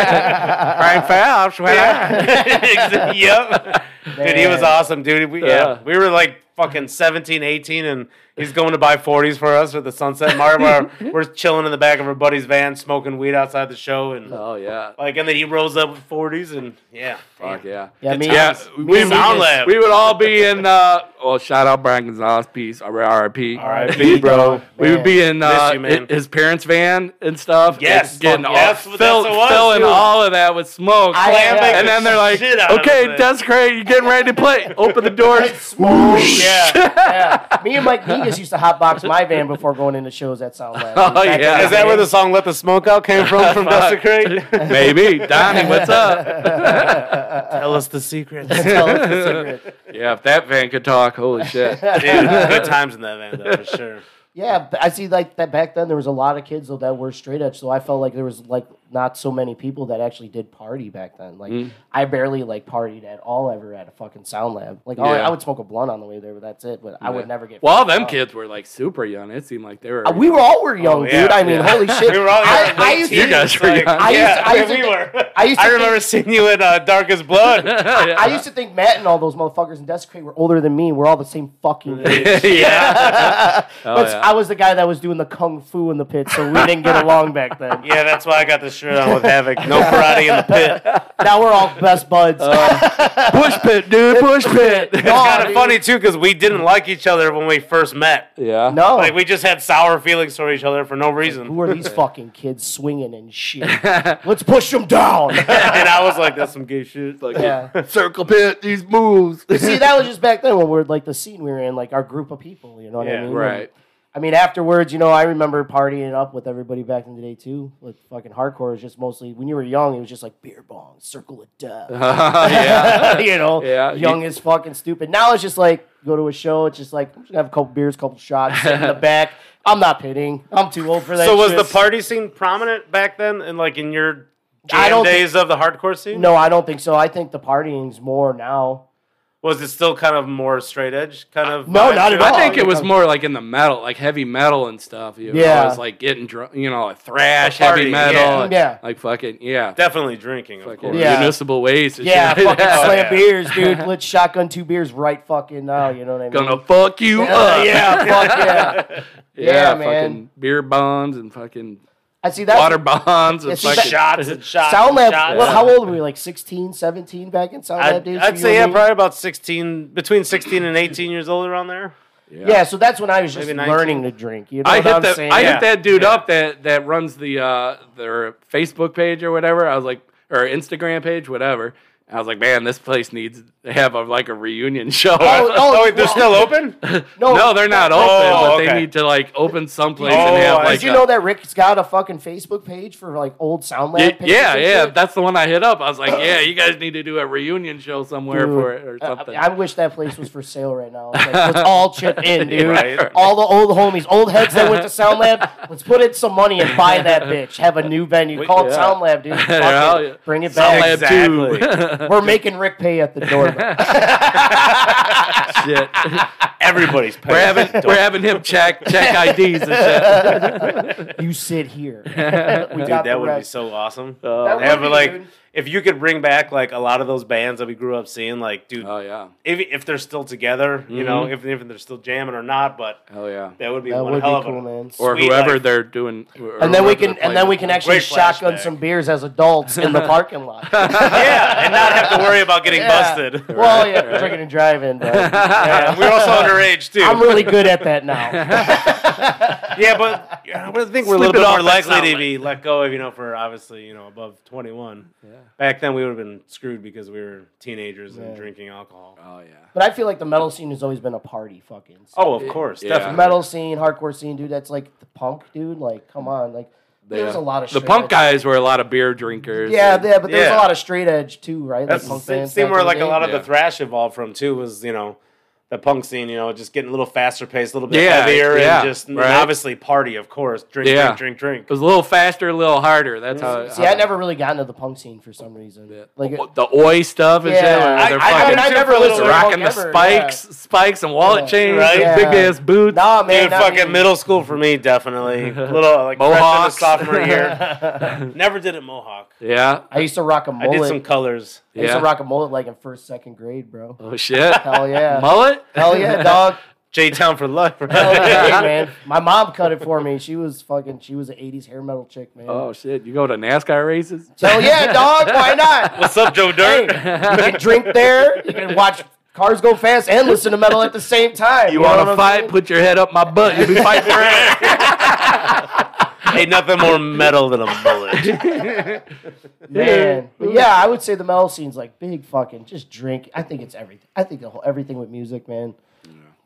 Speaker 1: Brian Phelps. Well,
Speaker 2: Yeah. yep. Dude, he was
Speaker 3: Man.
Speaker 2: awesome, dude. We, yeah.
Speaker 1: Yeah.
Speaker 2: we were like fucking 17, 18, and he's going to buy 40s for us with the Sunset Mart. We're, we're chilling in the back of our buddy's van, smoking weed outside the show. And
Speaker 1: Oh yeah.
Speaker 2: like, and then he rolls up with 40s, and yeah.
Speaker 1: Fuck yeah.
Speaker 3: Yeah, me,
Speaker 1: Yeah, we,
Speaker 3: and
Speaker 2: Sound
Speaker 3: Vegas-
Speaker 2: Lab.
Speaker 1: we would all be in. Uh, well, shout out Brian Gonzalez, peace, R.I.P.
Speaker 2: R.I.P., bro.
Speaker 1: We would be in uh,
Speaker 2: you, man.
Speaker 1: hi- his parents' van and stuff.
Speaker 2: Yes,
Speaker 1: and getting
Speaker 2: fuck
Speaker 1: all
Speaker 2: yeah. That's what-
Speaker 1: fill-
Speaker 2: that's what it was,
Speaker 1: filling
Speaker 2: dude.
Speaker 1: all of that with smoke.
Speaker 3: I-
Speaker 2: Slam
Speaker 3: yeah.
Speaker 2: bang
Speaker 1: and then
Speaker 2: the
Speaker 1: they're like,
Speaker 2: shit out of
Speaker 1: "Okay,
Speaker 2: us, man."
Speaker 1: Desecrate, you're getting ready to play. Open the doors."
Speaker 3: Smooth.
Speaker 2: Yeah.
Speaker 3: yeah. Me and Mike Vegas used to hotbox my van before going into shows at Sound Lab.
Speaker 1: Oh,
Speaker 3: Back in
Speaker 1: yeah.
Speaker 3: the
Speaker 2: Is that where
Speaker 3: day.
Speaker 2: the song Let the Smoke Out came from? From Desecrate?
Speaker 1: Maybe Donnie, what's up?
Speaker 2: Tell us the secrets.
Speaker 3: Tell us the secret.
Speaker 1: Yeah, if that van could talk, holy shit.
Speaker 2: good times in that van, though, for sure.
Speaker 3: Yeah, but I see. Like that back then, there was a lot of kids though that were straight edge. So I felt like there was like not so many people that actually did party back then. Like
Speaker 1: Mm.
Speaker 3: I barely like partied at all ever at a fucking sound lab. Like all-
Speaker 1: Yeah.
Speaker 3: I would smoke a blunt on the way there, but that's it. But I would never get.
Speaker 1: Well, all
Speaker 3: fucked
Speaker 1: them
Speaker 3: up.
Speaker 1: kids were like super young. It seemed like they were.
Speaker 3: Uh, We were all were young,
Speaker 2: yeah,
Speaker 3: dude. I mean,
Speaker 1: yeah.
Speaker 3: holy shit.
Speaker 2: We were all
Speaker 3: I,
Speaker 2: young,
Speaker 3: I
Speaker 2: late
Speaker 3: used to,
Speaker 1: you guys were
Speaker 2: like-
Speaker 1: young.
Speaker 3: I used,
Speaker 2: Yeah,
Speaker 3: I used
Speaker 2: we
Speaker 3: to,
Speaker 2: were.
Speaker 3: I used to
Speaker 2: I remember
Speaker 3: think-
Speaker 2: seeing you in uh, Darkest Blood.
Speaker 3: I used to think Matt and all those motherfuckers in Desecrate were older than me. We're all the same fucking age.
Speaker 1: yeah. Oh,
Speaker 3: But
Speaker 1: yeah.
Speaker 3: I was the guy that was doing the kung fu in the pit, so we didn't get along back then.
Speaker 2: Yeah, that's why I got the shirt on with Havoc. No karate in the pit.
Speaker 3: Now we're all best buds.
Speaker 1: Oh. Push pit, dude. Push pit.
Speaker 3: No,
Speaker 2: It's kind
Speaker 3: dude.
Speaker 2: of funny too because we didn't like each other when we first met.
Speaker 1: Yeah.
Speaker 3: No.
Speaker 2: Like we just had sour feelings for each other for no reason.
Speaker 3: Oh. Who are these fucking kids swinging and shit? Let's push them down.
Speaker 2: and I was like, "That's some gay shit." Like,
Speaker 3: Yeah.
Speaker 1: Circle pit. These moves.
Speaker 3: See, that was just back then when we were like the scene we were in, like our group of people. You know what
Speaker 2: Yeah.
Speaker 3: I mean?
Speaker 1: Right.
Speaker 3: I mean, afterwards, you know, I remember partying up with everybody back in the day too. Like fucking hardcore is just mostly when you were young, it was just like beer bong, circle of death.
Speaker 1: yeah.
Speaker 3: you know,
Speaker 1: Yeah,
Speaker 3: young
Speaker 1: you-
Speaker 3: as fucking stupid. Now it's just like go to a show. It's just like I'm just gonna have a couple beers, couple shots, sit in the back. I'm not pitting. I'm too old for that.
Speaker 2: So was the
Speaker 3: shit.
Speaker 2: party scene prominent back then, and like in your
Speaker 3: I
Speaker 2: jam
Speaker 3: don't
Speaker 2: days of the hardcore scene?
Speaker 3: No, I don't think so. I think the partying's more now.
Speaker 2: Was it still kind of more straight edge kind of?
Speaker 3: No,
Speaker 2: vibe
Speaker 3: not
Speaker 2: to
Speaker 3: at
Speaker 2: it?
Speaker 3: all.
Speaker 1: I think it was more like in the metal, like heavy metal and stuff. You
Speaker 3: Yeah.
Speaker 1: know, it was like getting drunk, you know, a thrash,
Speaker 2: A
Speaker 1: heavy
Speaker 2: party,
Speaker 1: metal,
Speaker 2: yeah.
Speaker 1: like-
Speaker 3: Yeah.
Speaker 1: like fucking yeah,
Speaker 2: Definitely drinking, of
Speaker 1: fucking
Speaker 2: course.
Speaker 3: Yeah.
Speaker 1: municipal waste. and
Speaker 3: Yeah,
Speaker 1: shit like
Speaker 3: fucking
Speaker 1: that.
Speaker 3: slam
Speaker 2: yeah.
Speaker 3: beers, dude. Let's shotgun two beers right fucking now. You know what I mean?
Speaker 1: gonna fuck you
Speaker 3: Uh,
Speaker 1: up.
Speaker 3: yeah, fuck yeah.
Speaker 1: Yeah,
Speaker 3: Yeah, man.
Speaker 1: fucking beer bonds and fucking
Speaker 3: I see that.
Speaker 1: water bonds and
Speaker 3: It's just
Speaker 1: fucking
Speaker 2: Shots and shots.
Speaker 3: Sound
Speaker 2: and
Speaker 3: Lab.
Speaker 2: shots.
Speaker 3: What, how old were we? Like 16, 17 back in Sound Lab
Speaker 2: I'd,
Speaker 3: days?
Speaker 2: I'd
Speaker 3: for you
Speaker 2: say
Speaker 3: and
Speaker 2: yeah,
Speaker 3: me?
Speaker 2: probably about sixteen, between sixteen and eighteen years old around there.
Speaker 3: Yeah, so that's when I was just
Speaker 2: Maybe 19.
Speaker 3: learning to drink. You know
Speaker 1: I
Speaker 3: what
Speaker 1: hit
Speaker 3: I'm
Speaker 1: that.
Speaker 3: saying?
Speaker 1: I
Speaker 2: Yeah.
Speaker 1: hit that dude
Speaker 2: Yeah.
Speaker 1: up that that runs the uh their Facebook page or whatever. I was like, or Instagram page, whatever. I was like, man, this place needs to have a, like a reunion show.
Speaker 3: Oh, oh,
Speaker 2: wait, they're
Speaker 3: well-
Speaker 2: still open.
Speaker 3: no,
Speaker 1: no, they're not open,
Speaker 2: Oh,
Speaker 1: but they
Speaker 2: okay.
Speaker 1: need to like open someplace
Speaker 2: Oh,
Speaker 1: and have
Speaker 2: I
Speaker 1: like. uh,
Speaker 3: Did you
Speaker 1: a-
Speaker 3: know that Rick's got a fucking Facebook page for like old Sound Lab?
Speaker 1: Y-
Speaker 3: pictures
Speaker 1: yeah,
Speaker 3: and
Speaker 1: yeah,
Speaker 3: shit? Oh.
Speaker 1: that's the one I hit up. I was like, "Yeah, you guys need to do a reunion show somewhere
Speaker 3: Dude,
Speaker 1: for it or
Speaker 3: I- I-
Speaker 1: something."
Speaker 3: I, wish that place was for sale right now. It's like, let's all chip in, dude.
Speaker 2: Right.
Speaker 3: All the old homies, old heads that went to Sound Lab, let's put in some money and buy that bitch. Have a new venue. Call it
Speaker 1: yeah.
Speaker 3: Sound Lab, dude. Fuck
Speaker 1: Yeah,
Speaker 3: it.
Speaker 1: yeah.
Speaker 3: Bring it
Speaker 1: Sound
Speaker 3: back.
Speaker 1: Lab too.
Speaker 3: We're making Rick pay at the door. though.
Speaker 1: Shit.
Speaker 2: Everybody's paying.
Speaker 1: We're having we're having him check check IDs and shit.
Speaker 3: you sit here. we
Speaker 2: Dude,
Speaker 3: got the
Speaker 2: that would be
Speaker 3: rest.
Speaker 2: so awesome.
Speaker 3: That
Speaker 1: Oh,
Speaker 2: Yeah,
Speaker 3: would
Speaker 2: but
Speaker 3: be,
Speaker 2: like,
Speaker 3: dude.
Speaker 2: if you could bring back like a lot of those bands that we grew up seeing, like, dude,
Speaker 3: Uh,
Speaker 1: Oh yeah,
Speaker 2: if if they're still together, you know, if if they're still jamming or not, but
Speaker 1: hell yeah.
Speaker 2: that would be
Speaker 3: mm-hmm. That
Speaker 2: one
Speaker 3: would be
Speaker 2: hell of
Speaker 3: cool,
Speaker 2: a
Speaker 3: man.
Speaker 1: Or
Speaker 2: Sweet
Speaker 1: whoever
Speaker 2: life.
Speaker 1: they're doing. or
Speaker 3: and then we
Speaker 1: whoever
Speaker 3: can
Speaker 1: they're
Speaker 3: and then we
Speaker 1: playing
Speaker 3: can
Speaker 1: with.
Speaker 3: actually
Speaker 2: Great
Speaker 3: shotgun
Speaker 2: flashback.
Speaker 3: some beers as adults in the parking lot.
Speaker 2: yeah, and not have to worry about getting
Speaker 3: Yeah.
Speaker 2: busted.
Speaker 3: Well, yeah, drinking and driving, but
Speaker 2: Yeah, we're also underage too.
Speaker 3: I'm really good at that now.
Speaker 2: yeah, but yeah, I would think we're a
Speaker 1: Slip
Speaker 2: little bit
Speaker 1: it off
Speaker 2: more
Speaker 1: that
Speaker 2: likely to
Speaker 1: sound
Speaker 2: be let go of, you know, for obviously, you know, above 21. Back then, we would have been screwed because we were teenagers and
Speaker 3: Yeah.
Speaker 2: drinking alcohol.
Speaker 1: Oh yeah.
Speaker 3: But I feel like the metal scene has always been a party fucking. Scene.
Speaker 2: Oh, of course,
Speaker 1: yeah.
Speaker 2: definitely.
Speaker 3: metal scene, hardcore scene, dude. That's like the punk, dude. Like, come on, like there's
Speaker 1: Yeah.
Speaker 3: a lot of
Speaker 1: the
Speaker 3: straight
Speaker 1: punk
Speaker 3: edge-
Speaker 1: guys were a lot of beer drinkers.
Speaker 3: Yeah,
Speaker 1: and-
Speaker 3: yeah, but there's
Speaker 2: Yeah.
Speaker 3: a lot of straight edge too, right?
Speaker 2: That's the
Speaker 3: punk
Speaker 2: same
Speaker 3: bands
Speaker 2: scene
Speaker 3: back
Speaker 2: where
Speaker 3: in the
Speaker 2: like a
Speaker 3: day.
Speaker 2: lot of
Speaker 1: Yeah.
Speaker 2: the thrash evolved from too. Was you know the punk scene, you know, just getting a little faster paced, a little bit
Speaker 1: Yeah,
Speaker 2: heavier,
Speaker 1: yeah,
Speaker 2: and just and
Speaker 1: right.
Speaker 2: obviously party, of course, drink,
Speaker 1: Yeah.
Speaker 2: drink, drink,
Speaker 1: it
Speaker 2: drink.
Speaker 1: was a little faster, a little harder. That's how.
Speaker 3: See,
Speaker 1: how-
Speaker 3: I never really got into the punk scene for some reason. Like,
Speaker 1: Oh, the oi stuff and
Speaker 3: Yeah.
Speaker 1: shit. where
Speaker 2: I-
Speaker 1: they're fucking
Speaker 2: I haven't been to a
Speaker 3: listened to
Speaker 1: rocking the
Speaker 3: punk ever,
Speaker 1: spikes, spikes and wallet
Speaker 3: Yeah.
Speaker 1: chains,
Speaker 2: Right?
Speaker 1: and big
Speaker 3: Yeah.
Speaker 1: ass boots.
Speaker 3: Nah, man,
Speaker 2: Dude,
Speaker 3: not
Speaker 2: fucking
Speaker 3: me.
Speaker 2: middle school for me, definitely. little like freshman to
Speaker 1: Mohawks.
Speaker 2: sophomore year. Never did a mohawk.
Speaker 1: Yeah.
Speaker 3: I used to rock a
Speaker 2: I
Speaker 3: mullet.
Speaker 2: did some colors.
Speaker 3: I used
Speaker 1: Yeah.
Speaker 3: to rock a mullet like in first, second grade, bro.
Speaker 2: Uh,
Speaker 1: Oh shit.
Speaker 3: Hell yeah.
Speaker 1: Mullet.
Speaker 3: Hell yeah, dog.
Speaker 2: J Town for life.
Speaker 3: Hell yeah, man. My mom cut it for me. She was fucking. She was an '80s hair metal chick, man.
Speaker 1: Oh shit. You go to NASCAR races.
Speaker 3: Hell yeah, dog. Why not?
Speaker 2: What's up, Joe
Speaker 3: Hey,
Speaker 2: Dirt?
Speaker 3: you can drink there. You can watch cars go fast and listen to metal at the same time.
Speaker 1: You
Speaker 3: know
Speaker 1: want
Speaker 3: what
Speaker 1: to
Speaker 3: I'm
Speaker 1: fight?
Speaker 3: saying?
Speaker 1: Put your head up my butt. You be fighting for it.
Speaker 2: Ain't nothing more metal than a bullet.
Speaker 3: Man. But yeah, I would say the metal scene's like big fucking just drink. I think it's everything. I think the whole everything with music, man.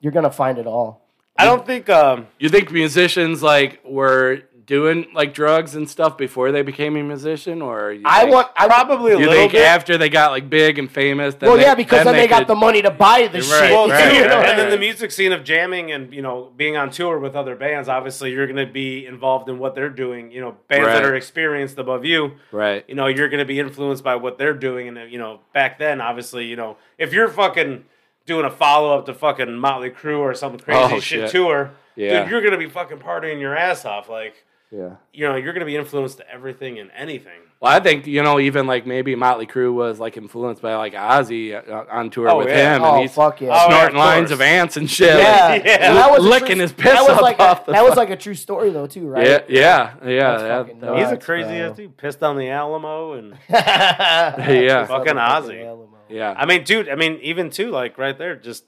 Speaker 3: You're gonna find it all.
Speaker 2: I don't think um
Speaker 1: You think musicians like were doing like drugs and stuff before they became a musician, or you
Speaker 3: I
Speaker 1: think,
Speaker 3: want. I
Speaker 2: probably a
Speaker 1: You
Speaker 2: little
Speaker 1: think
Speaker 2: bit.
Speaker 1: after they got like big and famous? Then
Speaker 3: Well,
Speaker 1: they,
Speaker 3: yeah, because then, they, got the money to buy the
Speaker 1: Right,
Speaker 3: shit.
Speaker 2: Well,
Speaker 1: right,
Speaker 2: too,
Speaker 1: right,
Speaker 2: and
Speaker 1: right.
Speaker 2: then the music scene of jamming and you know being on tour with other bands. Obviously, you're going to be involved in what they're doing. You know, bands
Speaker 1: Right.
Speaker 2: that are experienced above you.
Speaker 1: right.
Speaker 2: You know, you're going to be influenced by what they're doing. And uh, you know, back then, obviously, you know, if you're fucking doing a follow up to fucking Motley Crue or some crazy
Speaker 1: Oh,
Speaker 2: shit,
Speaker 1: shit.
Speaker 2: tour,
Speaker 1: Yeah.
Speaker 2: dude, you're going to be fucking partying your ass off. Like,
Speaker 1: Yeah.
Speaker 2: you know, you're going to be influenced to everything and anything.
Speaker 1: Well, I think you know even like maybe Motley Crue was like influenced by like Ozzy uh, on tour
Speaker 2: Oh,
Speaker 1: with
Speaker 2: yeah.
Speaker 1: him, and
Speaker 3: Oh
Speaker 1: he's
Speaker 3: fuck yeah.
Speaker 2: Oh, yeah,
Speaker 1: snorting
Speaker 2: of
Speaker 1: lines
Speaker 2: course.
Speaker 1: of ants and shit.
Speaker 3: Yeah,
Speaker 1: Like,
Speaker 2: Yeah.
Speaker 3: And That was a
Speaker 1: licking
Speaker 3: true-
Speaker 1: his piss
Speaker 3: that was
Speaker 1: up
Speaker 3: like a-
Speaker 1: off the
Speaker 3: that was like a true story though, too, right?
Speaker 1: yeah, yeah, yeah.
Speaker 3: That's
Speaker 1: that-
Speaker 3: fucking
Speaker 1: that
Speaker 3: nuts.
Speaker 2: He's a
Speaker 3: Right,
Speaker 2: crazy
Speaker 3: bro.
Speaker 2: ass dude. Pissed on the Alamo and
Speaker 1: was- yeah,
Speaker 2: Fucking Ozzy.
Speaker 3: Alamo.
Speaker 1: yeah.
Speaker 2: I mean, dude, I mean, even too, like right there, just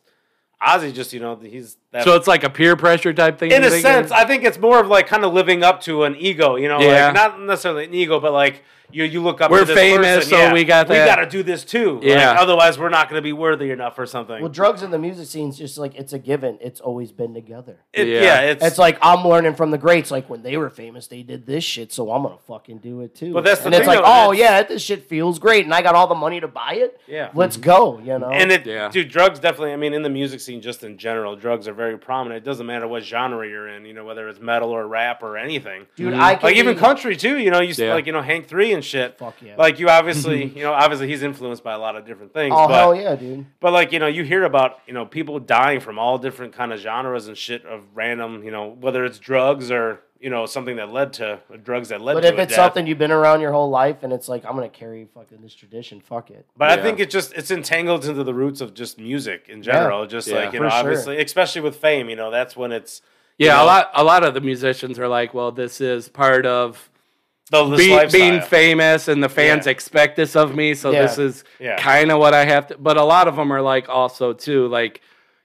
Speaker 2: Ozzy just, you know, he's that.
Speaker 1: So it's like a peer pressure type thing.
Speaker 2: in
Speaker 1: you
Speaker 2: a
Speaker 1: think?
Speaker 2: sense, I think it's more of like kind of living up to an ego, you know,
Speaker 1: Yeah.
Speaker 2: like not necessarily an ego, but like you you look up.
Speaker 1: We're
Speaker 2: to this
Speaker 1: famous,
Speaker 2: person,
Speaker 1: so
Speaker 2: yeah,
Speaker 1: we got
Speaker 2: we
Speaker 1: that.
Speaker 2: got to do this too. Like,
Speaker 1: Yeah.
Speaker 2: otherwise, we're not going to be worthy enough or something.
Speaker 3: Well, drugs in the music scene's just like it's a given. It's always been together.
Speaker 2: It-
Speaker 1: Yeah.
Speaker 2: yeah. it's.
Speaker 3: It's like I'm learning from the greats. Like when they were famous, they did this shit, so I'm gonna fucking do it too.
Speaker 2: But that's the
Speaker 3: and it's
Speaker 2: thing,
Speaker 3: like,
Speaker 2: though,
Speaker 3: oh
Speaker 2: it's-
Speaker 3: yeah, this shit feels great, and I got all the money to buy it.
Speaker 2: Yeah.
Speaker 3: let's go. You know,
Speaker 2: and it,
Speaker 1: Yeah.
Speaker 2: dude, drugs definitely. I mean, in the music scene, just in general, drugs are very prominent. It doesn't matter what genre you're in, you know, whether it's metal or rap or anything.
Speaker 3: dude, I can
Speaker 2: like even
Speaker 3: be-
Speaker 2: country too. You know, you
Speaker 1: Yeah.
Speaker 2: yeah. like you know Hank Three and shit.
Speaker 3: Fuck yeah.
Speaker 2: Like you obviously, you know, obviously he's influenced by a lot of different things.
Speaker 3: Oh
Speaker 2: but,
Speaker 3: hell yeah, dude.
Speaker 2: But like you know, you hear about you know people dying from all different kind of genres and shit of random. You know, whether it's drugs or you know something that led to uh, drugs that led
Speaker 3: But
Speaker 2: to
Speaker 3: if
Speaker 2: a
Speaker 3: it's
Speaker 2: death.
Speaker 3: something you've been around your whole life, and it's like I'm gonna carry fucking this tradition, fuck it.
Speaker 2: But
Speaker 1: Yeah.
Speaker 2: I think it's just it's entangled into the roots of just music in general. Just
Speaker 1: Yeah.
Speaker 2: like you
Speaker 3: For
Speaker 2: know,
Speaker 3: sure.
Speaker 2: obviously, especially with fame, you know, that's when it's
Speaker 1: yeah,
Speaker 2: you know,
Speaker 1: a lot. A lot of the musicians are like, well, this is part of
Speaker 2: the, this
Speaker 1: be,
Speaker 2: lifestyle.
Speaker 1: being famous, and the fans
Speaker 2: Yeah.
Speaker 1: expect this of me. So
Speaker 3: Yeah.
Speaker 1: this is
Speaker 2: Yeah.
Speaker 1: kind of what I have to. But a lot of them are like, also too, like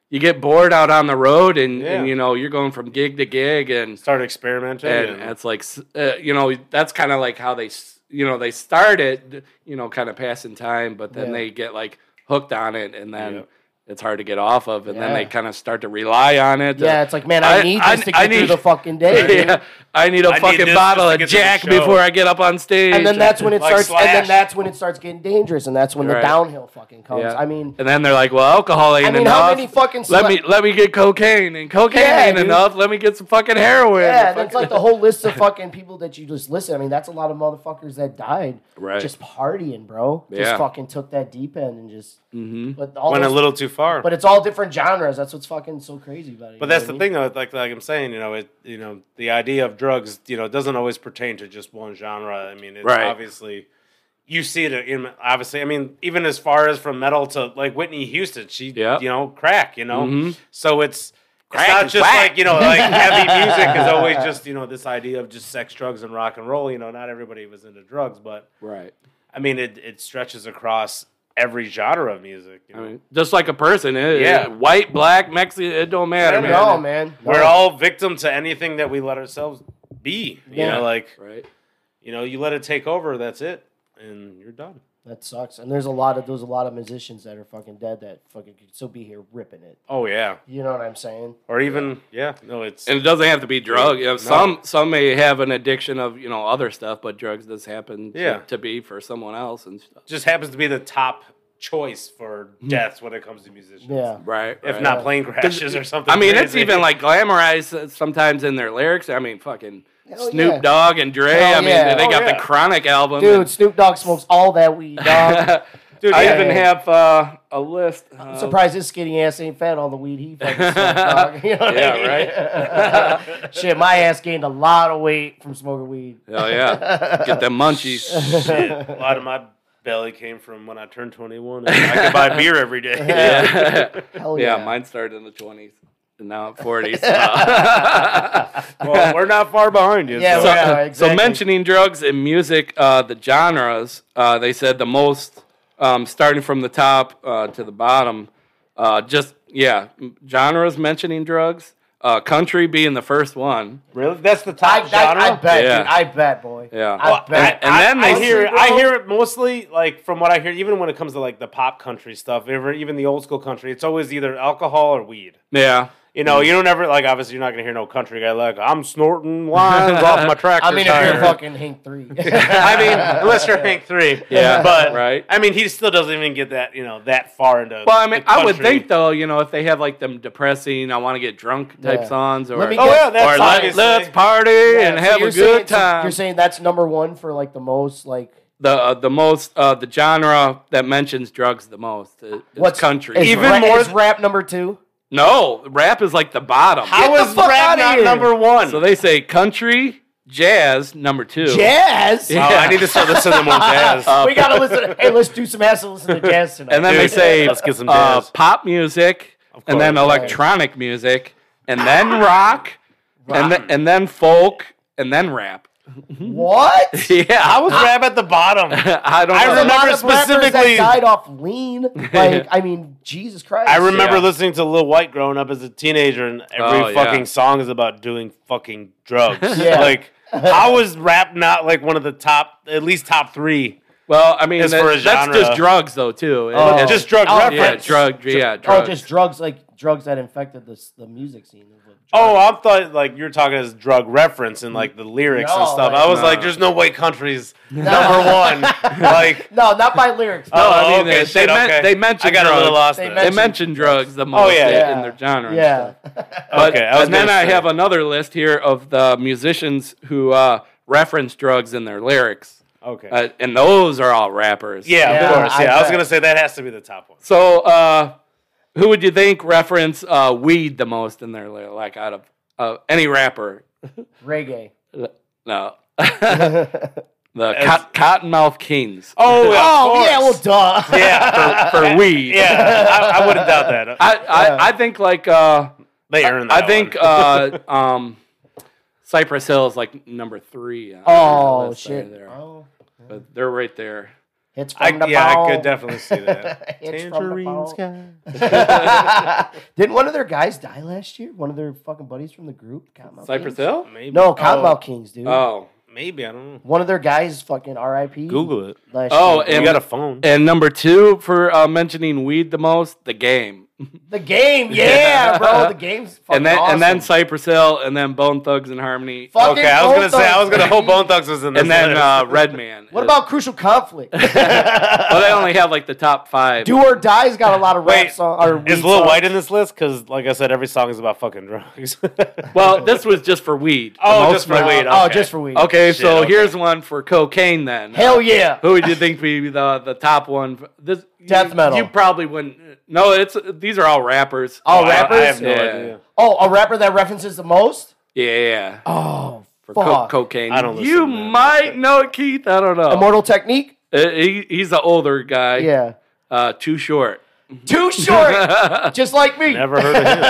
Speaker 1: you get bored out on the road, and,
Speaker 2: Yeah.
Speaker 1: and you know you're going from gig to gig, and
Speaker 2: Start experimenting.
Speaker 1: and
Speaker 2: and-
Speaker 1: that's like s- uh, you know that's kind of like how they s- you know they started you know kind of passing time but then
Speaker 3: Yeah.
Speaker 1: they get like hooked on it and then
Speaker 2: Yeah.
Speaker 1: it's hard to get off of and then they
Speaker 3: Yeah.
Speaker 1: kind of start to rely on it to-
Speaker 3: Yeah, it's like man, I,
Speaker 1: I-
Speaker 3: need
Speaker 1: I-
Speaker 3: this to
Speaker 1: I
Speaker 3: get through
Speaker 1: need-
Speaker 3: the fucking day. dude.
Speaker 1: yeah, I need a
Speaker 2: I need
Speaker 1: fucking
Speaker 2: this
Speaker 1: bottle
Speaker 2: just to
Speaker 1: of
Speaker 2: get to the
Speaker 1: Jack
Speaker 2: show.
Speaker 1: before I get up on stage
Speaker 3: And then that's when it
Speaker 2: Like
Speaker 3: starts. And then
Speaker 2: Slash.
Speaker 3: that's when it starts getting dangerous, and that's when
Speaker 1: Right.
Speaker 3: the downhill fucking comes.
Speaker 1: Yeah.
Speaker 3: I mean,
Speaker 1: and then they're like well alcohol ain't
Speaker 3: I mean,
Speaker 1: enough
Speaker 3: how many fucking
Speaker 1: let
Speaker 3: sele-
Speaker 1: me let me get cocaine and cocaine
Speaker 3: Yeah,
Speaker 1: ain't
Speaker 3: dude.
Speaker 1: enough let me get some fucking heroin
Speaker 3: Yeah,
Speaker 1: and
Speaker 3: that's like the whole list of fucking people that you just listed. I mean, that's a lot of motherfuckers that died
Speaker 1: Right.
Speaker 3: just partying, bro.
Speaker 1: Yeah. Mm-hmm.
Speaker 3: Just fucking took that deep end and just. But all
Speaker 2: went a
Speaker 3: those-
Speaker 2: little too far.
Speaker 3: But it's all different genres. That's what's fucking so crazy about it. you
Speaker 2: But
Speaker 3: know
Speaker 2: that's
Speaker 3: what
Speaker 2: the
Speaker 3: I mean?
Speaker 2: thing, though. Like, like I'm saying, you know, it, you know, the idea of drugs, you know, doesn't always pertain to just one genre. I mean, it's
Speaker 1: Right.
Speaker 2: obviously, you see it in obviously. I mean, even as far as from metal to like Whitney Houston, she,
Speaker 1: Yep. Mm-hmm.
Speaker 2: you know, crack, you know. So it's
Speaker 1: Crack
Speaker 2: it's not
Speaker 1: is
Speaker 2: just
Speaker 1: whack.
Speaker 2: like you know, like heavy music is always just you know this idea of just sex, drugs, and rock and roll. You know, not everybody was into drugs, but
Speaker 1: right
Speaker 2: I mean, it it stretches across every genre of music. You
Speaker 1: I
Speaker 2: know?
Speaker 1: mean, just like a person it-
Speaker 2: Yeah.
Speaker 1: white black Mexican it don't matter man.
Speaker 3: No, man.
Speaker 2: We're all victim to anything that we let ourselves be. You
Speaker 3: Yeah.
Speaker 2: know, like
Speaker 1: right
Speaker 2: you know, you let it take over. That's it, and you're done.
Speaker 3: That sucks. And there's a lot of there's a lot of musicians that are fucking dead that fucking could still be here ripping it.
Speaker 2: Oh yeah,
Speaker 3: You know what I'm saying?
Speaker 2: or even yeah, no, it's
Speaker 1: and it doesn't have to be drug. You know,
Speaker 2: No.
Speaker 1: Some some may have an addiction of you know other stuff, but drugs does happen to,
Speaker 2: Yeah.
Speaker 1: to be for someone else and stuff.
Speaker 2: just happens to be the top choice for deaths when it comes to musicians.
Speaker 3: Hmm. Yeah.
Speaker 1: Right.
Speaker 2: if
Speaker 1: right.
Speaker 2: not plane crashes or something.
Speaker 1: I mean, it's
Speaker 2: crazy.
Speaker 1: even like glamorized uh, sometimes in their lyrics. I mean, fucking
Speaker 3: Hell
Speaker 1: Snoop
Speaker 3: yeah.
Speaker 1: Dogg and Dre.
Speaker 3: Hell
Speaker 1: I mean,
Speaker 3: yeah.
Speaker 1: they
Speaker 2: Oh,
Speaker 1: got the
Speaker 2: yeah.
Speaker 1: Chronic album.
Speaker 3: Dude, Snoop Dogg smokes all that weed, dog.
Speaker 1: and-
Speaker 2: dude.
Speaker 1: I
Speaker 2: yeah.
Speaker 1: even have uh, a list.
Speaker 3: I'm
Speaker 1: of-
Speaker 3: surprised his skinny ass ain't fed all the weed he fucking smoked, dog. You know what I
Speaker 1: Yeah,
Speaker 3: mean?
Speaker 1: right?
Speaker 3: Shit, my ass gained a lot of weight from smoking weed.
Speaker 1: Oh yeah, get the munchies.
Speaker 2: Shit, a lot of my belly came from when I turned 21. And I could buy beer every day.
Speaker 1: Yeah.
Speaker 3: Hell yeah.
Speaker 1: yeah, mine started in the twenties and now I'm forties.
Speaker 2: well, we're not far behind you.
Speaker 3: Yeah,
Speaker 2: so-
Speaker 3: we're-
Speaker 1: so,
Speaker 3: exactly.
Speaker 1: so mentioning drugs and music, uh, the genres, uh, they said the most, um, starting from the top uh, to the bottom, uh, just yeah, m- genres mentioning drugs. Uh, country being the first one.
Speaker 2: really, that's the
Speaker 3: I,
Speaker 2: top genre.
Speaker 3: I, I bet,
Speaker 1: Yeah.
Speaker 3: dude. I bet, boy.
Speaker 1: Yeah.
Speaker 3: I
Speaker 1: Well,
Speaker 3: bet.
Speaker 1: and- and then
Speaker 2: I,
Speaker 1: they-
Speaker 2: hear it, I
Speaker 3: Honestly,
Speaker 2: hear it mostly like from what I hear, even when it comes to like the pop country stuff, even even the old school country, it's always either alcohol or weed.
Speaker 1: Yeah,
Speaker 2: You know, you don't ever like. Obviously, you're not gonna hear no country guy like I'm snorting lines off my tractor.
Speaker 3: I mean, if
Speaker 2: tire."
Speaker 3: you're fucking Hank 3.
Speaker 2: I mean, unless you're Hank Three.
Speaker 1: Yeah,
Speaker 2: but
Speaker 1: right.
Speaker 2: I mean, he still doesn't even get that. You know, that far into.
Speaker 1: well, I mean,
Speaker 2: the
Speaker 1: I would
Speaker 2: country.
Speaker 1: think though, you know, if they have like them depressing, I want to get drunk type
Speaker 3: Yeah.
Speaker 1: songs, or,
Speaker 3: Let me
Speaker 2: Oh yeah,
Speaker 3: guess.
Speaker 2: that's
Speaker 1: or let,
Speaker 2: obviously-
Speaker 1: let's party and
Speaker 3: So
Speaker 1: have
Speaker 3: you're
Speaker 1: a
Speaker 3: saying-
Speaker 1: good
Speaker 3: so
Speaker 1: time.
Speaker 3: You're saying that's number one for like the most, like.
Speaker 1: the uh, the most uh, the genre that mentions drugs the most is
Speaker 3: What's
Speaker 1: country.
Speaker 3: Is
Speaker 2: Even
Speaker 3: ra-
Speaker 2: more
Speaker 3: is
Speaker 2: th-
Speaker 3: rap number two.
Speaker 1: no, rap is like the bottom.
Speaker 2: How
Speaker 3: Get the
Speaker 2: is
Speaker 3: fuck
Speaker 2: rap
Speaker 3: outta
Speaker 2: not
Speaker 3: here.
Speaker 2: number one?
Speaker 1: So they say country, jazz, number two.
Speaker 3: Jazz.
Speaker 2: Oh, I need to start listening to more jazz.
Speaker 3: we gotta listen. hey, let's do some ass and listen to jazz tonight.
Speaker 1: And then they
Speaker 2: Dude,
Speaker 1: say
Speaker 2: let's get some
Speaker 1: uh,
Speaker 2: jazz.
Speaker 1: pop music, and then
Speaker 2: course.
Speaker 1: electronic music, and then rock, and, th- and then folk, and then rap.
Speaker 3: What?
Speaker 1: yeah, I was.
Speaker 2: was rap at the bottom.
Speaker 1: I don't.
Speaker 2: I
Speaker 1: know.
Speaker 3: There's a lot
Speaker 2: remember
Speaker 3: of rappers
Speaker 2: specifically-
Speaker 3: that died off lean. Like, I mean, Jesus Christ.
Speaker 2: I remember
Speaker 1: Yeah.
Speaker 2: listening to Lil White growing up as a teenager, and every
Speaker 1: Oh, yeah.
Speaker 2: fucking song is about doing fucking drugs.
Speaker 3: Yeah.
Speaker 2: Like, how was rap not like one of the top, at least top three?
Speaker 1: Well, I mean,
Speaker 2: As
Speaker 1: that-
Speaker 2: for a
Speaker 1: that's
Speaker 2: genre.
Speaker 1: just drugs, though, too. It-
Speaker 3: Oh.
Speaker 1: it's
Speaker 2: Just drug
Speaker 3: Oh,
Speaker 1: yeah,
Speaker 2: reference.
Speaker 1: drug, yeah, drugs.
Speaker 3: Oh, just drugs like drugs that infected the s- the music scene. is what-
Speaker 2: Oh, I thought like you were talking as drug reference and like the lyrics
Speaker 3: No,
Speaker 2: and stuff.
Speaker 3: like-
Speaker 2: I was
Speaker 1: No.
Speaker 2: like, there's no way country's number one. like,
Speaker 3: No, not by lyrics.
Speaker 2: oh,
Speaker 1: I mean,
Speaker 2: okay,
Speaker 1: they-
Speaker 2: shit,
Speaker 1: they men-
Speaker 2: okay.
Speaker 1: they mentioned
Speaker 2: I got a little
Speaker 1: drugs.
Speaker 2: lost.
Speaker 3: They
Speaker 2: there.
Speaker 1: they
Speaker 3: mentioned-
Speaker 1: mention drugs the most
Speaker 2: Oh, yeah.
Speaker 1: in-
Speaker 3: Yeah.
Speaker 1: in their genre. and
Speaker 3: yeah.
Speaker 1: But,
Speaker 2: Okay, I was
Speaker 1: and then
Speaker 2: gonna
Speaker 1: I
Speaker 2: say.
Speaker 1: have another list here of the musicians who uh, reference drugs in their lyrics,
Speaker 2: okay.
Speaker 1: uh, and those are all rappers.
Speaker 2: yeah,
Speaker 3: Yeah,
Speaker 2: of course.
Speaker 3: I
Speaker 2: Yeah, I, was
Speaker 3: bet.
Speaker 2: gonna say that has to be the top one.
Speaker 1: So, uh, who would you think reference uh, weed the most in their lyric, like out of uh, any rapper?
Speaker 3: Reggae.
Speaker 1: No, the
Speaker 2: As-
Speaker 1: co- Cottonmouth Kings
Speaker 2: Oh,
Speaker 3: Oh yeah, well duh.
Speaker 2: yeah,
Speaker 1: for, for weed.
Speaker 2: yeah. I, I wouldn't doubt that.
Speaker 1: I, I, I think like uh,
Speaker 2: they earned that.
Speaker 1: I think
Speaker 2: one.
Speaker 1: uh, um, Cypress Hill is like number three. on the
Speaker 3: Oh
Speaker 1: list
Speaker 3: shit.
Speaker 1: there.
Speaker 3: Oh,
Speaker 1: But they're right there.
Speaker 3: hits from
Speaker 2: I,
Speaker 3: the
Speaker 2: yeah,
Speaker 3: ball.
Speaker 2: I could definitely see that.
Speaker 3: Hits from the ball.
Speaker 2: sky.
Speaker 3: Didn't one of their guys die last year? One of their fucking buddies from the group, Cottonmouth
Speaker 1: Cypress
Speaker 3: Kings?
Speaker 1: Hill?
Speaker 2: Maybe.
Speaker 3: No, Cottonmouth Kings, dude.
Speaker 1: Oh.
Speaker 2: Maybe I don't know.
Speaker 3: One of their guys, fucking RIP.
Speaker 2: Google it.
Speaker 3: Last
Speaker 1: Oh,
Speaker 3: year.
Speaker 2: You
Speaker 1: And-
Speaker 2: got a phone.
Speaker 1: And number two for uh, mentioning weed the most, the game.
Speaker 3: the game, yeah, bro. The game's fucking
Speaker 1: and then
Speaker 3: awesome.
Speaker 1: and then Cypress Hill and then Bone Thugs and Harmony.
Speaker 3: Fucking
Speaker 2: Okay, I was gonna
Speaker 3: Bone
Speaker 2: say I
Speaker 3: Thugs,
Speaker 2: was gonna
Speaker 3: baby.
Speaker 2: hope Bone Thugs was in this.
Speaker 1: and then
Speaker 2: list.
Speaker 1: uh, Redman.
Speaker 3: What about Crucial Conflict?
Speaker 1: Well, they only have like the top five.
Speaker 3: Do or Die's got a lot of rap
Speaker 2: Wait,
Speaker 3: songs. Or
Speaker 2: is
Speaker 3: weed
Speaker 2: Lil
Speaker 3: songs.
Speaker 2: White in this list? Because like I said, every song is about fucking drugs.
Speaker 1: well, this was just for weed. The
Speaker 2: Oh,
Speaker 1: most
Speaker 2: just for
Speaker 1: men-
Speaker 3: Uh,
Speaker 2: weed,
Speaker 3: Oh,
Speaker 2: okay.
Speaker 3: just for weed.
Speaker 1: Okay,
Speaker 2: Shit,
Speaker 1: so
Speaker 2: okay.
Speaker 1: here's one for cocaine then.
Speaker 3: Hell yeah.
Speaker 1: Who would you think would be the, the top one? for- This
Speaker 3: Death
Speaker 1: you,
Speaker 3: metal.
Speaker 1: You probably wouldn't. No, it's these are all rappers.
Speaker 3: Oh,
Speaker 2: I-
Speaker 3: rappers.
Speaker 2: I, have no
Speaker 1: Yeah.
Speaker 2: idea.
Speaker 3: Oh, a rapper that references the most.
Speaker 1: yeah, yeah.
Speaker 3: Oh,
Speaker 1: for co-
Speaker 3: fuck.
Speaker 1: cocaine.
Speaker 2: I don't listen
Speaker 1: you
Speaker 2: to that.
Speaker 1: might know it, Keith. I don't know.
Speaker 3: Immortal Technique.
Speaker 1: Uh, he, he's the older guy.
Speaker 3: Yeah.
Speaker 1: Uh, too short.
Speaker 3: Too short. just like me.
Speaker 2: Never heard of him.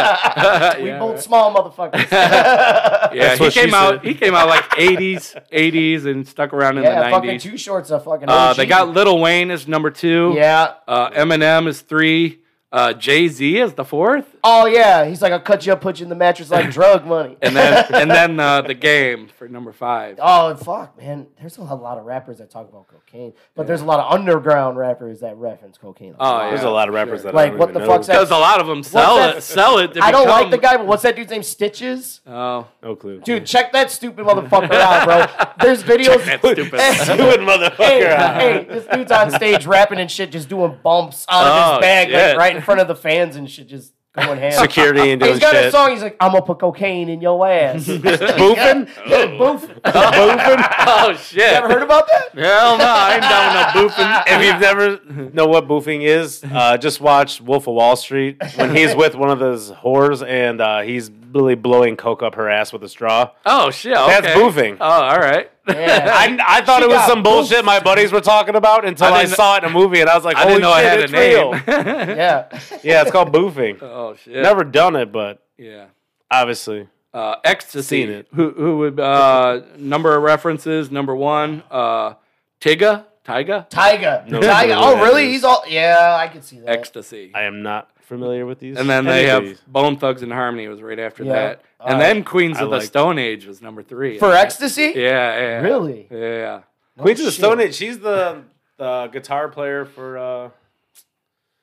Speaker 3: We
Speaker 1: yeah,
Speaker 3: both small motherfuckers.
Speaker 1: yeah, he
Speaker 2: what she
Speaker 1: came out.
Speaker 2: said.
Speaker 1: He came out like '80s, '80s, and stuck around in
Speaker 3: yeah,
Speaker 1: the
Speaker 3: fucking
Speaker 1: '90s.
Speaker 3: Too Short's a fucking.
Speaker 1: Uh,
Speaker 3: OG.
Speaker 1: they got Little Wayne as number two.
Speaker 3: Yeah.
Speaker 1: Uh, Eminem is three. Uh, Jay Z is the fourth,
Speaker 3: Oh yeah, he's like I'll cut you up, put you in the mattress like drug money.
Speaker 1: and then and then uh, the game for number five.
Speaker 3: Oh fuck, man! There's a lot of rappers that talk about cocaine, but there's a lot of underground rappers that reference cocaine.
Speaker 1: Oh, yeah.
Speaker 2: There's a lot of rappers that I
Speaker 3: Like,
Speaker 2: don't
Speaker 3: what
Speaker 2: even
Speaker 3: the
Speaker 2: know.
Speaker 3: fuck's that-
Speaker 1: Because a lot of them sell
Speaker 3: What's
Speaker 1: it.
Speaker 3: that-
Speaker 1: Sell it. to
Speaker 3: I don't like
Speaker 1: become-
Speaker 3: the guy, but what's that dude's name? Stitches.
Speaker 1: Oh,
Speaker 2: No clue.
Speaker 3: Dude, check that stupid motherfucker out, bro. There's videos.
Speaker 1: that stupid
Speaker 3: Hey,
Speaker 2: Stupid motherfucker.
Speaker 3: hey, hey, this dude's on stage rapping and shit, just doing bumps out of
Speaker 1: Oh,
Speaker 3: his bag,
Speaker 1: shit.
Speaker 3: like right in front of the fans and shit, just going ham.
Speaker 2: Security and doing
Speaker 3: He's got a
Speaker 2: shit.
Speaker 3: song. He's like, "I'm gonna put cocaine in your ass."
Speaker 2: Boofing?
Speaker 3: Yeah,
Speaker 2: Oh.
Speaker 3: boofing.
Speaker 1: oh shit!
Speaker 3: Ever heard about that?
Speaker 1: Hell no, I ain't down with no boofing.
Speaker 2: If you've never know what boofing is, uh, just watch Wolf of Wall Street when he's with one of those whores and uh, he's really blowing coke up her ass with a straw.
Speaker 1: Oh shit!
Speaker 2: That's
Speaker 1: okay.
Speaker 2: boofing.
Speaker 1: Oh, all right.
Speaker 3: Yeah.
Speaker 2: I, I thought
Speaker 3: She
Speaker 2: it was
Speaker 3: got
Speaker 2: some bullshit my buddies were talking about until
Speaker 1: I
Speaker 2: I,
Speaker 1: didn't-
Speaker 2: saw it in a movie and I was like,
Speaker 1: I didn't
Speaker 2: Holy
Speaker 1: know I
Speaker 2: shit,
Speaker 1: had a
Speaker 2: it's real.
Speaker 1: name.
Speaker 3: yeah.
Speaker 2: yeah, it's called boofing.
Speaker 1: oh shit!
Speaker 2: Never done it, but
Speaker 1: Yeah.
Speaker 2: obviously.
Speaker 1: Uh, ecstasy.
Speaker 2: Seen it.
Speaker 1: Who who would uh, number of references? Number one, uh, Tiga, Tyga,
Speaker 3: Tyga.
Speaker 2: No
Speaker 3: Tyga.
Speaker 2: clue who
Speaker 3: Oh,
Speaker 2: that
Speaker 3: really?
Speaker 2: is.
Speaker 3: He's all. Yeah, I can see that.
Speaker 1: ecstasy.
Speaker 2: I am not familiar with these.
Speaker 1: And then they have
Speaker 2: entities.
Speaker 1: Bone Thugs and Harmony was right after
Speaker 3: Yeah.
Speaker 1: that, and
Speaker 3: Uh,
Speaker 1: then Queens
Speaker 2: I
Speaker 1: of the
Speaker 2: like-
Speaker 1: Stone Age was number three.
Speaker 3: For ecstasy?
Speaker 1: yeah, yeah,
Speaker 3: Really?
Speaker 1: yeah.
Speaker 2: Queens of the
Speaker 3: Oh, shit.
Speaker 2: Stone Age. She's the, the guitar player for uh,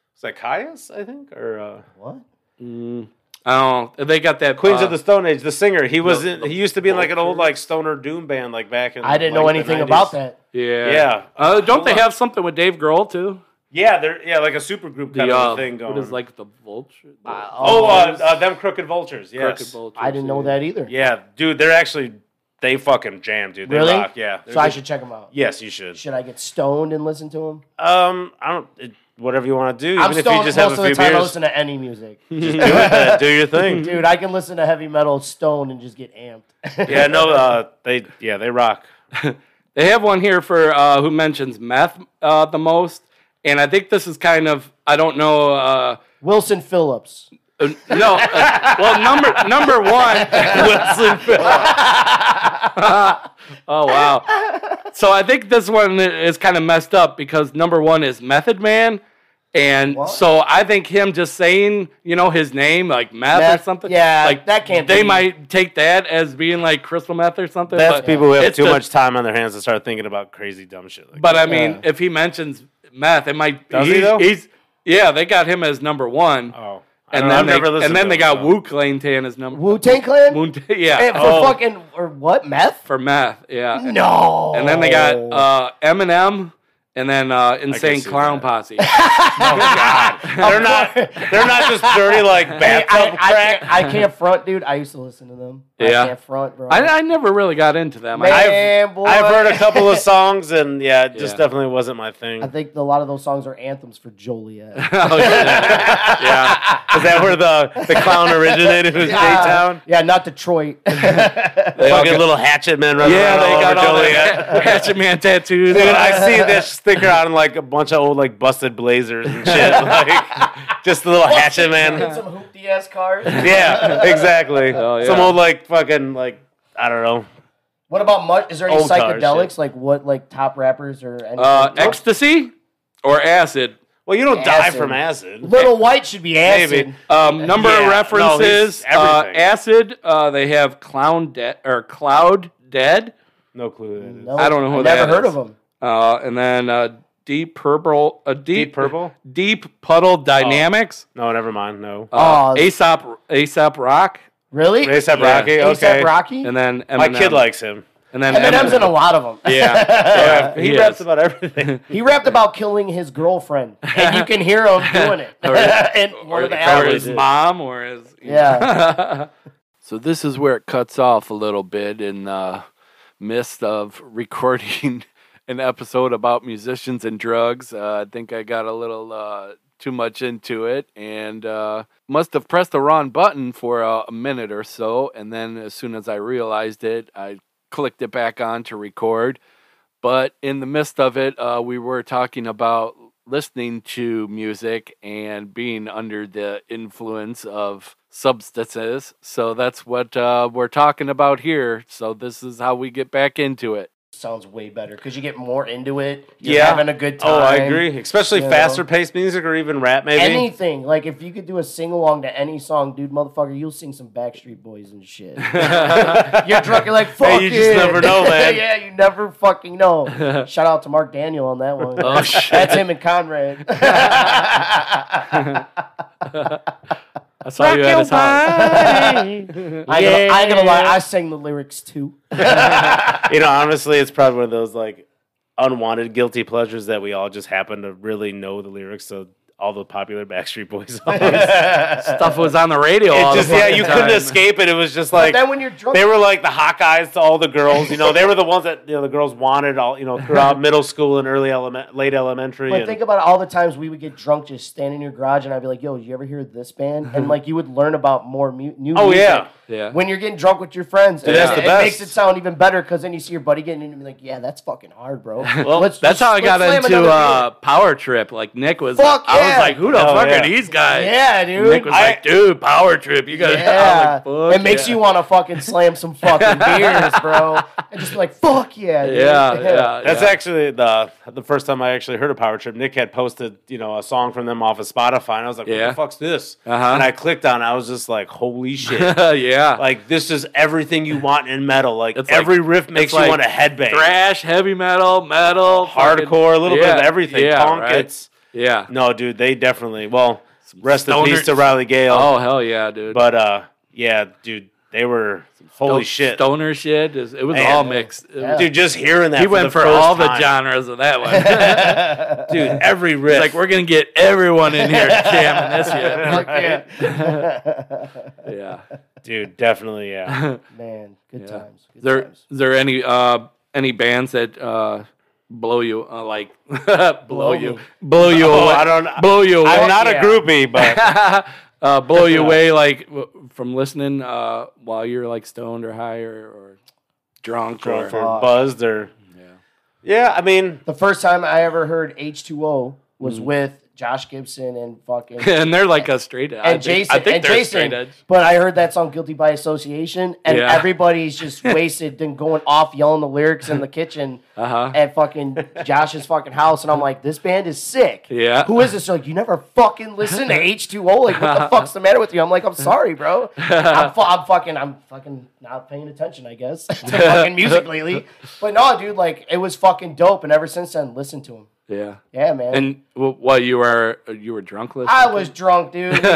Speaker 2: is that Caius, I think, or uh,
Speaker 3: What?
Speaker 1: Oh, they got that
Speaker 2: Queens
Speaker 1: uh,
Speaker 2: of the Stone Age. The singer. He was.
Speaker 1: the-
Speaker 2: in, he used to be in like an old
Speaker 1: Vultures.
Speaker 2: like stoner doom band like back in.
Speaker 3: I didn't
Speaker 2: like,
Speaker 3: know
Speaker 2: the
Speaker 3: anything
Speaker 2: 90s.
Speaker 3: about that.
Speaker 1: Yeah.
Speaker 2: Yeah.
Speaker 1: Uh, don't they
Speaker 2: Hold on.
Speaker 1: have something with Dave Grohl too?
Speaker 2: Yeah, they're yeah like a super group
Speaker 1: The
Speaker 2: kind of
Speaker 1: uh,
Speaker 2: a thing going.
Speaker 1: what is like the vulture?
Speaker 2: oh, uh, uh, them crooked vultures.
Speaker 1: Crooked
Speaker 2: Yes.
Speaker 1: Vultures,
Speaker 3: I didn't know
Speaker 1: yeah.
Speaker 3: that either.
Speaker 2: Yeah, dude, they're actually they fucking jam, dude. They
Speaker 3: Really?
Speaker 2: rock. Yeah.
Speaker 3: So I should check him out.
Speaker 2: Yes, you should.
Speaker 3: Should I get stoned and listen to him?
Speaker 2: Um, I don't. It, whatever you want to do, even
Speaker 3: I'm
Speaker 2: if you
Speaker 3: stoned
Speaker 2: just
Speaker 3: most
Speaker 2: have
Speaker 3: of
Speaker 2: a
Speaker 3: the
Speaker 2: few
Speaker 3: time. I
Speaker 2: beers,
Speaker 3: listen to any music,
Speaker 2: just do it. then. Do your thing.
Speaker 3: dude. I can listen to heavy metal stoned and just get amped.
Speaker 2: Yeah. No. Uh. They. Yeah. They rock.
Speaker 1: They have one here for uh, who mentions meth uh, the most, and I think this is kind of I don't know. Uh,
Speaker 3: Wilson Phillips.
Speaker 1: Uh, no, uh, well, number number one.
Speaker 2: Wilson Phillips.
Speaker 1: Oh wow. So I think this one is kind of messed up because number one is Method Man, and
Speaker 3: What?
Speaker 1: so I think him just saying you know his name like meth,
Speaker 3: Meth,
Speaker 1: or something.
Speaker 3: yeah,
Speaker 1: like
Speaker 3: that can't
Speaker 1: They
Speaker 3: be.
Speaker 1: might take that as being like crystal meth or something.
Speaker 2: That's
Speaker 1: but
Speaker 2: people who have
Speaker 1: it's
Speaker 2: too
Speaker 1: the-
Speaker 2: much time on their hands to start thinking about crazy dumb shit. Like
Speaker 1: But I
Speaker 3: Yeah.
Speaker 1: mean, if he mentions meth, it might.
Speaker 2: Does he, though?
Speaker 1: He's yeah, they got him as number one,
Speaker 2: that. oh, I
Speaker 1: and
Speaker 2: don't know,
Speaker 1: then
Speaker 2: I've
Speaker 1: they,
Speaker 2: never listened
Speaker 1: and then
Speaker 2: to
Speaker 1: they
Speaker 2: him,
Speaker 1: got
Speaker 2: so.
Speaker 1: Wu Clan Tan as number
Speaker 3: Wu Tang Clan?
Speaker 1: Wu-
Speaker 3: Eh, for
Speaker 1: yeah,
Speaker 2: Oh.
Speaker 3: fucking or what meth?
Speaker 1: for meth, yeah.
Speaker 3: No.
Speaker 1: And then they got uh, Eminem, and then uh, Insane
Speaker 2: see
Speaker 1: Clown
Speaker 2: that.
Speaker 1: Posse.
Speaker 2: Oh, They're not. They're not just dirty like
Speaker 3: Hey,
Speaker 2: bathtub
Speaker 3: I, I,
Speaker 2: crack.
Speaker 3: can't, I can't front, dude. I used to listen to them.
Speaker 1: Yeah.
Speaker 3: I can't front, bro.
Speaker 1: I, I never really got into them.
Speaker 3: Man,
Speaker 1: I,
Speaker 3: boy.
Speaker 2: I've heard a couple of songs, and yeah, it just
Speaker 1: Yeah.
Speaker 2: definitely wasn't my thing.
Speaker 3: I think a lot of those songs are anthems for Joliet.
Speaker 1: oh, yeah.
Speaker 2: yeah, is that where the the clown originated? Was Daytown?
Speaker 3: Yeah, not Detroit.
Speaker 1: They all
Speaker 2: Fucking
Speaker 1: got-
Speaker 2: little hatchet men running
Speaker 1: yeah,
Speaker 2: around
Speaker 1: they
Speaker 2: all
Speaker 1: got
Speaker 2: over
Speaker 1: all the
Speaker 2: Joliet.
Speaker 1: Hatchet Man tattoos.
Speaker 2: Dude, I see this sticker on like a bunch of old like busted blazers and shit. Like just a little hatchet
Speaker 3: Get
Speaker 2: man.
Speaker 3: some hoopty ass cars.
Speaker 2: Yeah, exactly.
Speaker 1: Oh, yeah.
Speaker 2: Some old like fucking like I don't know.
Speaker 3: What about much? Is there any
Speaker 2: Old car shit.
Speaker 3: psychedelics? Like what? Like top rappers or anything?
Speaker 1: uh, ecstasy or acid.
Speaker 2: Well, you don't die
Speaker 3: Acid.
Speaker 2: from acid.
Speaker 3: Little White should be acid.
Speaker 2: Maybe.
Speaker 1: Um, number
Speaker 2: Yeah,
Speaker 1: of
Speaker 2: no,
Speaker 1: references.
Speaker 2: he's
Speaker 1: uh,
Speaker 2: everything.
Speaker 1: acid. Uh, they have clown dead or cloud dead.
Speaker 2: No clue. Who that is.
Speaker 3: No,
Speaker 1: I don't know who
Speaker 3: I've
Speaker 1: that
Speaker 3: Never heard
Speaker 1: is.
Speaker 3: of them.
Speaker 1: Uh, and then uh, deep purple. A deep,
Speaker 2: Deep Purple?
Speaker 1: Deep puddle dynamics.
Speaker 2: No, never mind. No.
Speaker 1: Uh,
Speaker 3: Oh.
Speaker 1: Aesop Aesop Rock.
Speaker 3: Really?
Speaker 2: ASAP
Speaker 1: yeah.
Speaker 2: Rocky.
Speaker 3: A$AP
Speaker 2: Okay.
Speaker 3: Rocky.
Speaker 1: And then Eminem.
Speaker 2: My kid likes him.
Speaker 1: and then
Speaker 3: Eminem's in a lot of them.
Speaker 1: Yeah,
Speaker 2: He,
Speaker 1: is.
Speaker 2: raps about everything.
Speaker 3: He rapped about killing his girlfriend, and you can hear him doing it. and one
Speaker 1: or,
Speaker 3: of the
Speaker 1: or
Speaker 3: albums.
Speaker 1: his mom or his
Speaker 3: Yeah.
Speaker 4: So this is where it cuts off a little bit in the midst of recording an episode about musicians and drugs. Uh, I think I got a little uh, too much into it and uh, must have pressed the wrong button for a, a minute or so. And then as soon as I realized it, I clicked it back on to record. But in the midst of it, uh, we were talking about listening to music and being under the influence of substances. So that's what uh, we're talking about here. So this is how we get back into it.
Speaker 3: Sounds way better because you get more into it. You're
Speaker 2: Yeah.
Speaker 3: having a good time.
Speaker 2: oh, I agree. Especially
Speaker 3: You know.
Speaker 2: faster paced music or even rap, maybe.
Speaker 3: Anything like if you could do a sing along to any song, dude, motherfucker, you'll sing some Backstreet Boys and shit. You're drunk. You're like, fuck
Speaker 2: Hey, you just
Speaker 3: it."
Speaker 2: never know, man. Oh,
Speaker 3: yeah, you never fucking know. Shout out to Mark Daniel on that one.
Speaker 4: Oh, shit.
Speaker 3: That's him and Conrad.
Speaker 1: I saw you at his house.
Speaker 3: I, ain't gonna, I ain't gonna lie, I sang the lyrics too.
Speaker 2: you know, honestly, it's probably one of those like unwanted guilty pleasures that we all just happen to really know the lyrics to all the popular Backstreet Boys songs. it
Speaker 1: Stuff was on the radio. all the
Speaker 2: just yeah,
Speaker 1: fucking
Speaker 2: you
Speaker 1: time.
Speaker 2: couldn't escape it. It was just like
Speaker 3: then when you're drunk,
Speaker 2: they were like the hot guys to all the girls. You know, they were the ones that you know the girls wanted all you know throughout middle school and early element, late elementary.
Speaker 3: But
Speaker 2: and-
Speaker 3: think about all the times we would get drunk just standing in your garage, and I'd be like, "Yo, did you ever hear this band?" And like you would learn about more mu- new.
Speaker 2: oh
Speaker 3: music
Speaker 2: yeah,
Speaker 1: Yeah.
Speaker 3: When you're getting drunk with your friends, and
Speaker 2: that's
Speaker 3: it,
Speaker 2: the
Speaker 3: it
Speaker 2: best.
Speaker 3: makes it sound even better because then you see your buddy getting in and be like, "Yeah, that's fucking hard, bro." Well,
Speaker 1: That's how I got into uh, Power Trip. Like Nick was,
Speaker 3: Fuck
Speaker 1: I was
Speaker 3: yeah.
Speaker 1: like, "Who the
Speaker 2: Oh,
Speaker 1: fuck
Speaker 2: yeah.
Speaker 1: are these guys?"
Speaker 3: yeah, dude.
Speaker 1: Nick was
Speaker 2: I-
Speaker 1: like, "Dude, Power Trip, you got
Speaker 3: yeah,
Speaker 1: like,
Speaker 3: it makes you want to fucking slam some fucking beers, bro, and just be like, "Fuck yeah, dude."
Speaker 1: yeah, yeah."
Speaker 2: That's
Speaker 1: yeah.
Speaker 2: actually the the first time I actually heard of Power Trip. Nick had posted, you know, a song from them off of Spotify, and I was like, "What
Speaker 1: Yeah.
Speaker 2: the fuck's this?"
Speaker 1: Uh-huh.
Speaker 2: And I clicked on. it. I was just like, "Holy shit!"
Speaker 1: yeah.
Speaker 2: like this is everything you want in metal. Like
Speaker 1: It's like-
Speaker 2: every riff makes
Speaker 1: like
Speaker 2: you want to headbang,
Speaker 1: Thrash, heavy metal, metal, fucking-
Speaker 2: hardcore, a little bit
Speaker 1: Yeah,
Speaker 2: of everything.
Speaker 1: Yeah,
Speaker 2: Punk.
Speaker 1: right?
Speaker 2: It's
Speaker 1: yeah.
Speaker 2: no, dude. They definitely. Well, rest in peace
Speaker 1: stoners.
Speaker 2: to Riley Gale.
Speaker 1: Oh hell yeah, dude.
Speaker 2: But uh, yeah, dude, they were holy
Speaker 1: Sto-
Speaker 2: shit,
Speaker 1: stoner shit. Is, it was
Speaker 2: Man.
Speaker 1: all mixed. It was-
Speaker 2: dude. Just hearing that,
Speaker 1: he went for
Speaker 2: the first
Speaker 1: all the
Speaker 2: time.
Speaker 1: genres of that one.
Speaker 2: dude. Every riff,
Speaker 1: It's like we're gonna get everyone in here jamming this shit.
Speaker 3: Fuck yeah.
Speaker 1: Yeah.
Speaker 2: dude. Definitely, yeah.
Speaker 3: man, good times. Good
Speaker 1: Is there
Speaker 3: times.
Speaker 1: is there any uh any bands that uh blow you uh, like blow you
Speaker 3: me.
Speaker 1: blow you
Speaker 2: Oh,
Speaker 1: away?
Speaker 2: I don't-
Speaker 1: blow you away.
Speaker 2: I'm not
Speaker 3: yeah.
Speaker 2: a groupie, but
Speaker 1: uh, blow you away like w- from listening uh while you're like stoned or high or, or drunk,
Speaker 2: drunk
Speaker 1: or
Speaker 2: or
Speaker 3: Fuck.
Speaker 2: buzzed or yeah. I mean,
Speaker 1: Mm.
Speaker 3: The first time I ever heard H2O was with Josh Gibson and fucking
Speaker 1: and they're like a straight edge. I
Speaker 3: and
Speaker 1: think-
Speaker 3: Jason
Speaker 1: I think
Speaker 3: and
Speaker 1: they're
Speaker 3: Jason.
Speaker 1: straight edge.
Speaker 3: But I heard that song "Guilty by Association," and
Speaker 1: Yeah.
Speaker 3: everybody's just wasted and going off yelling the lyrics in the kitchen
Speaker 1: Uh-huh.
Speaker 3: at fucking Josh's fucking house, and I'm like, this band is sick.
Speaker 1: Yeah.
Speaker 3: who is this? They're Like, you never fucking listen to H2O. Like, what the fuck's the matter with you? I'm like, I'm sorry, bro. I'm, fu- I'm fucking, I'm fucking not paying attention, I guess, to fucking music lately. But no, dude, like, it was fucking dope, and ever since then, listen to him.
Speaker 1: Yeah.
Speaker 3: Yeah, man.
Speaker 1: And well, while you were you were drunk listening,
Speaker 3: I was drunk, dude. We- we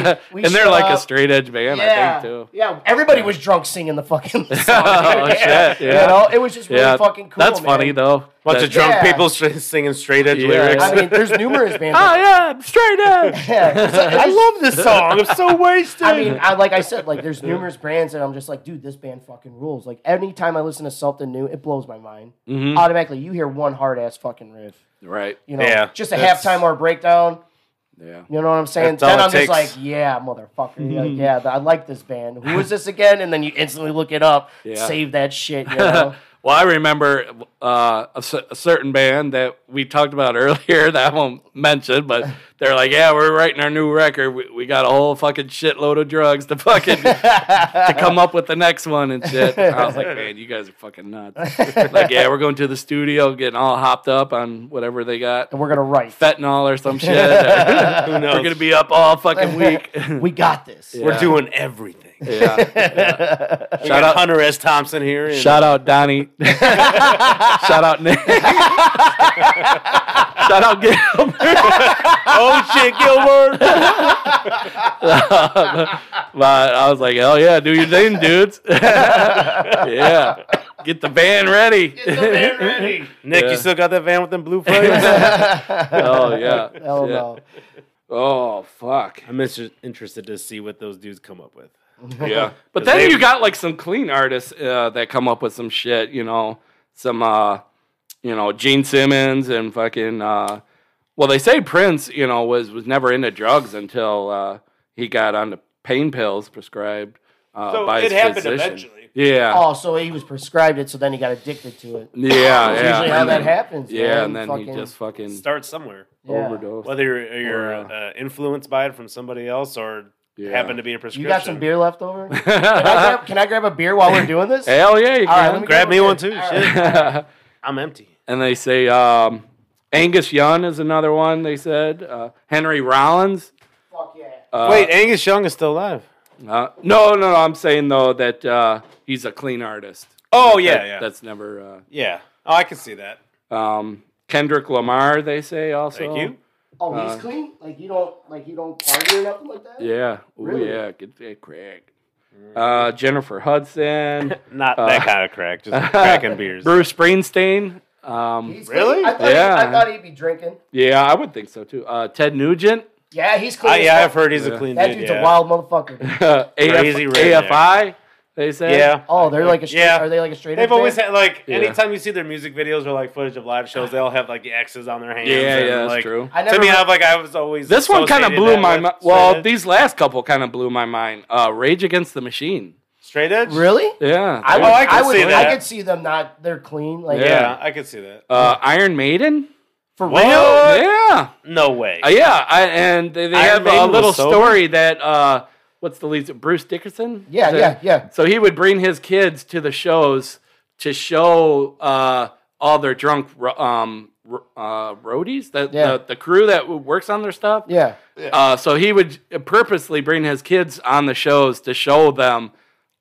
Speaker 1: and they're
Speaker 3: showed
Speaker 1: like a
Speaker 3: up.
Speaker 1: straight edge band,
Speaker 3: Yeah,
Speaker 1: I think too.
Speaker 3: yeah. Everybody was drunk singing the fucking song. dude.
Speaker 1: Oh,
Speaker 3: yeah.
Speaker 1: shit, yeah.
Speaker 3: You know, it was just really
Speaker 1: yeah,
Speaker 3: fucking cool.
Speaker 1: that's
Speaker 3: man.
Speaker 1: funny though.
Speaker 2: Bunch
Speaker 1: That-
Speaker 2: of drunk
Speaker 3: Yeah.
Speaker 2: people stra- singing straight edge
Speaker 1: Yeah.
Speaker 2: lyrics.
Speaker 3: I mean, there's numerous bands.
Speaker 1: oh yeah, straight edge.
Speaker 3: yeah, it's like-
Speaker 2: I love this song. I'm so wasted.
Speaker 3: I mean, I, like I said, like there's numerous brands that I'm just like, dude, this band fucking rules. Like anytime I listen to something new, it blows my mind.
Speaker 1: Mm-hmm.
Speaker 3: Automatically, you hear one hard ass fucking riff.
Speaker 1: right.
Speaker 3: You know,
Speaker 2: Yeah,
Speaker 3: just a
Speaker 2: that's-
Speaker 3: halftime or breakdown.
Speaker 1: Yeah.
Speaker 3: You know what I'm saying?
Speaker 2: That's all
Speaker 3: Then
Speaker 2: it
Speaker 3: I'm
Speaker 2: takes.
Speaker 3: just like, yeah, motherfucker.
Speaker 1: Mm-hmm.
Speaker 3: Like, yeah, th- I like this band. Who is this again? And then you instantly look it up,
Speaker 1: Yeah.
Speaker 3: save that shit. You know?
Speaker 1: Well, I remember uh, a, cer- a certain band that we talked about earlier that I won't mention, but they're like, "Yeah, we're writing our new record. We, we got a whole fucking shitload of drugs to fucking to come up with the next one and shit." I was like, "Man, you guys are fucking nuts!" like, yeah, we're going to the studio, getting all hopped up on whatever they got,
Speaker 3: and we're gonna write.
Speaker 1: fentanyl or some shit. we're
Speaker 2: Who knows?
Speaker 1: gonna be up all fucking week.
Speaker 3: we got this.
Speaker 2: We're
Speaker 1: Yeah.
Speaker 2: doing everything.
Speaker 1: yeah.
Speaker 2: We got
Speaker 1: out-
Speaker 2: Hunter S. Thompson here. and-
Speaker 1: Shout out Donnie. Shout out Nick. Shout out Gilbert.
Speaker 2: oh shit, Gilbert.
Speaker 1: But I was like, hell yeah, do your thing, dudes. yeah. Get the band ready.
Speaker 2: Nick,
Speaker 1: Yeah.
Speaker 2: you still got that van with them blue flames?
Speaker 1: oh, yeah.
Speaker 3: Hell
Speaker 1: Shit.
Speaker 3: no.
Speaker 1: Oh, fuck.
Speaker 2: I'm inter- interested to see what those dudes come up with.
Speaker 1: Yeah. But
Speaker 2: 'Cause
Speaker 1: then
Speaker 2: they-
Speaker 1: you got like some clean artists uh, that come up with some shit, you know, some, uh, you know, Gene Simmons and fucking, uh, well, they say Prince, you know, was, was never into drugs until uh, he got onto pain pills prescribed uh,
Speaker 2: So
Speaker 1: by
Speaker 2: it
Speaker 1: his
Speaker 2: happened
Speaker 1: physician.
Speaker 2: eventually.
Speaker 1: Yeah.
Speaker 3: Oh, so he was prescribed it, so then he got addicted to it.
Speaker 1: Yeah. yeah.
Speaker 3: That's usually how
Speaker 1: And
Speaker 3: that
Speaker 1: then-
Speaker 3: happens.
Speaker 1: Yeah,
Speaker 3: man.
Speaker 1: and then he
Speaker 3: Fucking-
Speaker 1: just fucking
Speaker 2: Start somewhere.
Speaker 3: yeah.
Speaker 1: overdosed.
Speaker 2: Whether you're, you're
Speaker 1: Or,
Speaker 2: uh, influenced by it from somebody else or
Speaker 1: Yeah.
Speaker 2: happen to be a prescription.
Speaker 3: You got some beer left over? Can I grab, can I grab a beer while we're doing this?
Speaker 1: Hell yeah, you
Speaker 3: All right,
Speaker 1: can.
Speaker 3: let me
Speaker 2: Grab me
Speaker 3: a
Speaker 2: one
Speaker 3: beer.
Speaker 2: too.
Speaker 3: All
Speaker 2: Shit.
Speaker 3: right.
Speaker 2: I'm empty.
Speaker 1: and they say um, Angus Young is another one. They said uh, Henry Rollins.
Speaker 3: Fuck yeah.
Speaker 1: Uh,
Speaker 2: Wait, Angus Young is still alive.
Speaker 1: uh, no, no, no. I'm saying though that uh, he's a clean artist.
Speaker 2: Oh yeah,
Speaker 1: That-
Speaker 2: yeah,
Speaker 1: That's never
Speaker 2: yeah. Oh, I can see that.
Speaker 1: uh, um, Kendrick Lamar. They say also.
Speaker 2: Thank you.
Speaker 3: Oh, he's clean? Like you don't like you don't party or nothing like that?
Speaker 1: Uh-huh. Yeah. Oh
Speaker 3: Really?
Speaker 1: yeah. Get that crack. Uh, Jennifer Hudson,
Speaker 2: Not
Speaker 1: Uh,
Speaker 2: that kind of crack. Just cracking beers.
Speaker 1: Bruce Springsteen. Um,
Speaker 3: He's
Speaker 2: Really?
Speaker 3: Clean? I thought he-
Speaker 1: Yeah.
Speaker 3: I thought he'd be drinking.
Speaker 1: yeah, I would think so too. Uh, Ted Nugent.
Speaker 3: Yeah, he's clean.
Speaker 2: I,
Speaker 3: as
Speaker 2: yeah,
Speaker 3: fuck.
Speaker 2: I've heard he's
Speaker 1: Yeah.
Speaker 2: a clean
Speaker 3: That
Speaker 2: dude.
Speaker 3: dude's
Speaker 2: yeah.
Speaker 3: a wild motherfucker. dude.
Speaker 1: Uh,
Speaker 2: Crazy
Speaker 1: AF-
Speaker 2: redneck.
Speaker 1: AFI. They say.
Speaker 2: Yeah.
Speaker 3: Oh, they're like a straight,
Speaker 2: Yeah.
Speaker 3: are they like a straight?
Speaker 2: They've
Speaker 3: edge
Speaker 2: always
Speaker 3: band?
Speaker 2: had like
Speaker 1: Yeah.
Speaker 2: anytime you see their music videos or like footage of live shows, they all have like the X's on their hands.
Speaker 1: Yeah, yeah,
Speaker 2: and,
Speaker 1: that's
Speaker 2: like,
Speaker 1: true.
Speaker 3: I
Speaker 2: to
Speaker 3: never
Speaker 2: me,
Speaker 3: heard-
Speaker 2: I've like I was always
Speaker 1: This one kind of
Speaker 2: associated
Speaker 1: blew
Speaker 2: that
Speaker 1: my
Speaker 2: with
Speaker 1: mind. Well,
Speaker 2: straight edge.
Speaker 1: these last couple kind of blew my mind. Uh, Rage Against the Machine.
Speaker 2: straight edge.
Speaker 3: Really?
Speaker 1: Yeah.
Speaker 3: I
Speaker 1: they-
Speaker 3: would,
Speaker 2: Oh, I can
Speaker 3: I would,
Speaker 2: see that.
Speaker 3: I could see them not. They're clean. Like
Speaker 1: Yeah.
Speaker 2: Yeah, I could see that.
Speaker 1: uh, Iron Maiden.
Speaker 3: for
Speaker 2: What?
Speaker 3: real.
Speaker 1: Yeah.
Speaker 2: No way.
Speaker 1: Uh, yeah. I, and they, they
Speaker 2: Iron
Speaker 1: have a
Speaker 2: Maiden was
Speaker 1: little
Speaker 2: sober?
Speaker 1: story that uh, what's the lead? Bruce Dickinson.
Speaker 3: Yeah,
Speaker 1: Is it-
Speaker 3: yeah, yeah.
Speaker 1: So he would bring his kids to the shows to show uh, all their drunk ro- um, ro- uh, roadies, that
Speaker 3: Yeah.
Speaker 1: the, the crew that works on their stuff.
Speaker 3: Yeah.
Speaker 1: Uh, so he would purposely bring his kids on the shows to show them,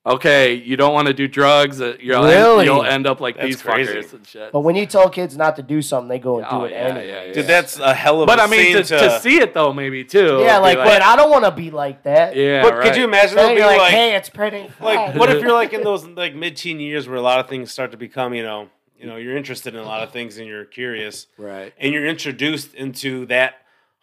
Speaker 1: okay, you don't want to do drugs. uh, You'll,
Speaker 3: Really?
Speaker 1: end, you'll end up like
Speaker 2: That's
Speaker 1: these
Speaker 2: crazy.
Speaker 1: fuckers and shit.
Speaker 3: But when you tell kids not to do something, they go and do
Speaker 1: Oh,
Speaker 3: it
Speaker 1: yeah,
Speaker 3: anyway.
Speaker 1: yeah, yeah.
Speaker 2: Dude, that's a hell of
Speaker 1: but
Speaker 2: a
Speaker 1: I mean, to,
Speaker 2: scene
Speaker 1: to see it though, maybe too.
Speaker 3: Yeah,
Speaker 1: be
Speaker 3: like, but I don't want to be like that.
Speaker 1: yeah.
Speaker 2: But
Speaker 1: right.
Speaker 2: could you imagine
Speaker 3: Then
Speaker 2: that
Speaker 3: you're
Speaker 2: like,
Speaker 3: like, hey, it's pretty.
Speaker 2: like
Speaker 3: fun."
Speaker 2: what if you're like in those like mid-teen years where a lot of things start to become, you know, you know, you're interested in a lot of things and you're curious.
Speaker 1: Right.
Speaker 2: and you're introduced into that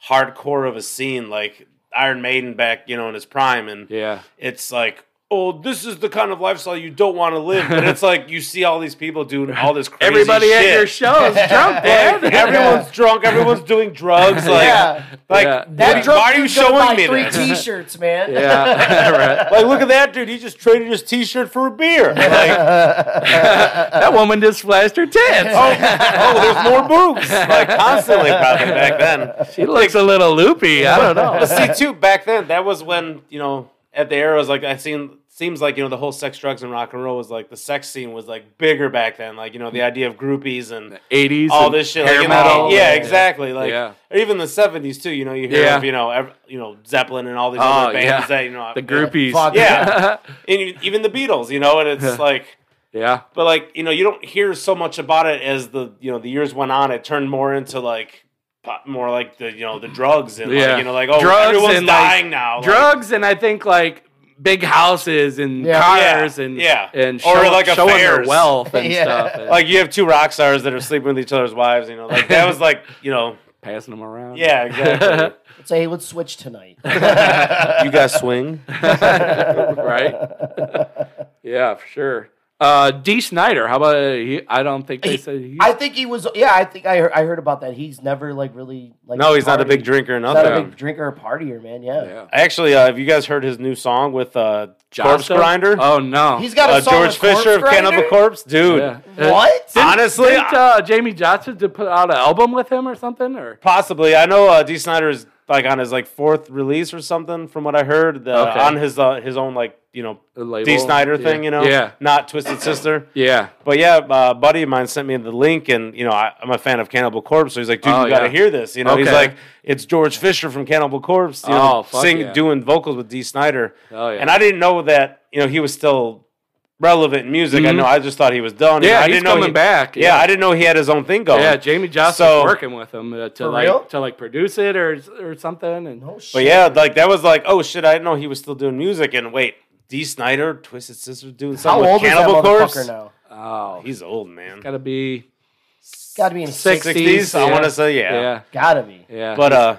Speaker 2: hardcore of a scene like Iron Maiden back, you know, in his prime, and
Speaker 1: Yeah.
Speaker 2: it's like, oh, this is the kind of lifestyle you don't want to live. But it's like you see all these people doing all this crazy
Speaker 1: Everybody
Speaker 2: shit.
Speaker 1: at your show is drunk,
Speaker 2: Like,
Speaker 1: man.
Speaker 2: everyone's drunk. Everyone's doing drugs. Like,
Speaker 3: Yeah.
Speaker 2: like
Speaker 1: Yeah.
Speaker 2: why-
Speaker 3: That drunk
Speaker 2: why are you
Speaker 3: dude's gonna buy
Speaker 2: showing me
Speaker 3: three
Speaker 2: this?
Speaker 3: T-shirts, man.
Speaker 1: yeah, right.
Speaker 2: like, look at that dude. He just traded his T-shirt for a beer. Like,
Speaker 1: That woman just flashed her tits.
Speaker 2: oh, oh, there's more boobs. Like constantly, probably back then.
Speaker 1: she looks a little loopy. I don't know.
Speaker 2: But see, too, back then, that was when you know at the era was like I seen. Seems like you know the whole sex, drugs, and rock and roll was like the sex scene was like bigger back then. Like you know the idea of groupies and
Speaker 1: 80s.
Speaker 2: all
Speaker 1: and
Speaker 2: this shit.
Speaker 1: Hair
Speaker 2: like,
Speaker 1: metal. uh,
Speaker 2: Yeah, exactly. Like
Speaker 1: Yeah.
Speaker 2: or even the seventies too. You know, you hear
Speaker 1: Yeah.
Speaker 2: of you know, ev- you know Zeppelin and all these
Speaker 1: Oh,
Speaker 2: other bands
Speaker 1: yeah.
Speaker 2: that you know
Speaker 1: The groupies.
Speaker 3: Fuck.
Speaker 2: Yeah, and you- even the Beatles. You know, and it's like,
Speaker 1: yeah.
Speaker 2: but like you know, you don't hear so much about it as the you know the years went on. It turned more into like po- more like the you know the drugs and
Speaker 1: Yeah.
Speaker 2: like, you know like oh
Speaker 1: Drugs
Speaker 2: everyone's
Speaker 1: and, like,
Speaker 2: dying now. Like,
Speaker 1: drugs and I think like big houses and
Speaker 3: Yeah.
Speaker 1: cars
Speaker 2: Yeah,
Speaker 1: and
Speaker 2: yeah.
Speaker 1: and
Speaker 2: Or
Speaker 1: show-
Speaker 2: like
Speaker 1: showing their
Speaker 2: affairs.
Speaker 1: wealth and
Speaker 3: Yeah.
Speaker 1: stuff, and
Speaker 2: Like you have two rock stars that are sleeping with each other's wives, you know. Like that was like, you know,
Speaker 1: passing them around.
Speaker 2: yeah, exactly.
Speaker 3: Let's say, hey, let's switch tonight.
Speaker 2: you guys swing?
Speaker 1: right. yeah, for sure. Uh, D. Snyder, how about uh, he, I don't think they said he,
Speaker 3: I think he was. Yeah, I think I heard, I heard about that. He's never like really like.
Speaker 2: No, he's not a
Speaker 3: partied.
Speaker 2: big drinker or
Speaker 3: He's not
Speaker 2: nothing.
Speaker 3: a big drinker or partier, man. Yeah.
Speaker 1: yeah.
Speaker 2: Actually, uh, have you guys heard his new song with uh, Corpse
Speaker 1: Josta?
Speaker 2: Grinder?
Speaker 1: Oh no,
Speaker 3: He's got a
Speaker 2: uh,
Speaker 3: song
Speaker 2: George
Speaker 3: with Corpse
Speaker 2: Fisher of Cannibal
Speaker 3: Grinder?
Speaker 2: Corpse, dude.
Speaker 1: Yeah.
Speaker 3: What?
Speaker 1: Didn't-
Speaker 2: Honestly,
Speaker 1: didn't, uh, Jamie Johnson to put out an album with him or something, or
Speaker 2: Possibly, I know uh, D. Snyder is like on his like fourth release or something, from what I heard. The,
Speaker 1: Okay.
Speaker 2: On his uh, his own like you know
Speaker 1: A label.
Speaker 2: D. Snyder
Speaker 1: Yeah.
Speaker 2: thing, you know,
Speaker 1: Yeah,
Speaker 2: not Twisted Sister.
Speaker 1: yeah.
Speaker 2: But yeah, uh, a buddy of mine sent me the link, and you know I, I'm a fan of Cannibal Corpse, so he's like, "Dude,
Speaker 1: Oh,
Speaker 2: you got to
Speaker 1: yeah.
Speaker 2: hear this." You know, he's
Speaker 1: Okay.
Speaker 2: like, "It's George Fisher from Cannibal Corpse, you
Speaker 1: Oh,
Speaker 2: know,
Speaker 1: fuck
Speaker 2: sing
Speaker 1: yeah.
Speaker 2: doing vocals with D. Snyder."
Speaker 1: Oh, yeah.
Speaker 2: And I didn't know that you know he was still relevant in music. I
Speaker 1: Mhm.
Speaker 2: know I just thought he was done.
Speaker 1: yeah,
Speaker 2: I
Speaker 1: he's
Speaker 2: didn't know
Speaker 1: coming
Speaker 2: he-
Speaker 1: back.
Speaker 2: Yeah, I didn't know he had his own thing going.
Speaker 1: Yeah, Jamie Johnson's
Speaker 2: Oh. So-
Speaker 1: working with him uh, to
Speaker 3: For
Speaker 1: like
Speaker 3: real?
Speaker 1: to like produce it or or something. And
Speaker 3: No Oh, shit.
Speaker 2: But yeah, like that was like, oh shit, I didn't know he was still doing music. And wait, D. Snyder, Twisted Sister, doing
Speaker 3: How
Speaker 2: something
Speaker 3: old
Speaker 2: with
Speaker 3: is
Speaker 2: Cannibal
Speaker 3: that
Speaker 2: Corpse.
Speaker 3: motherfucker now?
Speaker 1: oh, he's
Speaker 2: He's old, man.
Speaker 1: gotta be
Speaker 3: Got to be in his
Speaker 1: Six-
Speaker 3: six.
Speaker 2: Sixties, I
Speaker 1: yeah.
Speaker 2: want to say, yeah.
Speaker 1: yeah,
Speaker 3: Got to be.
Speaker 1: yeah.
Speaker 2: But uh,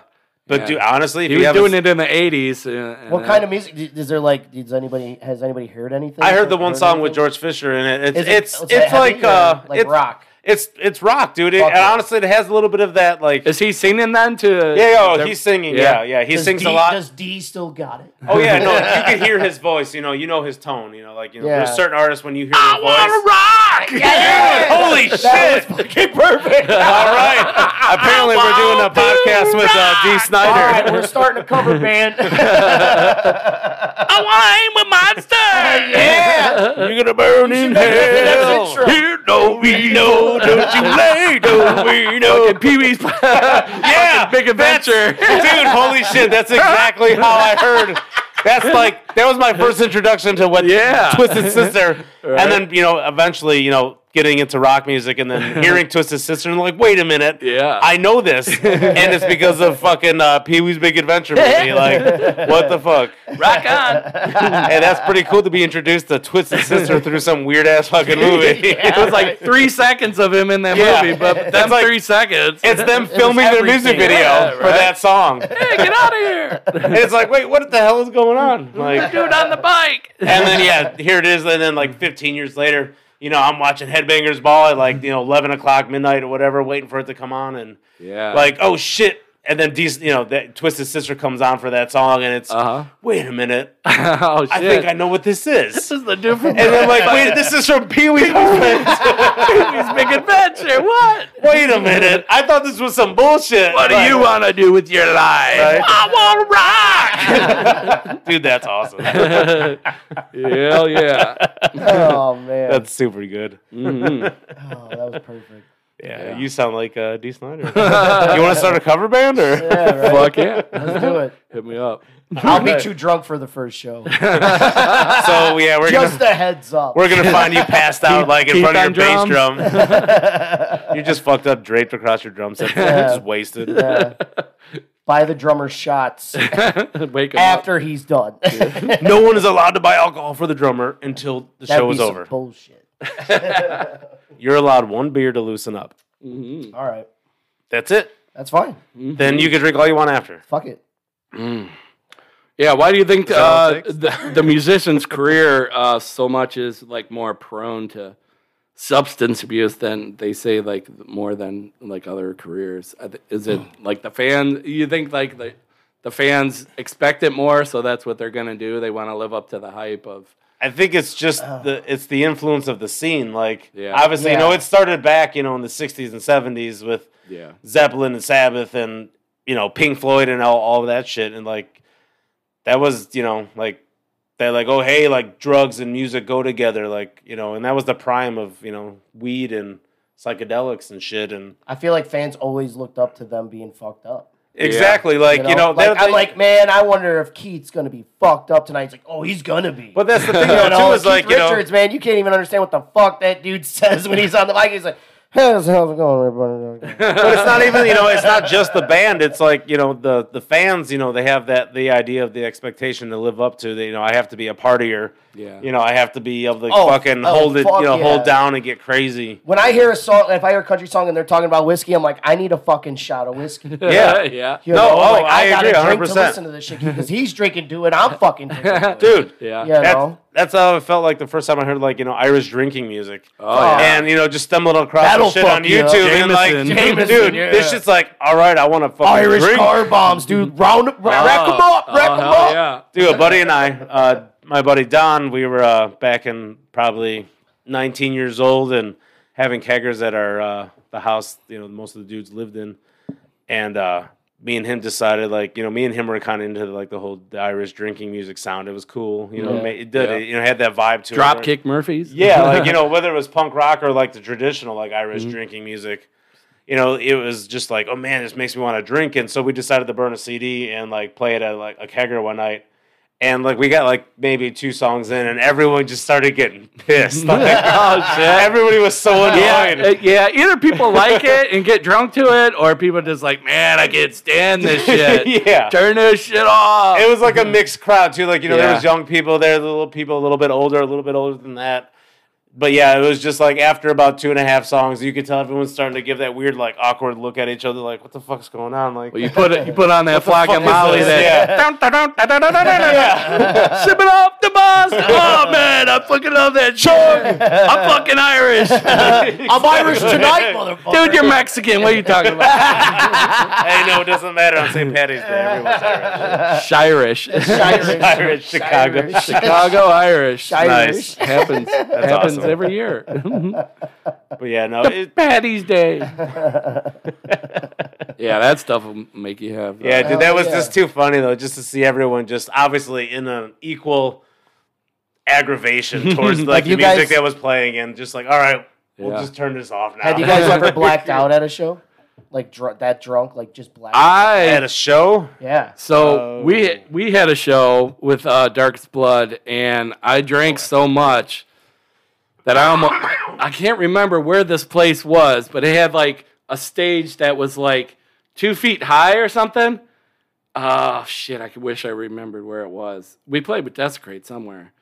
Speaker 2: but
Speaker 1: Yeah.
Speaker 2: dude, honestly, if
Speaker 1: he
Speaker 2: you
Speaker 1: was
Speaker 2: haven't-
Speaker 1: doing it in the eighties. uh, And,
Speaker 3: What kind of music d- is there? Like, does anybody has anybody heard anything?
Speaker 2: I heard the
Speaker 3: Or
Speaker 2: one
Speaker 3: heard
Speaker 2: song with
Speaker 3: anything?
Speaker 2: George Fisher in it. It's
Speaker 3: Is it-
Speaker 2: it's
Speaker 3: is it
Speaker 2: it's
Speaker 3: heavy
Speaker 2: like uh,
Speaker 3: or, like
Speaker 2: it's,
Speaker 3: rock.
Speaker 2: It's it's rock, dude. It,
Speaker 3: Fuck
Speaker 2: and
Speaker 3: yeah.
Speaker 2: honestly, it has a little bit of that like.
Speaker 1: uh, is he singing then? To
Speaker 2: yeah,
Speaker 1: to-
Speaker 2: oh, he's singing.
Speaker 1: Yeah.
Speaker 2: Yeah, yeah, he
Speaker 3: Does
Speaker 2: sings
Speaker 3: D,
Speaker 2: a lot.
Speaker 3: Does D still got it?
Speaker 2: Oh yeah, no, you can hear his voice. You know, you know his tone. You know, like you know,
Speaker 3: Yeah.
Speaker 2: there's certain artists when you hear their voice.
Speaker 1: rock.
Speaker 2: Holy shit!
Speaker 3: fucking perfect.
Speaker 2: All right. Apparently, we're doing a podcast with uh, D.
Speaker 3: All right,
Speaker 2: Snyder.
Speaker 3: we're starting a cover band.
Speaker 1: I want with monster.
Speaker 2: Yeah, you're gonna burn in
Speaker 3: That's
Speaker 2: hell.
Speaker 3: intro.
Speaker 1: Here, no, we know, don't you play, no, we know. Fucking Pee Wee's
Speaker 2: Yeah,
Speaker 1: Big Adventure.
Speaker 2: dude, holy shit! That's exactly how I heard. That's like that was my first introduction to what
Speaker 1: Yeah.
Speaker 2: Twisted Sister, and then you know, eventually, you know, getting into rock music, and then hearing Twisted Sister, and like, wait a minute,
Speaker 1: Yeah.
Speaker 2: I know this, and it's because of fucking uh, Pee Wee's Big Adventure movie. Like, what the fuck?
Speaker 1: Rock on.
Speaker 2: Hey, that's pretty cool to be introduced to Twisted Sister through some weird ass fucking movie.
Speaker 1: It was like three seconds of him in that
Speaker 2: Yeah.
Speaker 1: movie, but them
Speaker 2: It's like-
Speaker 1: three seconds.
Speaker 2: it's them filming their music
Speaker 1: everything.
Speaker 2: video
Speaker 1: Yeah,
Speaker 2: for
Speaker 1: right.
Speaker 2: that song.
Speaker 1: hey, get out of here.
Speaker 2: And it's like, wait, what the hell is going on? Like,
Speaker 1: Dude on the bike.
Speaker 2: and then yeah, here it is. And then like 15 years later, you know, I'm watching Headbangers Ball at like you know 11 o'clock midnight or whatever, waiting for it to come on, and
Speaker 1: Yeah.
Speaker 2: like, oh shit. And then, these, you know, that Twisted Sister comes on for that song, and it's,
Speaker 1: Uh-huh.
Speaker 2: wait a minute,
Speaker 1: oh shit.
Speaker 2: I think I know what this is.
Speaker 1: This is the dude from
Speaker 2: and I'm like, wait, this is from Pee Wee's
Speaker 1: Pee-wee's Big Adventure. What?
Speaker 2: Wait a minute. I thought this was some bullshit.
Speaker 1: What do
Speaker 2: Like,
Speaker 1: you want to do with your life?
Speaker 2: Right.
Speaker 1: I
Speaker 2: Dude, that's awesome.
Speaker 1: want to rock. Hell yeah.
Speaker 3: oh man,
Speaker 2: That's super good.
Speaker 3: oh, that was perfect.
Speaker 2: Yeah, you sound like uh, D. Snyder. you want to start a cover band or?
Speaker 3: Yeah, right.
Speaker 1: Fuck yeah.
Speaker 3: Let's do it.
Speaker 1: Hit me up.
Speaker 3: I'll be too drunk for the first show.
Speaker 2: So yeah, we're
Speaker 3: Just
Speaker 2: gonna
Speaker 3: a heads up.
Speaker 2: we're gonna find you passed out like in
Speaker 1: Keith
Speaker 2: front
Speaker 1: on
Speaker 2: of your
Speaker 1: drums.
Speaker 2: bass drum. you just fucked up, draped across your drum set, just wasted.
Speaker 3: Yeah. Uh, buy the drummer shots
Speaker 1: Wake him up.
Speaker 3: after he's done. that
Speaker 2: No one is allowed to buy alcohol for the drummer until the show is over.
Speaker 3: bullshit.
Speaker 2: You're allowed one beer to loosen up.
Speaker 3: All right,
Speaker 2: That's it.
Speaker 3: that's fine.
Speaker 2: Then you can drink all you want after.
Speaker 3: Fuck it.
Speaker 1: Yeah, why do you think
Speaker 5: that all
Speaker 1: uh,
Speaker 5: it takes?
Speaker 1: the, the musician's career uh, so much is like more prone to substance abuse than they say like more than like other careers? I th- Is it like the fan? You think like the the fans expect it more, so that's what they're gonna do. They want to live up to the hype of
Speaker 2: I think it's just the it's the influence of the scene. Like
Speaker 1: Yeah.
Speaker 2: obviously, you know,
Speaker 3: Yeah.
Speaker 2: it started back, you know, in the sixties and seventies with
Speaker 1: yeah.
Speaker 2: Zeppelin and Sabbath and you know, Pink Floyd and all, all of that shit. And like that was, you know, like they're like, oh hey, like drugs and music go together, like, you know, and that was the prime of, you know, weed and psychedelics and shit and
Speaker 3: I feel like fans always looked up to them being fucked up.
Speaker 2: Exactly. Like, you know,
Speaker 3: like,
Speaker 2: they're-
Speaker 3: I'm
Speaker 2: they-
Speaker 3: like, man, I wonder if Keith's gonna be fucked up tonight. It's like, oh, he's gonna be.
Speaker 2: But that's the thing
Speaker 3: you know,
Speaker 2: though too is
Speaker 3: Keith
Speaker 2: like, you know,
Speaker 3: Richards, man, you can't even understand what the fuck that dude says when he's on the mic. He's like, hey, how's it going, everybody?
Speaker 2: but it's not even you know it's not just the band it's like you know the the fans you know they have that the idea of the expectation to live up to that you know i have to be a partier
Speaker 1: Yeah.
Speaker 2: you know i have to be able to
Speaker 3: Oh,
Speaker 2: fucking
Speaker 3: oh,
Speaker 2: hold it
Speaker 3: fuck
Speaker 2: you know
Speaker 3: yeah.
Speaker 2: hold down and get crazy
Speaker 3: When I hear a song, if I hear a country song and they're talking about whiskey, I'm like, I need a fucking shot of whiskey.
Speaker 2: Yeah.
Speaker 1: yeah,
Speaker 3: You
Speaker 2: No,
Speaker 3: know,
Speaker 2: oh,
Speaker 3: like,
Speaker 2: I agree,
Speaker 3: gotta drink
Speaker 2: 100%.
Speaker 3: to listen to this shit because he's drinking, do it. I'm fucking drinking. to it.
Speaker 2: dude
Speaker 1: yeah,
Speaker 3: You
Speaker 2: that's,
Speaker 3: know,
Speaker 2: that's how it felt like the first time i heard like you know irish drinking music
Speaker 1: Oh, yeah.
Speaker 2: and you know just stumbled across
Speaker 3: That'll
Speaker 2: that shit
Speaker 3: fuck
Speaker 2: on
Speaker 3: you up.
Speaker 2: youtube and like
Speaker 1: Jameson.
Speaker 3: Jameson,
Speaker 2: dude
Speaker 3: yeah.
Speaker 2: this shit's like all right i want to fucking
Speaker 3: Irish
Speaker 2: drink. Ah, uh,
Speaker 3: car bombs, dude. Round, ra- rack 'em up,
Speaker 1: Oh,
Speaker 3: rack 'em
Speaker 1: hell
Speaker 3: up.
Speaker 1: Yeah,
Speaker 2: Dude, a buddy and I, uh, my buddy Don, we were uh, back in probably 19 years old and having keggers at our uh, the house, you know, most of the dudes lived in, and uh, me and him decided like, you know, me and him were kind of into like the whole Irish drinking music sound. It was cool, you know,
Speaker 3: Yeah.
Speaker 2: ma- it did,
Speaker 1: Yeah.
Speaker 2: it, you know, had that vibe to it.
Speaker 1: Dropkick Murphys.
Speaker 2: Yeah, like you know, whether it was punk rock or like the traditional like Irish drinking music, you know, it was just like, oh man, this makes me want to drink. And so we decided to burn a CD and like play it at like a kegger one night. And like we got like maybe two songs in, and everyone just started getting pissed. Like, oh shit! Everybody was so annoyed.
Speaker 1: Uh, yeah, either people like it and get drunk to it, or people just like, man, I can't stand this shit.
Speaker 2: Uh, Yeah.
Speaker 1: Turn this shit off.
Speaker 2: it was like a mixed crowd too. Like you know, there
Speaker 1: Mm-hmm. Yeah.
Speaker 2: was young people there, little people, a little bit older, a little bit older than that. But yeah, it was just like after about two and a half songs, you could tell everyone's starting to give that weird, like awkward look at each other, like "What the fuck's going on?" Like,
Speaker 1: Well, you put it, you put on that flock
Speaker 2: fuck
Speaker 1: of
Speaker 2: is
Speaker 1: Molly
Speaker 2: this?
Speaker 1: that
Speaker 2: Yeah.
Speaker 1: Dun, dun, dun, dun, dun, dun, dun, dun, dun. sip it off the boss. Oh man, I fucking love that show. I'm fucking Irish,
Speaker 3: I'm Irish tonight, motherfucker.
Speaker 1: dude. You're Mexican. What are you talking about?
Speaker 2: hey, no, it doesn't matter on St. Patty's Day. Everyone's Irish,
Speaker 1: Irish,
Speaker 3: Irish.
Speaker 2: Irish Chicago.
Speaker 3: Irish.
Speaker 1: Chicago Irish.
Speaker 2: Nice.
Speaker 1: Happens happens
Speaker 2: awesome.
Speaker 1: every year.
Speaker 2: But yeah, no, it,
Speaker 1: Patty's Day. yeah, that stuff will make you have. uh,
Speaker 2: yeah, dude, that
Speaker 3: Hell
Speaker 2: was
Speaker 3: yeah.
Speaker 2: just too funny though, just to see everyone just obviously in an equal aggravation towards like,
Speaker 3: you
Speaker 2: the music
Speaker 3: guys-
Speaker 2: that was playing, and just like, all right, we'll
Speaker 1: Yeah.
Speaker 2: just turn this off now.
Speaker 3: Have you guys ever blacked out at a show? Like dr- that drunk, like just blacked.
Speaker 2: at a
Speaker 1: I
Speaker 2: show?
Speaker 3: yeah.
Speaker 1: so
Speaker 2: Oh.
Speaker 1: we we had a show with uh, Dark's Blood, and I
Speaker 3: Oh,
Speaker 1: drank so much that I almost I can't remember where this place was, but it had like a stage that was like two feet high or something. Oh shit! I wish I remembered where it was. We played with Desecrate somewhere,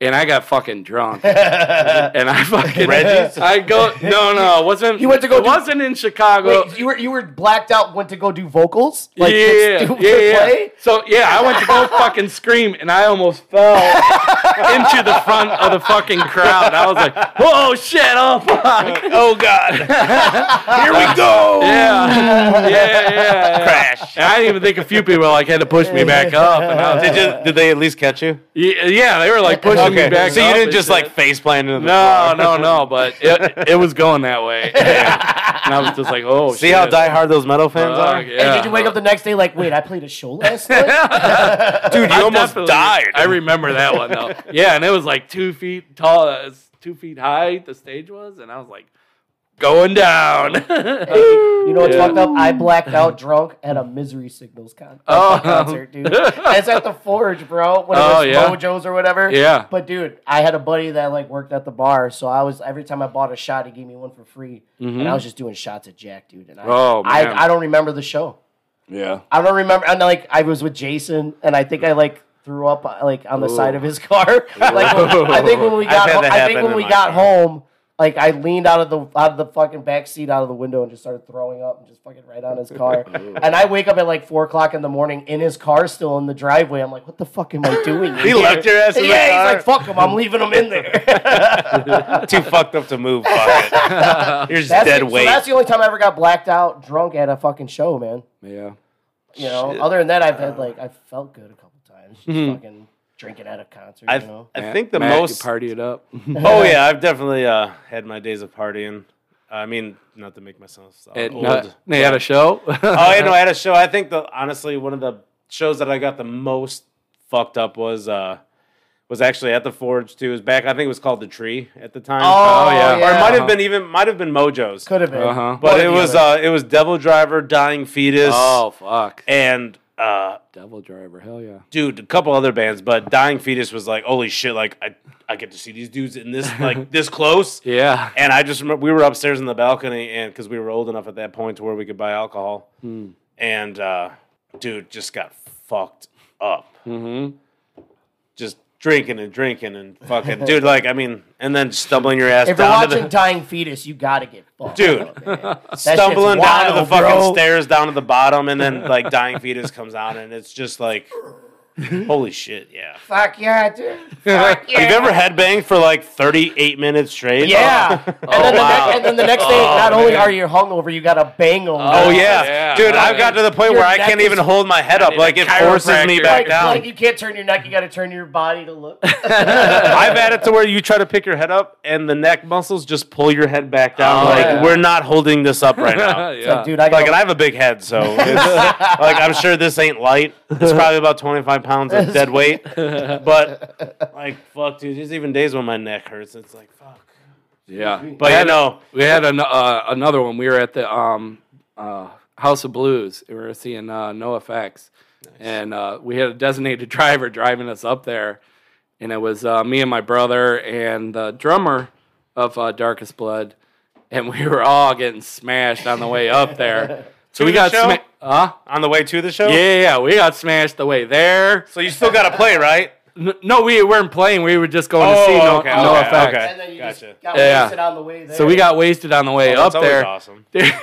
Speaker 1: and I got fucking drunk, and I fucking
Speaker 2: Reggie's?
Speaker 1: I go no no it wasn't
Speaker 3: You went to go
Speaker 1: it
Speaker 3: do-
Speaker 1: wasn't in Chicago.
Speaker 3: Wait, you were you were blacked out, went to go do vocals? Like
Speaker 1: yeah,
Speaker 3: do,
Speaker 1: yeah, yeah.
Speaker 3: play?
Speaker 1: So yeah, I went to go fucking scream, and I almost fell into the front of the fucking crowd. I was like, "Whoa, shit! Oh fuck!
Speaker 2: Oh God! Here we go!
Speaker 1: Yeah, yeah, yeah." yeah.
Speaker 2: Crash.
Speaker 1: And I didn't even think a few people like had to push me back up. And I was,
Speaker 2: Did you? Did they at least catch you?
Speaker 1: yeah, yeah, they were like pushing me back.
Speaker 2: So you
Speaker 1: up
Speaker 2: didn't
Speaker 1: and
Speaker 2: just
Speaker 1: shit.
Speaker 2: like face plant into the
Speaker 1: No,
Speaker 2: floor?
Speaker 1: no, no. But it, it was going that way, and I was just like, "Oh,
Speaker 2: See
Speaker 1: shit.
Speaker 2: how die hard those metal fans are,
Speaker 1: Fuck,
Speaker 2: dude.
Speaker 1: yeah.
Speaker 3: And did you wake up the next day like, wait, I played a show last night?
Speaker 2: You
Speaker 1: I
Speaker 2: almost
Speaker 1: definitely-
Speaker 2: died.
Speaker 1: I remember that one though. yeah, and it was like two feet tall, uh, it's two feet high. The stage was, and I was like going down.
Speaker 3: You know what's
Speaker 1: Yeah.
Speaker 3: fucked up? I blacked out drunk at a Misery Signals con-
Speaker 1: Oh.
Speaker 3: concert, dude. It's at the Forge, bro. When it
Speaker 1: Oh,
Speaker 3: was
Speaker 1: yeah.
Speaker 3: Mojo's or whatever.
Speaker 1: Yeah.
Speaker 3: But dude, I had a buddy that like worked at the bar, so I was every time I bought a shot, he gave me one for free, and I was just doing shots at Jack, dude. And I,
Speaker 1: Mm-hmm. Oh, man.
Speaker 3: I, I don't remember the show.
Speaker 1: yeah,
Speaker 3: I don't remember. And like, I was with Jason, and I think I like threw up like on the side of his car. like, when- I think when we got,
Speaker 2: had
Speaker 3: ho-
Speaker 2: that
Speaker 3: I think
Speaker 2: happen
Speaker 3: when
Speaker 2: in
Speaker 3: we
Speaker 2: my car.
Speaker 3: got home, Like I leaned out of the out of the fucking back seat out of the window and just started throwing up and just fucking right on his car. and I wake up at like four o'clock in the morning in his car still in the driveway. I'm like, what the fuck am I doing?
Speaker 2: He left your ass in the
Speaker 3: yeah,
Speaker 2: car.
Speaker 3: he's like, fuck him. I'm leaving him in there.
Speaker 2: Too fucked up to move. Fuck it. You're just
Speaker 3: That's
Speaker 2: dead
Speaker 3: the, so
Speaker 2: weight.
Speaker 3: that's the only time I ever got blacked out drunk at a fucking show, man.
Speaker 4: Yeah.
Speaker 3: You know, other than that, I've had like I felt good a couple times, just
Speaker 2: Mm-hmm.
Speaker 3: fucking drinking at a concert.
Speaker 2: I,
Speaker 3: you know,
Speaker 2: I think the
Speaker 4: Matt, you
Speaker 2: most.
Speaker 4: party it up.
Speaker 2: Oh yeah, I've definitely uh, had my days of partying. I mean, not to make myself sound
Speaker 4: At
Speaker 2: old.
Speaker 4: night- they had a show.
Speaker 2: oh, yeah, no, I had a show. I think the honestly one of the shows that I got the most fucked up was uh was actually at the Forge too. It was back. I think it was called the Tree at the time.
Speaker 3: Oh,
Speaker 4: yeah.
Speaker 2: or it
Speaker 3: yeah.
Speaker 2: might have been even might have been Mojo's.
Speaker 3: could have been.
Speaker 4: Uh-huh.
Speaker 2: But
Speaker 3: One
Speaker 2: it
Speaker 3: or the
Speaker 2: was
Speaker 3: other.
Speaker 2: uh it was Devil Driver, Dying Fetus,
Speaker 4: oh fuck,
Speaker 2: and uh
Speaker 4: Devil Driver, hell yeah.
Speaker 2: dude, a couple other bands. But Dying Fetus was like holy shit! Like I I get to see these dudes in this like this close.
Speaker 4: Yeah,
Speaker 2: And I just remember we were upstairs in the balcony, and because we were old enough at that point to where we could buy alcohol, and uh, dude just got fucked up, mm-hmm. just drinking and drinking and fucking, dude. Like I mean, and then stumbling your ass
Speaker 3: if you're
Speaker 2: down to
Speaker 3: watching
Speaker 2: the
Speaker 3: Dying Fetus, you gotta get fucked.
Speaker 2: Dude.
Speaker 3: up, man. That shit's
Speaker 2: stumbling down to the
Speaker 3: wild,
Speaker 2: fucking
Speaker 3: bro.
Speaker 2: stairs down to the bottom, and then like dying fetus comes out, and it's just like, holy shit, yeah.
Speaker 3: Fuck yeah, dude. Fuck yeah.
Speaker 2: You've ever headbanged for like thirty-eight minutes straight? Oh,
Speaker 3: Yeah. and, then the
Speaker 1: wow.
Speaker 3: next, and then the next day, not only are you hungover, you got a bang over.
Speaker 2: Oh
Speaker 3: it.
Speaker 2: yeah,
Speaker 1: Yeah.
Speaker 2: dude!
Speaker 1: Yeah.
Speaker 2: I've got to the point
Speaker 3: Your
Speaker 2: where I
Speaker 3: neck
Speaker 2: can't
Speaker 3: is-
Speaker 2: even hold my head up.
Speaker 1: need
Speaker 2: Like
Speaker 1: a
Speaker 2: it forces me
Speaker 1: chiropractor.
Speaker 2: back
Speaker 3: Like,
Speaker 2: down.
Speaker 3: like you can't turn your neck, you gotta turn your body to look.
Speaker 2: I've had it to where you try to pick your head up and the neck muscles just pull your head back down.
Speaker 1: Oh,
Speaker 2: like
Speaker 3: yeah.
Speaker 2: we're not holding this up right now.
Speaker 1: yeah.
Speaker 3: Like, dude, I
Speaker 2: Like,
Speaker 3: got
Speaker 2: and I have a big head, so it's, like I'm sure this ain't light. It's probably about 25 pounds of dead weight. But like, fuck, dude. There's even days when my neck hurts. It's like, fuck.
Speaker 1: yeah.
Speaker 2: But you know,
Speaker 1: We had an, uh, another one. We were at the um, uh, House of Blues. We were seeing uh, No Effects, and uh, we had a designated driver driving us up there, and it was uh, me and my brother and the drummer of uh, Darkest Blood, and we were all getting smashed on the way up there. So we
Speaker 2: the
Speaker 1: got
Speaker 2: show? Oh.
Speaker 1: smashed. Huh?
Speaker 2: on the way to the show.
Speaker 1: Yeah, yeah, yeah, we got smashed the way there.
Speaker 2: So you still got to play, right?
Speaker 1: N- No, we weren't playing. We were just going to
Speaker 2: Oh,
Speaker 1: see No,
Speaker 2: okay,
Speaker 1: no
Speaker 2: okay,
Speaker 1: Effects.
Speaker 2: okay.
Speaker 3: and then you
Speaker 2: Gotcha.
Speaker 3: just got
Speaker 1: Yeah.
Speaker 3: wasted on the way there.
Speaker 1: So we got wasted on the way
Speaker 2: That's
Speaker 1: up
Speaker 2: always
Speaker 1: there.
Speaker 2: awesome.
Speaker 1: dude,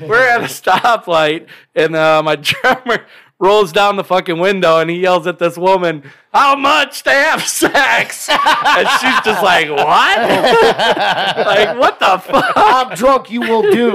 Speaker 1: dude, we're at a stoplight, and uh, my drummer rolls down the fucking window and he yells at this woman, How much to have sex? And she's just like, What? like, what the fuck?
Speaker 3: I'm drunk, you will do.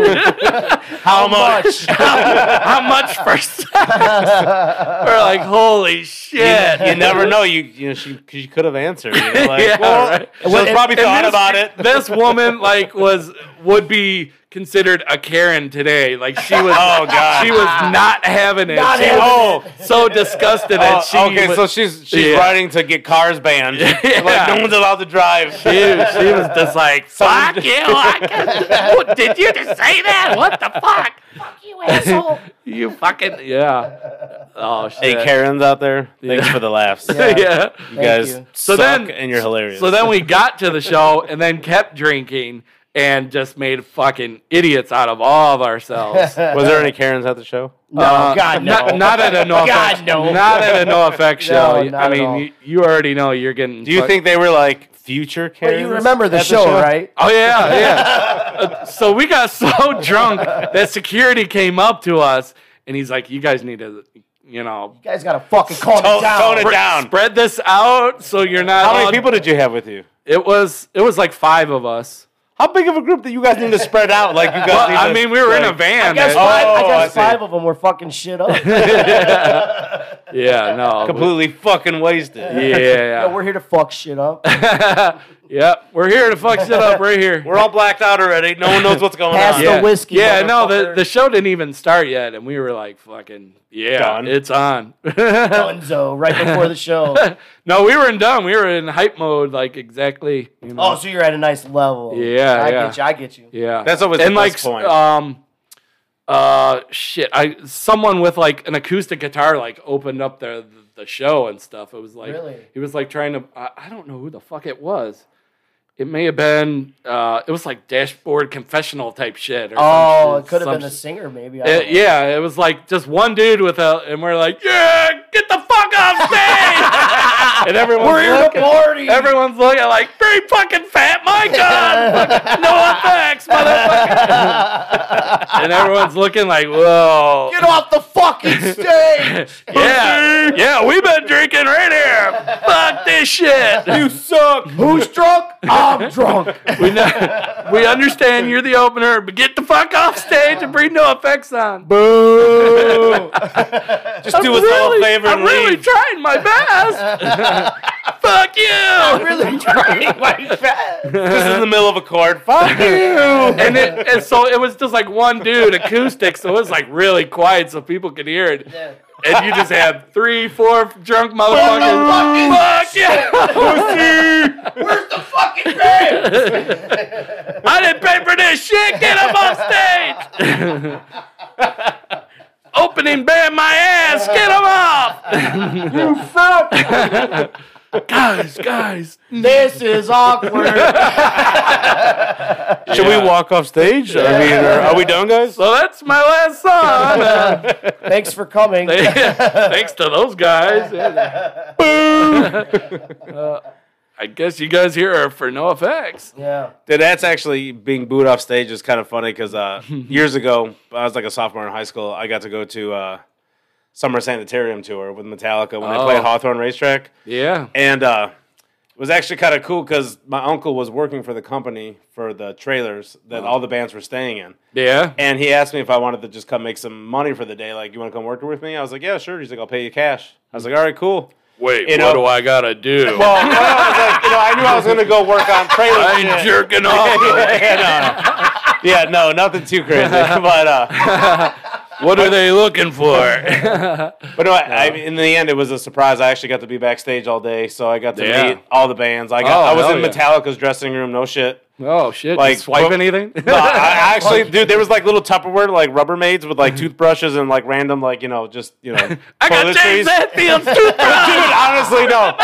Speaker 2: How much?
Speaker 1: How much for sex? we're like, Holy shit.
Speaker 2: you never know. You you know she she could have answered. You know, like,
Speaker 1: Yeah,
Speaker 2: well,
Speaker 1: right.
Speaker 2: she's probably
Speaker 1: And
Speaker 2: thought
Speaker 1: this-
Speaker 2: about it.
Speaker 1: This woman like was would be considered a Karen today. Like she was
Speaker 2: Oh, God.
Speaker 1: She was not having it.
Speaker 3: Not
Speaker 1: she
Speaker 3: having
Speaker 1: was
Speaker 2: Oh,
Speaker 1: so disgusted
Speaker 2: oh,
Speaker 1: that she
Speaker 2: okay.
Speaker 1: was,
Speaker 2: so she's she's
Speaker 1: Yeah.
Speaker 2: riding to get cars banned. Like no one's allowed to drive.
Speaker 1: Dude, she was just like, fuck you. I can't- what, did you just say that? What the fuck? Fuck you, asshole. you fucking, yeah. Oh,
Speaker 2: Hey,
Speaker 1: shit.
Speaker 2: Karens out there, thanks for the laughs.
Speaker 3: Yeah.
Speaker 1: yeah.
Speaker 2: You guys
Speaker 3: you.
Speaker 1: So
Speaker 2: so suck
Speaker 1: then-
Speaker 2: and you're hilarious.
Speaker 1: So then we got to the show and then kept drinking and just made fucking idiots out of all of ourselves.
Speaker 2: was there any Karens at the show?
Speaker 3: No,
Speaker 1: Uh,
Speaker 3: God, no.
Speaker 1: Not, not at a no
Speaker 3: God,
Speaker 1: effect.
Speaker 3: no.
Speaker 1: Not at a no effect
Speaker 3: No,
Speaker 1: show.
Speaker 3: not
Speaker 1: I
Speaker 3: at all.
Speaker 1: mean, you, you already know you're getting.
Speaker 2: Do you
Speaker 1: fuck-
Speaker 2: think they were like future
Speaker 3: But
Speaker 2: Karens?
Speaker 3: you remember the
Speaker 2: at
Speaker 3: show, right?
Speaker 1: Oh yeah, yeah. Uh, so we got so drunk that security came up to us and he's like, "You guys need to, you know,
Speaker 3: You guys gotta fucking calm
Speaker 2: Tone-
Speaker 3: it down.
Speaker 2: tone it
Speaker 1: spread-
Speaker 2: down.
Speaker 1: spread this out so you're not."
Speaker 2: How
Speaker 3: Um,
Speaker 2: many
Speaker 1: all-
Speaker 2: people did you have with you?
Speaker 1: It was. It was like five of us.
Speaker 2: How big of a group that you guys need to spread out? Like you guys.
Speaker 1: Well,
Speaker 2: need
Speaker 1: I
Speaker 2: to-
Speaker 1: mean, we were in a
Speaker 2: like-
Speaker 1: van.
Speaker 3: I guess,
Speaker 1: man.
Speaker 3: five, I
Speaker 2: Oh, I
Speaker 3: guess
Speaker 2: see.
Speaker 3: five of them were fucking shit up.
Speaker 1: Yeah, no.
Speaker 2: completely fucking wasted.
Speaker 1: we- Yeah.
Speaker 3: We're here to fuck shit up.
Speaker 1: yep. We're here to fuck shit up right here.
Speaker 2: We're all blacked out already. No one knows what's going
Speaker 3: Pass
Speaker 2: on.
Speaker 3: the
Speaker 1: yeah.
Speaker 3: whiskey,
Speaker 1: Yeah, no, the,
Speaker 3: motherfucker.
Speaker 1: the show didn't even start yet, and we were like, fucking, yeah,
Speaker 2: Done.
Speaker 1: it's on.
Speaker 3: Dunzo right before the show.
Speaker 1: no, we were in dumb. We were in hype mode, like exactly. You know.
Speaker 3: Oh, so you're at a nice level.
Speaker 1: Yeah,
Speaker 3: I
Speaker 1: yeah.
Speaker 3: get you. I get you.
Speaker 1: yeah,
Speaker 2: That's always the
Speaker 1: and like
Speaker 2: best point.
Speaker 1: um, uh, shit. I someone with like an acoustic guitar like opened up the the show and stuff. It was like
Speaker 3: Really?
Speaker 1: he was like trying to. I, I don't know who the fuck it was. It may have been. Uh, it was like dashboard confessional type shit. Or some
Speaker 3: Oh,
Speaker 1: shit-
Speaker 3: it could have
Speaker 1: some
Speaker 3: been a
Speaker 1: shit.
Speaker 3: singer, maybe.
Speaker 1: Uh,
Speaker 3: I don't know.
Speaker 1: yeah, it was like just one dude with a, and we're like, yeah, get the fuck off stage. and everyone's
Speaker 3: We're here to
Speaker 1: looking,
Speaker 3: party.
Speaker 1: Everyone's looking like, bring fucking Fat Mike on, fucking no effects, motherfucker. and everyone's looking like, whoa,
Speaker 3: Get off the fucking stage!
Speaker 1: yeah, yeah, we've been drinking right here. Fuck this shit. You suck.
Speaker 3: Who's drunk? I'm drunk.
Speaker 1: We know, we understand you're the opener, but get the fuck off stage and bring no effects on.
Speaker 3: Boo!
Speaker 2: Just do us all a favor
Speaker 1: I'm
Speaker 2: and
Speaker 1: really
Speaker 2: leave.
Speaker 1: trying my best. Fuck you.
Speaker 3: really trying my best.
Speaker 2: Just in the middle of a chord. Fuck you.
Speaker 1: and, it, and so it was just like one dude acoustic, so it was like really quiet so people could hear it. And you just had three, four drunk motherfuckers. Fuck you!
Speaker 3: Where's the fucking band?
Speaker 1: I didn't pay for this shit. Get up off stage. Opening band, my ass. Get him off.
Speaker 3: You fuck!
Speaker 1: guys, guys.
Speaker 3: This is awkward.
Speaker 2: Should we walk off stage? I mean, are, are we done, guys?
Speaker 1: So that's my last song. Uh,
Speaker 3: Thanks for coming.
Speaker 1: Thanks to those guys. Uh, I guess you guys here are for no effects.
Speaker 3: Yeah.
Speaker 2: Dude, that's actually being booed off stage is kind of funny because uh, years ago, I was like a sophomore in high school. I got to go to uh, Summer Sanitarium tour with Metallica when they
Speaker 1: Oh.
Speaker 2: played Hawthorne Racetrack.
Speaker 1: Yeah.
Speaker 2: And uh, it was actually kind of cool because my uncle was working for the company for the trailers
Speaker 1: Uh-huh.
Speaker 2: that all the bands were staying in.
Speaker 1: Yeah.
Speaker 2: And he asked me if I wanted to just come make some money for the day. Like, you want to come work with me? I was like, yeah, sure. He's like, I'll pay you cash. I was like, all right, cool.
Speaker 1: Wait,
Speaker 2: You
Speaker 1: what
Speaker 2: know-
Speaker 1: do I gotta do?
Speaker 2: Well, well, I was like, you know, I knew I was going to go work on trailers.
Speaker 1: I ain't jerking off.
Speaker 2: yeah, no, yeah, no, nothing too crazy. But uh,
Speaker 1: what are they looking for?
Speaker 2: but no, I, I, in the end, it was a surprise. I actually got to be backstage all day, so I got to
Speaker 1: Yeah.
Speaker 2: meet all the bands. I got,
Speaker 1: Oh,
Speaker 2: I was
Speaker 1: hell
Speaker 2: in
Speaker 1: yeah.
Speaker 2: Metallica's dressing room. No shit.
Speaker 1: oh shit!
Speaker 2: Like,
Speaker 1: Like swipe
Speaker 2: well-
Speaker 1: anything?
Speaker 2: No, I, I actually, dude, there was like little Tupperware, like Rubbermaids with like toothbrushes and like random, like you know, just you know,
Speaker 1: Mhm. I got
Speaker 2: toiletries.
Speaker 1: James Hetfield's toothbrush.
Speaker 2: Dude, honestly, no.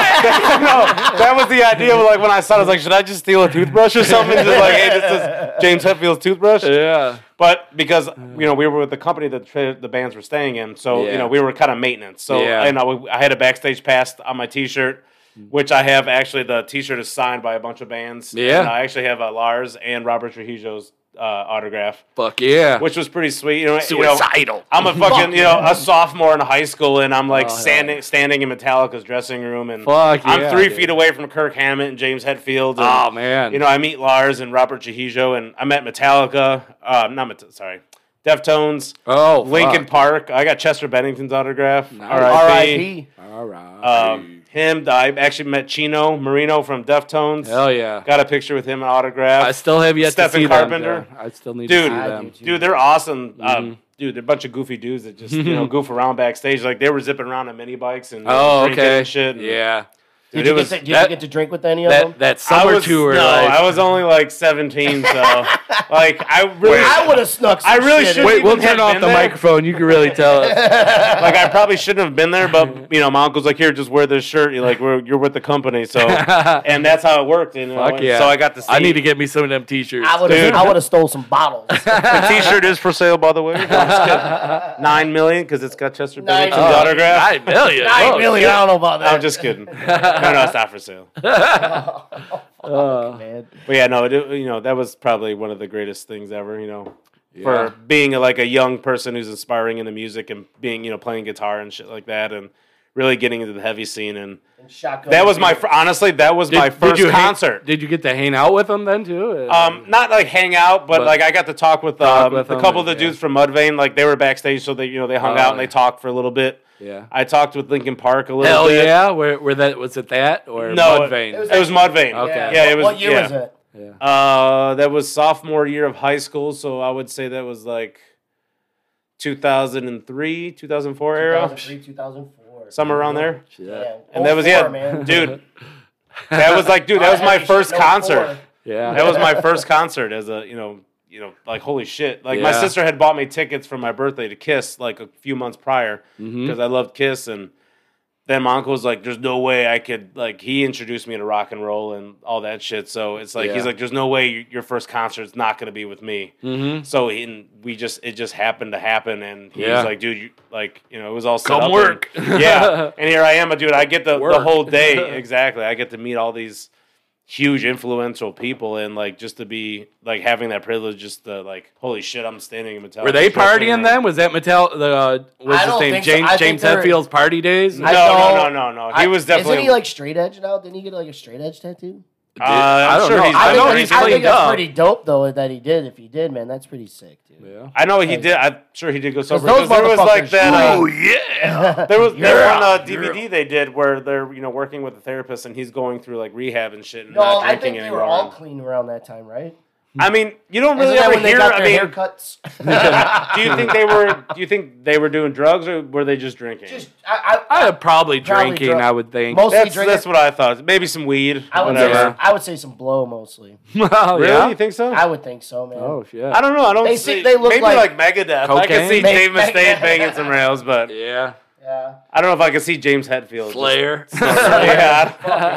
Speaker 2: That, no. That was the idea. But like when I saw it, I was like, should I just steal a toothbrush or something? Just like, hey, this is James Hetfield's toothbrush.
Speaker 1: yeah.
Speaker 2: But because you know we were with the company that the, tra- the bands were staying in, so you
Speaker 1: Yeah.
Speaker 2: know we were kind of maintenance. So
Speaker 1: Yeah. Mm.
Speaker 2: and I, w- I had a backstage pass on my T-shirt, which I have actually. The T-shirt is signed by a bunch of bands.
Speaker 1: Yeah.
Speaker 2: and I actually have uh, Lars and Robert Trujillo's uh, autograph,
Speaker 1: Fuck yeah.
Speaker 2: which was pretty sweet. You know, you know,
Speaker 1: Suicidal. Oh,
Speaker 2: I'm a fucking
Speaker 3: Fuck
Speaker 2: you know a sophomore in high school, and I'm like
Speaker 1: hell.
Speaker 2: standing standing in Metallica's dressing room, and
Speaker 1: Fuck
Speaker 2: I'm
Speaker 1: yeah,
Speaker 2: three
Speaker 1: dude.
Speaker 2: feet away from Kirk Hammett and James Hetfield. And,
Speaker 1: Oh man.
Speaker 2: you know, I meet Lars and Robert Trujillo, and I met Metallica. Uh, not Met- sorry, Deftones,
Speaker 1: oh
Speaker 2: Lincoln Park. I got Chester Bennington's autograph. R.I.P.
Speaker 3: R.I.P.
Speaker 1: Park. All right.
Speaker 2: Um, him. I actually met Chino Marino from Deftones.
Speaker 1: Hell yeah.
Speaker 2: Got a picture with him and autograph.
Speaker 1: I still have yet
Speaker 2: Stephen
Speaker 1: to see
Speaker 2: Carpenter.
Speaker 1: Them, though. I still need
Speaker 2: Dude.
Speaker 1: to
Speaker 2: I
Speaker 1: see
Speaker 2: do,
Speaker 1: them.
Speaker 3: too.
Speaker 2: Dude, they're awesome.
Speaker 1: Mm-hmm.
Speaker 2: Um, dude, they're a bunch of goofy dudes that just you know goof around backstage. Like they were zipping around on mini bikes and uh,
Speaker 1: Oh
Speaker 2: drinking
Speaker 1: okay.
Speaker 2: and shit. And,
Speaker 1: Yeah.
Speaker 2: dude,
Speaker 3: Did,
Speaker 2: it
Speaker 3: you,
Speaker 2: was
Speaker 3: get to, did
Speaker 1: that-
Speaker 3: you get to drink with any of them?
Speaker 1: That that summer
Speaker 2: I was,
Speaker 1: tour.
Speaker 2: No,
Speaker 1: like-
Speaker 2: I was only like 17, so like I really,
Speaker 3: I would have snuck some
Speaker 2: I really
Speaker 3: shit in.
Speaker 2: should've
Speaker 1: Wait, we'll
Speaker 2: even had
Speaker 1: turn off
Speaker 2: been
Speaker 1: the
Speaker 2: there.
Speaker 1: microphone. You can really tell us.
Speaker 2: like I probably shouldn't have been there, but you know, my uncle's like, here, just wear this shirt. You're like, we're, you're with the company, so and that's how it worked. You know?
Speaker 1: Fuck yeah.
Speaker 2: So I got to see.
Speaker 1: I need to get me some of them t-shirts.
Speaker 3: I would
Speaker 2: Dude.
Speaker 3: have I would have stole some bottles.
Speaker 2: the T-shirt is for sale, by the way. No, I'm just kidding. Nine million because it's got Chester
Speaker 3: Nine
Speaker 2: Bennington's
Speaker 3: million.
Speaker 2: autograph.
Speaker 1: Nine million.
Speaker 3: I
Speaker 1: Oh,
Speaker 3: really
Speaker 1: shit.
Speaker 3: I don't know about that.
Speaker 2: I'm just kidding. No, no, it's not for sale. But
Speaker 1: Uh,
Speaker 3: man.
Speaker 2: yeah, no, it, you know that was probably one of the greatest things ever. You know, for being like a young person who's inspiring into music and being you know playing guitar and shit like that, and really getting into the heavy scene. And
Speaker 3: Shotgun
Speaker 2: that was my fir- honestly that was my first
Speaker 1: you hang-
Speaker 2: concert.
Speaker 1: did you get to hang out with them then too? Uh,
Speaker 2: Um, not like hang out, but,
Speaker 1: But-
Speaker 2: like I got to talk with, um,
Speaker 1: with
Speaker 2: a
Speaker 1: them
Speaker 2: couple of the
Speaker 1: and-
Speaker 2: dudes from Mudvayne. Like they were backstage, so they you know they hung
Speaker 1: Oh,
Speaker 2: out and they
Speaker 1: yeah.
Speaker 2: talked for a little bit.
Speaker 1: yeah.
Speaker 2: I talked with Lincoln Park a little
Speaker 1: Hell
Speaker 2: bit.
Speaker 1: yeah. Where, where that was it that or
Speaker 2: No,
Speaker 1: Mudvayne?
Speaker 2: It was, it was Mudvayne.
Speaker 1: Okay.
Speaker 2: Yeah,
Speaker 3: What-
Speaker 2: it was.
Speaker 3: What year
Speaker 2: yeah.
Speaker 3: was it?
Speaker 1: yeah.
Speaker 2: Uh, that was sophomore year of high school, so I would say that was like 2003, 2004 era,
Speaker 3: 2003, 2004.
Speaker 2: somewhere around there.
Speaker 1: Shit.
Speaker 3: Yeah.
Speaker 2: And that was
Speaker 3: 04,
Speaker 2: yeah,
Speaker 3: man.
Speaker 2: dude. That was like, dude, that was my first
Speaker 3: oh
Speaker 2: concert.
Speaker 1: Yeah.
Speaker 2: that was my first concert as a you know you know like holy shit like my
Speaker 1: Yeah.
Speaker 2: sister
Speaker 1: Hmm?
Speaker 2: had
Speaker 1: Mm-hmm.
Speaker 2: bought me tickets for my birthday to kiss like a few months prior because i loved kiss and then my uncle's like, "There's no way I could like." He introduced me to rock and roll and all that shit. So it's like
Speaker 1: Yeah.
Speaker 2: he's like, "There's no way your- your first concert's not gonna be with me."
Speaker 1: Mm-hmm.
Speaker 2: So he, and we just it just happened to happen, and he
Speaker 1: Yeah.
Speaker 2: was like, "Dude, you, like you know, it was all set
Speaker 1: Come
Speaker 2: up and-
Speaker 1: work.
Speaker 2: yeah." And here I am, dude. I get the, the
Speaker 1: Work.
Speaker 2: whole day exactly. I get to meet all these huge influential people, and like just to be like having that privilege, just to like, holy shit, I'm standing in Metallica.
Speaker 1: Were they
Speaker 2: show thing
Speaker 1: partying
Speaker 2: right
Speaker 1: then? Was that Mattel? The uh, was
Speaker 3: I
Speaker 1: his
Speaker 3: don't
Speaker 1: name
Speaker 3: think so.
Speaker 1: James
Speaker 3: I think
Speaker 1: James
Speaker 3: they're-
Speaker 1: Hetfield's party days?
Speaker 2: No,
Speaker 3: I
Speaker 2: no,
Speaker 3: don't-
Speaker 2: no, no, no. He was definitely.
Speaker 3: Isn't he like straight edge now? Didn't he get like a straight edge tattoo?
Speaker 2: uh, I'm
Speaker 1: don't
Speaker 2: sure
Speaker 1: know.
Speaker 2: he's.
Speaker 1: I
Speaker 2: I
Speaker 3: think,
Speaker 1: know
Speaker 2: know
Speaker 1: don't-
Speaker 2: he's.
Speaker 1: he's
Speaker 3: I think
Speaker 1: cleaned
Speaker 3: that's
Speaker 1: up.
Speaker 3: pretty dope though that he did. If he did, man, that's pretty sick, dude.
Speaker 1: yeah.
Speaker 2: I know he
Speaker 3: Like-
Speaker 2: did. I'm sure he did go sober
Speaker 3: those
Speaker 2: because there was
Speaker 3: motherfuckers-
Speaker 2: like that. Uh,
Speaker 1: Oh, Um, yeah.
Speaker 2: there was there
Speaker 1: Yeah,
Speaker 2: one uh,
Speaker 1: yeah.
Speaker 2: DVD they did where they're you know working with a therapist and he's going through like rehab and shit and
Speaker 3: no,
Speaker 2: not
Speaker 3: I
Speaker 2: drinking
Speaker 3: think they
Speaker 2: anymore.
Speaker 3: were all clean around that time, right?
Speaker 2: I mean, you don't really
Speaker 3: Isn't that
Speaker 2: ever
Speaker 3: when they
Speaker 2: hear.
Speaker 3: got
Speaker 2: I
Speaker 3: their
Speaker 2: mean,
Speaker 3: haircuts?
Speaker 2: do you think they were? Do you think they were doing drugs or were they just drinking?
Speaker 3: Just, I, I,
Speaker 1: I have probably,
Speaker 3: Probably
Speaker 1: drinking.
Speaker 3: drunk.
Speaker 1: I would think.
Speaker 3: Mostly
Speaker 2: that's
Speaker 3: drinking.
Speaker 2: that's what I thought. Maybe some weed.
Speaker 3: I would say
Speaker 2: whatever.
Speaker 3: some, I would say some blow mostly.
Speaker 1: Oh,
Speaker 2: Really?
Speaker 1: yeah?
Speaker 2: You think so?
Speaker 3: I would think so, man.
Speaker 1: Oh shit.
Speaker 2: I don't know. I don't.
Speaker 3: They
Speaker 2: see,
Speaker 3: see- they look
Speaker 2: maybe like,
Speaker 3: like-
Speaker 2: Megadeth. I
Speaker 1: Cocaine?
Speaker 2: could see
Speaker 3: Meg-
Speaker 2: Dave Mustaine
Speaker 3: Meg-
Speaker 2: banging some rails, but
Speaker 1: Yeah.
Speaker 3: yeah.
Speaker 2: I don't know if I could see James Hetfield.
Speaker 1: Slayer.
Speaker 2: yeah. I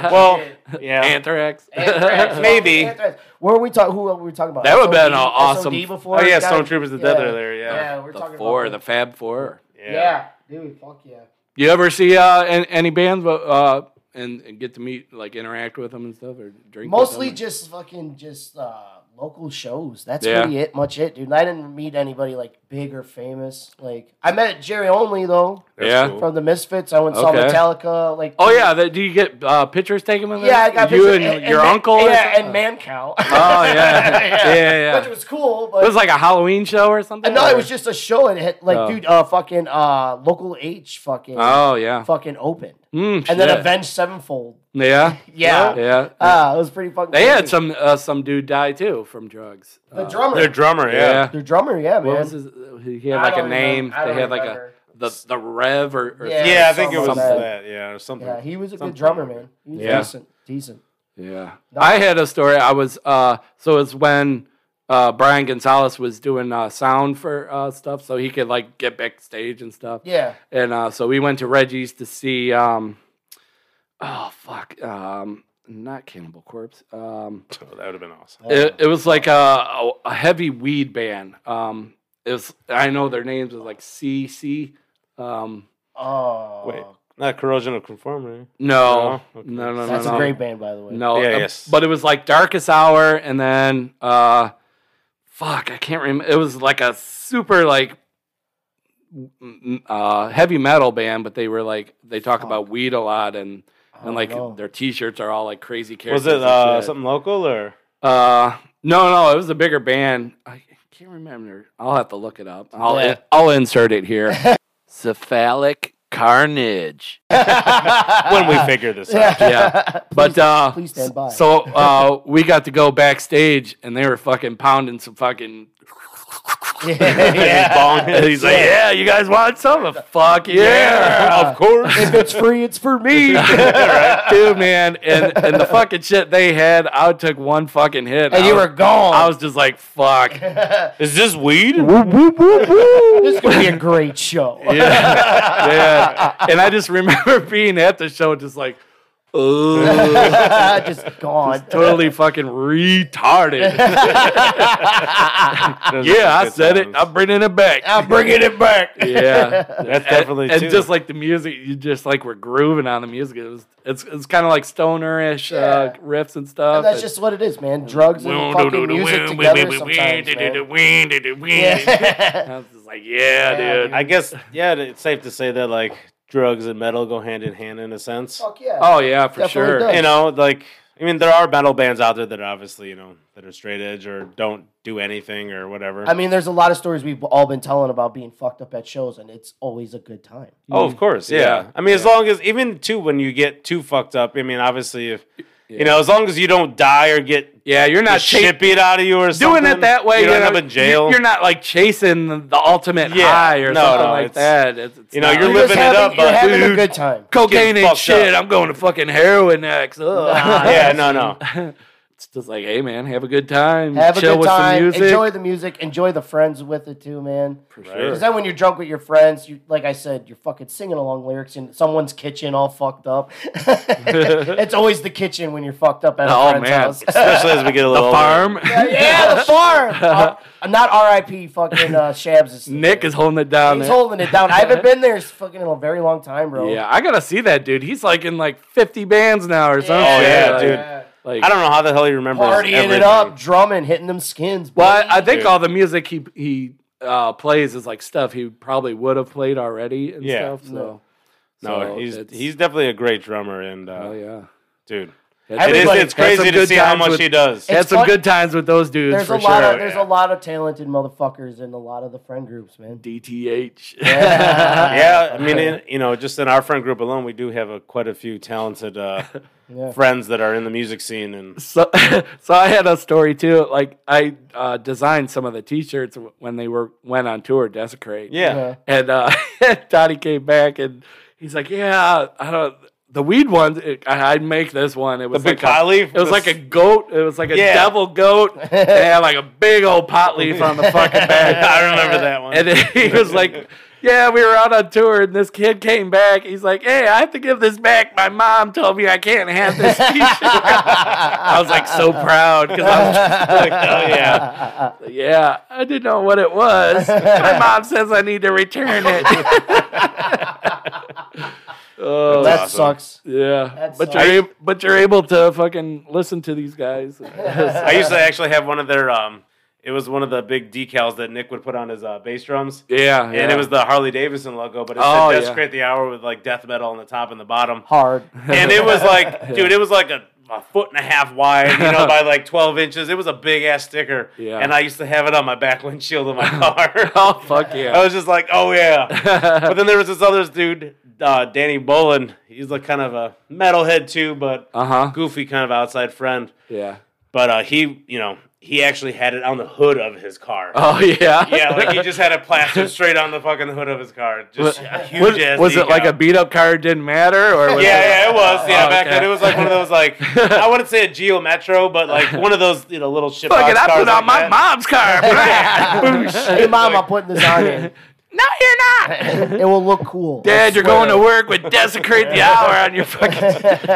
Speaker 2: don't- well, yeah.
Speaker 1: Anthrax.
Speaker 3: Anthrax.
Speaker 2: Maybe.
Speaker 3: Anthrax. Where were we talking? Who were we talking about?
Speaker 1: That would've been an
Speaker 3: SOD
Speaker 1: awesome-
Speaker 3: Before
Speaker 2: oh yeah,
Speaker 3: Guys,
Speaker 2: Stormtroopers of Death are there. Yeah.
Speaker 3: Yeah, we're
Speaker 1: the
Speaker 3: talking
Speaker 1: four, the
Speaker 3: about
Speaker 1: Fab Four.
Speaker 3: yeah. yeah, dude, fuck yeah.
Speaker 1: You ever see uh, any, any bands uh, and, and get to meet, like interact with them and stuff, or drink? with
Speaker 3: Mostly
Speaker 1: them?
Speaker 3: just fucking just uh, local shows. That's
Speaker 1: Yeah.
Speaker 3: pretty it, much it, dude. And I didn't meet anybody like big or famous. Like I met Jerry Only though
Speaker 2: That's
Speaker 1: Yeah.
Speaker 2: cool.
Speaker 3: from the Misfits. I went and
Speaker 1: Okay.
Speaker 3: saw Metallica. Like
Speaker 1: Oh yeah, that, do you get uh, pictures taken with them?
Speaker 3: yeah, I got
Speaker 1: you
Speaker 3: pictures-
Speaker 1: and, your
Speaker 3: Man-
Speaker 1: uncle. or
Speaker 3: Yeah,
Speaker 1: something?
Speaker 3: and Man Cow.
Speaker 1: oh yeah, yeah, yeah.
Speaker 3: which was cool. But
Speaker 1: it was like a Halloween show or something.
Speaker 3: Uh, no,
Speaker 1: or-
Speaker 3: it was just a show and it hit like
Speaker 1: Oh.
Speaker 3: dude, uh, fucking uh, local H, fucking
Speaker 1: Oh yeah.
Speaker 3: fucking opened,
Speaker 1: Mm,
Speaker 3: and then
Speaker 1: shit.
Speaker 3: Avenged Sevenfold.
Speaker 1: Yeah,
Speaker 3: Yeah.
Speaker 1: yeah.
Speaker 3: Ah, it was pretty fucking.
Speaker 1: they had
Speaker 3: crazy.
Speaker 1: some uh, some dude die too from drugs.
Speaker 3: The
Speaker 1: Uh,
Speaker 3: drummer.
Speaker 2: Their drummer, yeah.
Speaker 3: Their drummer, yeah, man.
Speaker 1: What was his? uh, He had
Speaker 3: I
Speaker 1: like a
Speaker 3: don't remember-
Speaker 1: name.
Speaker 3: I
Speaker 1: They
Speaker 3: don't
Speaker 1: had like a
Speaker 3: remember.
Speaker 1: the the Rev or, or
Speaker 3: Yeah.
Speaker 2: Yeah, I think it was
Speaker 1: Something.
Speaker 2: that. Yeah, or something.
Speaker 3: Yeah, he was a
Speaker 2: Something.
Speaker 3: good drummer, man. He was
Speaker 1: Yeah.
Speaker 3: decent, decent.
Speaker 1: Yeah. I had a story. I was uh so it's when uh Brian Gonzalez was doing uh sound for uh stuff so he could like get backstage and stuff.
Speaker 3: Yeah,
Speaker 1: And uh so we went to Reggie's to see um oh fuck. Um not Cannibal Corpse. Um
Speaker 2: So that would have been awesome.
Speaker 1: it, it was like a, a a heavy weed band. Um it was I know their names was like CC um
Speaker 3: Oh,
Speaker 2: Wait, not corrosion of conformity.
Speaker 1: no. No,
Speaker 2: No? Oh, Okay.
Speaker 1: no, no.
Speaker 3: that's
Speaker 1: no.
Speaker 3: a great band, by the way.
Speaker 1: No,
Speaker 2: Yeah,
Speaker 1: uh,
Speaker 2: yes.
Speaker 1: but it was like Darkest Hour, and then uh, fuck, I can't remember. It was like a super like m- uh, heavy metal band, but they were like they talk about weed a lot, and
Speaker 3: I
Speaker 1: and
Speaker 3: don't
Speaker 1: like
Speaker 3: know.
Speaker 1: their T-shirts are all like crazy characters.
Speaker 2: Was it
Speaker 1: and
Speaker 2: uh,
Speaker 1: shit.
Speaker 2: something local or?
Speaker 1: Uh, no, no, it was a bigger band. I can't remember. I'll have to look it up. I'll
Speaker 3: Yeah.
Speaker 1: I'll insert it here. Cephalic Carnage.
Speaker 3: Ah.
Speaker 2: when we figure this out.
Speaker 1: yeah. But uh,
Speaker 3: please stand by.
Speaker 1: So uh, we got to go backstage, and they were fucking pounding some fucking.
Speaker 3: yeah.
Speaker 2: Bong.
Speaker 1: And he's like, "Yeah, you guys want some? Of- Fuck yeah,
Speaker 2: of course.
Speaker 3: if it's free, it's for me.
Speaker 1: dude, man!" And and the fucking shit they had, I took one fucking hit,
Speaker 3: and
Speaker 1: I
Speaker 3: you
Speaker 1: was-
Speaker 3: were gone.
Speaker 1: I was just like, "Fuck."
Speaker 2: Is this weed?
Speaker 3: this is gonna be a great show.
Speaker 1: Yeah. yeah. And I just remember being at the show, just like, "Ugh."
Speaker 3: Just gone.
Speaker 1: totally fucking retarded. yeah, I said it. I'm bringing it back.
Speaker 3: I'm bringing it back.
Speaker 1: yeah,
Speaker 2: That's
Speaker 1: And-
Speaker 2: definitely
Speaker 1: and,
Speaker 2: too.
Speaker 1: just like the music, you just like were grooving on the music. It was it's it's kind of like stoner-ish uh,
Speaker 3: Yeah.
Speaker 1: riffs and stuff.
Speaker 3: And that's just what it is, man. Drugs and fucking music together sometimes, man. Yeah.
Speaker 1: I was just like, yeah,
Speaker 3: Yeah,
Speaker 1: dude.
Speaker 2: I guess, yeah, it's safe to say that like drugs and metal go hand in hand in a sense.
Speaker 3: Fuck yeah.
Speaker 1: oh yeah, for
Speaker 3: Definitely
Speaker 1: sure.
Speaker 3: does.
Speaker 2: You know, like, I mean, there are metal bands out there that are obviously, you know, that are straight edge or don't do anything or whatever.
Speaker 3: I mean, there's a lot of stories we've all been telling about being fucked up at shows, and it's always a good time.
Speaker 2: Oh, of course, yeah.
Speaker 1: Yeah.
Speaker 2: I mean, as long as even too when you get too fucked up, I mean, obviously, if you know, as long as you don't die or get
Speaker 1: Yeah, you're
Speaker 2: the
Speaker 1: not cha-
Speaker 2: shit beat out of you or something,
Speaker 1: doing it that way.
Speaker 2: you don't
Speaker 1: know,
Speaker 2: end up in jail.
Speaker 1: you- You're not like chasing the, the ultimate
Speaker 2: Yeah.
Speaker 1: high or
Speaker 2: No,
Speaker 1: something
Speaker 2: no,
Speaker 1: like
Speaker 2: it's-
Speaker 1: that. It's, it's
Speaker 2: you know,
Speaker 1: not-
Speaker 2: you're
Speaker 3: You're
Speaker 2: living
Speaker 3: just
Speaker 2: it
Speaker 3: having,
Speaker 2: up,
Speaker 3: you're
Speaker 2: but
Speaker 3: having
Speaker 2: dude,
Speaker 3: a good time.
Speaker 1: cocaine
Speaker 2: getting
Speaker 1: ain't
Speaker 2: fucked
Speaker 1: shit.
Speaker 2: up.
Speaker 1: I'm going to fucking heroin next. Ugh.
Speaker 3: Nah.
Speaker 2: yeah, no, no.
Speaker 1: it's just like, hey man, have a good time,
Speaker 3: Have a
Speaker 1: chill
Speaker 3: good
Speaker 1: with some
Speaker 3: time.
Speaker 1: music.
Speaker 3: Enjoy the music. Enjoy the friends with it too, man.
Speaker 1: For
Speaker 2: Right.
Speaker 1: sure.
Speaker 3: Because then when you're drunk with your friends, you like I said, you're fucking singing along lyrics in someone's kitchen, all fucked up. it's always the kitchen when you're fucked up at a
Speaker 1: Oh,
Speaker 3: friend's
Speaker 1: man.
Speaker 3: house.
Speaker 2: Especially as we get a
Speaker 1: The
Speaker 2: little older.
Speaker 1: farm.
Speaker 3: yeah, yeah, the farm. Uh, not R.I.P. Fucking uh, Shabs. Is
Speaker 1: Nick is holding it down.
Speaker 3: He's
Speaker 1: there.
Speaker 3: holding it down. I haven't been there fucking in a very long time, bro.
Speaker 1: yeah, I gotta see that dude. He's like in like 50 bands now or something.
Speaker 2: Oh, yeah,
Speaker 1: like,
Speaker 2: dude.
Speaker 1: Like,
Speaker 2: I don't know how the hell you remember
Speaker 3: uh, Partying it up, drumming, hitting them skins.
Speaker 1: Well, I, I think
Speaker 2: Dude.
Speaker 1: all the music he he uh, plays is like stuff he probably would have played already and
Speaker 2: Yeah.
Speaker 1: stuff. So,
Speaker 2: No,
Speaker 1: so
Speaker 2: he's
Speaker 1: it's-
Speaker 2: he's definitely a great drummer, and uh,
Speaker 1: oh yeah.
Speaker 2: dude, it is.
Speaker 3: Everybody-
Speaker 2: It's
Speaker 1: Had some
Speaker 2: crazy to
Speaker 1: good
Speaker 2: see how
Speaker 1: times
Speaker 2: much
Speaker 1: with-
Speaker 2: he does.
Speaker 1: Had
Speaker 3: It's
Speaker 1: some
Speaker 3: fun-
Speaker 1: good times with those dudes
Speaker 3: there's
Speaker 1: for
Speaker 3: a lot
Speaker 1: sure.
Speaker 2: sure,
Speaker 3: of there's
Speaker 2: yeah.
Speaker 3: a lot of talented motherfuckers in a lot of the friend groups, man.
Speaker 1: DTH.
Speaker 3: Yeah.
Speaker 2: Uh, yeah, I mean, in, you know, just in our friend group alone, we do have a, quite a few talented uh,
Speaker 3: Yeah.
Speaker 2: friends that are in the music scene, and
Speaker 1: so so I had a story too. Like I uh, designed some of the T-shirts w- when they were went on tour. Desecrate.
Speaker 2: yeah,
Speaker 3: Yeah.
Speaker 1: And uh, Donnie came back and he's like, "Yeah, I don't." The weed ones, it, I, I'd make this one. It was
Speaker 2: big
Speaker 1: like
Speaker 2: pot
Speaker 1: a,
Speaker 2: leaf?
Speaker 1: It was
Speaker 2: The
Speaker 1: like a
Speaker 2: s-
Speaker 1: goat. It was like a
Speaker 2: Yeah.
Speaker 1: devil goat. and it had like a big old pot leaf on the fucking back.
Speaker 2: I remember that one.
Speaker 1: And then he was like, Yeah, we were out on tour and this kid came back. He's like, Hey, I have to give this back. My mom told me I can't have this t shirt. I was like so proud because I was like, Oh, yeah. Yeah, I didn't know what it was. My mom says I need to return it. oh,
Speaker 3: That
Speaker 2: awesome.
Speaker 3: sucks.
Speaker 1: yeah.
Speaker 3: that
Speaker 1: but,
Speaker 3: sucks.
Speaker 1: you're ab- but you're able to fucking listen to these guys.
Speaker 2: I used to actually have one of their. Um, it was one of the big decals that Nick would put on his uh, bass drums.
Speaker 1: Yeah,
Speaker 2: And it was the Harley Davidson logo, but it
Speaker 1: Oh,
Speaker 2: said
Speaker 1: yeah.
Speaker 2: "Desecrate the Hour" with like death metal on the top and the bottom.
Speaker 3: Hard.
Speaker 2: and it was like, dude, it was like a, a foot and a half wide, you know, by like twelve inches. It was a big ass sticker,
Speaker 1: Yeah.
Speaker 2: and I used to have it on my back windshield of my car.
Speaker 1: oh fuck
Speaker 2: I
Speaker 1: yeah.
Speaker 2: was just like, oh yeah. but then there was this other dude, uh, Danny Boland. He's like kind of a metalhead too, but
Speaker 1: Uh huh.
Speaker 2: goofy kind of outside friend.
Speaker 1: Yeah.
Speaker 2: But uh, he, you know, he actually had it on the hood of his car.
Speaker 1: Oh yeah.
Speaker 2: Yeah, like he just had it plastered straight on the fucking hood of his car. Just a huge
Speaker 1: was,
Speaker 2: ass
Speaker 1: was it like a
Speaker 2: decal.
Speaker 1: beat up car? Didn't matter, or was
Speaker 2: Yeah,
Speaker 1: it-
Speaker 2: yeah, it was. Yeah,
Speaker 1: Oh,
Speaker 2: back
Speaker 1: okay.
Speaker 2: then it was like one of those like I wouldn't say a Geo Metro, but like one of those you know little shit.
Speaker 1: Fuck it,
Speaker 2: box
Speaker 1: I
Speaker 2: cars
Speaker 1: put
Speaker 2: like
Speaker 1: on my
Speaker 2: that.
Speaker 1: mom's car. Oh,
Speaker 3: hey, mom, I'm putting this on you.
Speaker 1: no, you're not,
Speaker 3: It will look cool.
Speaker 1: Dad. You're going to work with desecrate the hour on your fucking.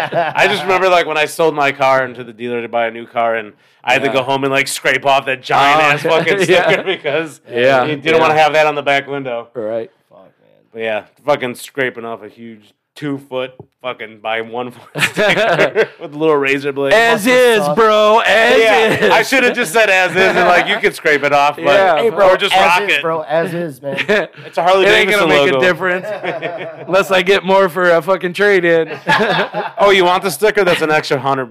Speaker 2: I just remember like when I sold my car and to the dealer to buy a new car, and I had to go home and like scrape off that giant ass
Speaker 1: Oh,
Speaker 2: fucking
Speaker 1: yeah.
Speaker 2: sticker because
Speaker 1: Yeah,
Speaker 2: you didn't
Speaker 1: yeah.
Speaker 2: want to have that on the back window.
Speaker 1: Right.
Speaker 2: But yeah, fucking scraping off a huge two foot fucking by one foot sticker with a little razor blade.
Speaker 1: As is, bro. As
Speaker 2: yeah,
Speaker 1: is.
Speaker 2: I should have just said as is, and like you could scrape it off, but
Speaker 1: Yeah.
Speaker 3: Hey, bro,
Speaker 2: or just
Speaker 3: as
Speaker 2: rock
Speaker 3: is,
Speaker 2: it.
Speaker 3: bro. As is, man.
Speaker 2: It's a Harley
Speaker 1: It ain't
Speaker 2: Davidson
Speaker 1: gonna make
Speaker 2: logo.
Speaker 1: a difference unless I get more for a fucking trade in.
Speaker 2: Oh, you want the sticker? That's an extra hundred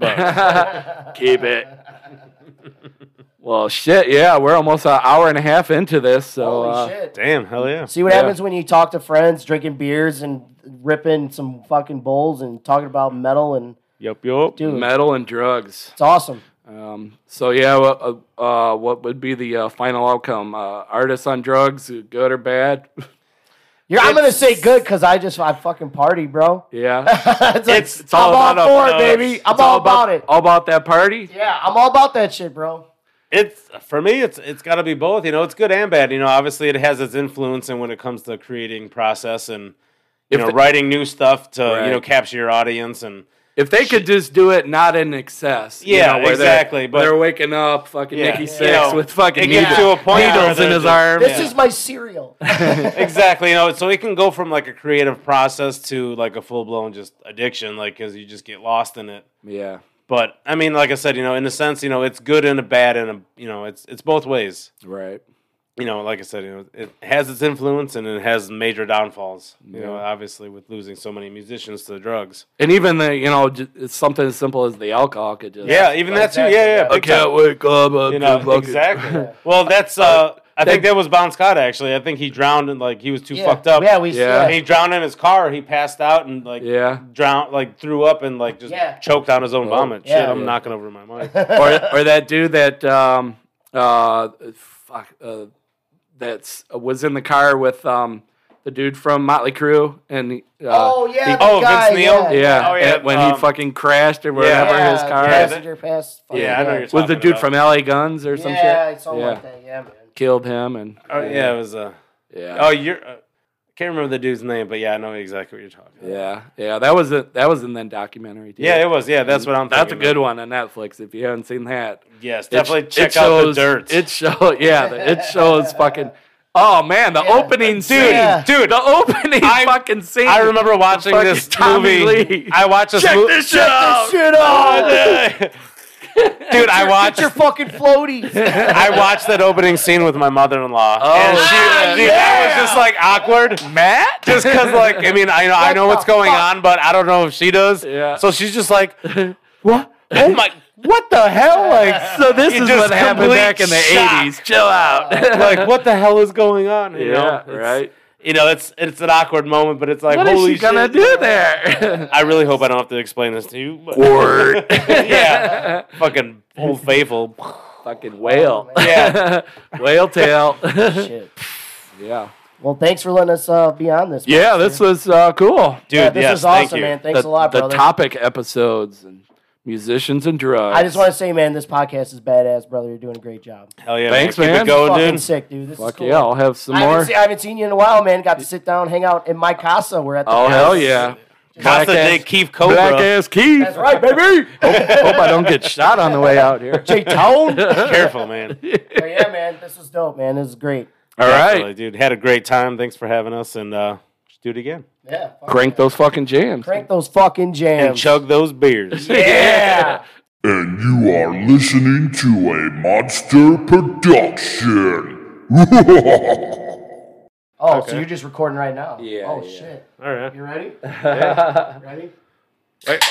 Speaker 2: bucks.
Speaker 1: Keep it. Well, shit. Yeah, we're almost an hour and a half into this, so
Speaker 3: Holy
Speaker 1: uh,
Speaker 3: shit.
Speaker 2: Damn, hell yeah.
Speaker 3: See what
Speaker 1: yeah.
Speaker 3: happens when you talk to friends, drinking beers, and ripping some fucking bowls and talking about metal and
Speaker 2: Yup, yup.
Speaker 3: dude,
Speaker 1: metal and drugs.
Speaker 3: it's awesome.
Speaker 1: Um, so yeah, what, uh, uh, what would be the uh, final outcome? Uh, artists on drugs, good or bad?
Speaker 3: You're, I'm gonna say good because I just I fucking party, bro.
Speaker 1: yeah,
Speaker 3: it's, like,
Speaker 1: It's- it's all
Speaker 3: I'm
Speaker 1: about
Speaker 3: all
Speaker 1: us.
Speaker 3: for it, baby. I'm all, about, it.
Speaker 1: all about that party.
Speaker 3: Yeah, I'm all about that shit, bro.
Speaker 2: It's for me. It's it's got to be both. You know, it's good and bad. You know, obviously it has its influence, and when it comes to creating process and you
Speaker 1: If
Speaker 2: know
Speaker 1: the-
Speaker 2: writing new stuff to
Speaker 1: Right.
Speaker 2: you know capture your audience and
Speaker 1: If they could just do it, not in excess. you
Speaker 2: Yeah,
Speaker 1: know, where they're-
Speaker 2: exactly, but-
Speaker 1: they're waking up, fucking
Speaker 2: Yeah.
Speaker 1: Nicky
Speaker 2: You
Speaker 1: Six
Speaker 2: know,
Speaker 1: with fucking
Speaker 2: it gets
Speaker 1: needle-
Speaker 2: to a point where
Speaker 1: needles in
Speaker 2: they're
Speaker 1: his
Speaker 2: just-
Speaker 1: arm.
Speaker 3: This
Speaker 2: Yeah.
Speaker 3: is my cereal.
Speaker 2: exactly. You know, so it can go from like a creative process to like a full blown just addiction, like because you just get lost in it.
Speaker 1: yeah,
Speaker 2: But I mean, like I said, you know, in a sense, you know, it's good and a bad, and a, you know, it's it's both ways.
Speaker 1: right.
Speaker 2: you know, like I said, you know, it has its influence and it has major downfalls. You know, obviously with losing so many musicians to drugs.
Speaker 1: And even the you know j- it's something as simple as the alcohol could just
Speaker 2: Yeah, even that too. Yeah, yeah.
Speaker 1: I
Speaker 2: big time.
Speaker 1: can't wake up. I'm
Speaker 2: You know,
Speaker 1: too fucking-
Speaker 2: exactly. Well, that's. uh I think that was Bon Scott actually. I think he drowned and like he was too
Speaker 3: Yeah,
Speaker 2: fucked up.
Speaker 3: Yeah, we
Speaker 1: Yeah.
Speaker 3: yeah.
Speaker 2: He drowned in his car. He passed out and like
Speaker 1: Yeah. Oh,
Speaker 2: drowned, like threw up and like just
Speaker 3: Yeah.
Speaker 2: choked on his own vomit.
Speaker 3: yeah.
Speaker 2: Shit, I'm
Speaker 3: Yeah.
Speaker 2: knocking over my mic.
Speaker 1: or or that dude that um uh fuck uh that's was in the car with um the dude from Motley Crue, and uh,
Speaker 3: oh yeah,
Speaker 1: the-
Speaker 3: the
Speaker 2: oh, Vince
Speaker 3: guy,
Speaker 2: Neil?
Speaker 1: yeah,
Speaker 2: Oh, yeah,
Speaker 1: and when
Speaker 2: um,
Speaker 1: he fucking crashed or whatever
Speaker 3: yeah,
Speaker 1: his
Speaker 3: the
Speaker 1: car
Speaker 2: yeah, that-
Speaker 3: passenger pass. fucking
Speaker 2: Yeah, I know
Speaker 3: guy.
Speaker 2: you're talking
Speaker 1: was the dude
Speaker 2: about.
Speaker 1: from LA Guns or some
Speaker 3: yeah,
Speaker 1: shit.
Speaker 3: something
Speaker 1: yeah,
Speaker 3: like that. Yeah, man.
Speaker 1: killed him and
Speaker 2: Oh, yeah, it was. Uh,
Speaker 1: yeah.
Speaker 2: oh, you're. Uh, can't remember the dude's name, but yeah, I know exactly what you're talking. about.
Speaker 1: Yeah, yeah, that was a, that was in that documentary. Dude.
Speaker 2: Yeah, it was. Yeah, that's what I'm.
Speaker 1: Mm, that's a
Speaker 2: thinking
Speaker 1: good
Speaker 2: of.
Speaker 1: one on Netflix. If you haven't seen that,
Speaker 2: Yes,
Speaker 1: It-
Speaker 2: definitely
Speaker 1: it
Speaker 2: check out the
Speaker 1: shows-
Speaker 2: dirt.
Speaker 1: It show, yeah, the, it shows fucking. Oh man, the
Speaker 3: Yeah.
Speaker 1: opening scene,
Speaker 3: Yeah.
Speaker 1: dude, the opening
Speaker 2: I-
Speaker 1: fucking scene.
Speaker 2: I remember watching
Speaker 1: fucking
Speaker 2: this
Speaker 1: Tommy
Speaker 2: movie.
Speaker 1: Lee.
Speaker 2: I watched this
Speaker 1: check
Speaker 2: movie.
Speaker 1: this shit
Speaker 2: Oh,
Speaker 1: out.
Speaker 2: Dude, I
Speaker 3: Get
Speaker 2: watched
Speaker 3: your fucking floaties.
Speaker 2: I watched that opening scene with my mother-in-law, and she,
Speaker 1: Ah,
Speaker 2: dude, that was just like awkward.
Speaker 1: Matt,
Speaker 2: Just because, like, I mean, I know, I know
Speaker 3: What
Speaker 2: what's
Speaker 3: the
Speaker 2: going
Speaker 3: fuck?
Speaker 2: on, but I don't know if she does.
Speaker 1: Yeah.
Speaker 2: So she's just like, "What? Oh my, what the hell? Like,
Speaker 1: so this
Speaker 2: You
Speaker 1: is
Speaker 2: just
Speaker 1: what happened
Speaker 2: complete
Speaker 1: back in the
Speaker 2: shock.
Speaker 1: eighties. Chill out.
Speaker 2: like what the hell is going on? You know?
Speaker 1: yeah,
Speaker 2: It's-
Speaker 1: right.
Speaker 2: You know, it's it's an awkward moment, but it's like,
Speaker 1: What is
Speaker 2: holy
Speaker 1: she gonna
Speaker 2: shit.
Speaker 1: do there?
Speaker 2: I really hope I don't have to explain this to you. but-
Speaker 1: Word.
Speaker 2: yeah, fucking old faithful.
Speaker 1: fucking whale.
Speaker 3: man.
Speaker 2: Yeah.
Speaker 1: whale tail.
Speaker 3: Shit.
Speaker 1: yeah.
Speaker 3: Well, thanks for letting us uh, be on this.
Speaker 1: Yeah, this was uh, cool.
Speaker 2: Dude,
Speaker 3: yeah, this
Speaker 2: yes,
Speaker 3: is awesome,
Speaker 2: thank you.
Speaker 3: man. Thanks
Speaker 1: the,
Speaker 3: a lot,
Speaker 1: the
Speaker 3: brother.
Speaker 1: topic episodes and musicians and drugs.
Speaker 3: I just want to say, man, this podcast is badass, brother. You're doing a great job.
Speaker 2: Hell yeah,
Speaker 1: Thanks,
Speaker 2: man. Keep
Speaker 1: man.
Speaker 2: it going,
Speaker 3: Fucking
Speaker 2: Oh, dude.
Speaker 3: sick, dude. This
Speaker 1: Fuck
Speaker 3: is cool.
Speaker 1: yeah, I'll have some
Speaker 3: I haven't,
Speaker 1: more.
Speaker 3: se- I haven't seen you in a while, man. Got to sit down, hang out in my casa. We're at the
Speaker 1: oh
Speaker 3: house.
Speaker 1: hell yeah,
Speaker 2: Costa
Speaker 1: Black
Speaker 2: de
Speaker 1: ass-
Speaker 2: Keith
Speaker 1: black
Speaker 2: Cobra.
Speaker 1: ass Keith.
Speaker 3: uh, That's right,
Speaker 1: baby. hope, hope I don't get shot on the way out here.
Speaker 3: Jake Tone. But
Speaker 2: Careful, man.
Speaker 3: yeah, man, this was dope, man. This is great.
Speaker 1: All
Speaker 2: Definitely,
Speaker 1: right,
Speaker 2: dude. Had a great time. Thanks for having us, and uh, let's do it again.
Speaker 3: Yeah. fuck
Speaker 1: crank
Speaker 3: yeah.
Speaker 1: those fucking jams.
Speaker 3: Crank those fucking
Speaker 2: And
Speaker 3: jams.
Speaker 2: chug those beers.
Speaker 3: yeah.
Speaker 5: And you are listening to a monster production.
Speaker 3: Oh, so
Speaker 2: Okay.
Speaker 3: you're just recording right now?
Speaker 1: Yeah,
Speaker 3: Oh
Speaker 1: yeah.
Speaker 3: shit.
Speaker 2: All right.
Speaker 3: You ready? Ready?
Speaker 2: Wait.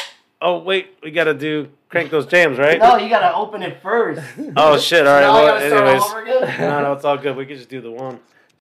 Speaker 2: Oh wait, we gotta do crank those jams, right?
Speaker 3: No, you gotta open it first.
Speaker 2: Oh shit! All right.
Speaker 3: now I
Speaker 2: Well,
Speaker 3: gotta start all
Speaker 2: anyways,
Speaker 3: over again.
Speaker 2: no, no, it's all good. We could just do the one.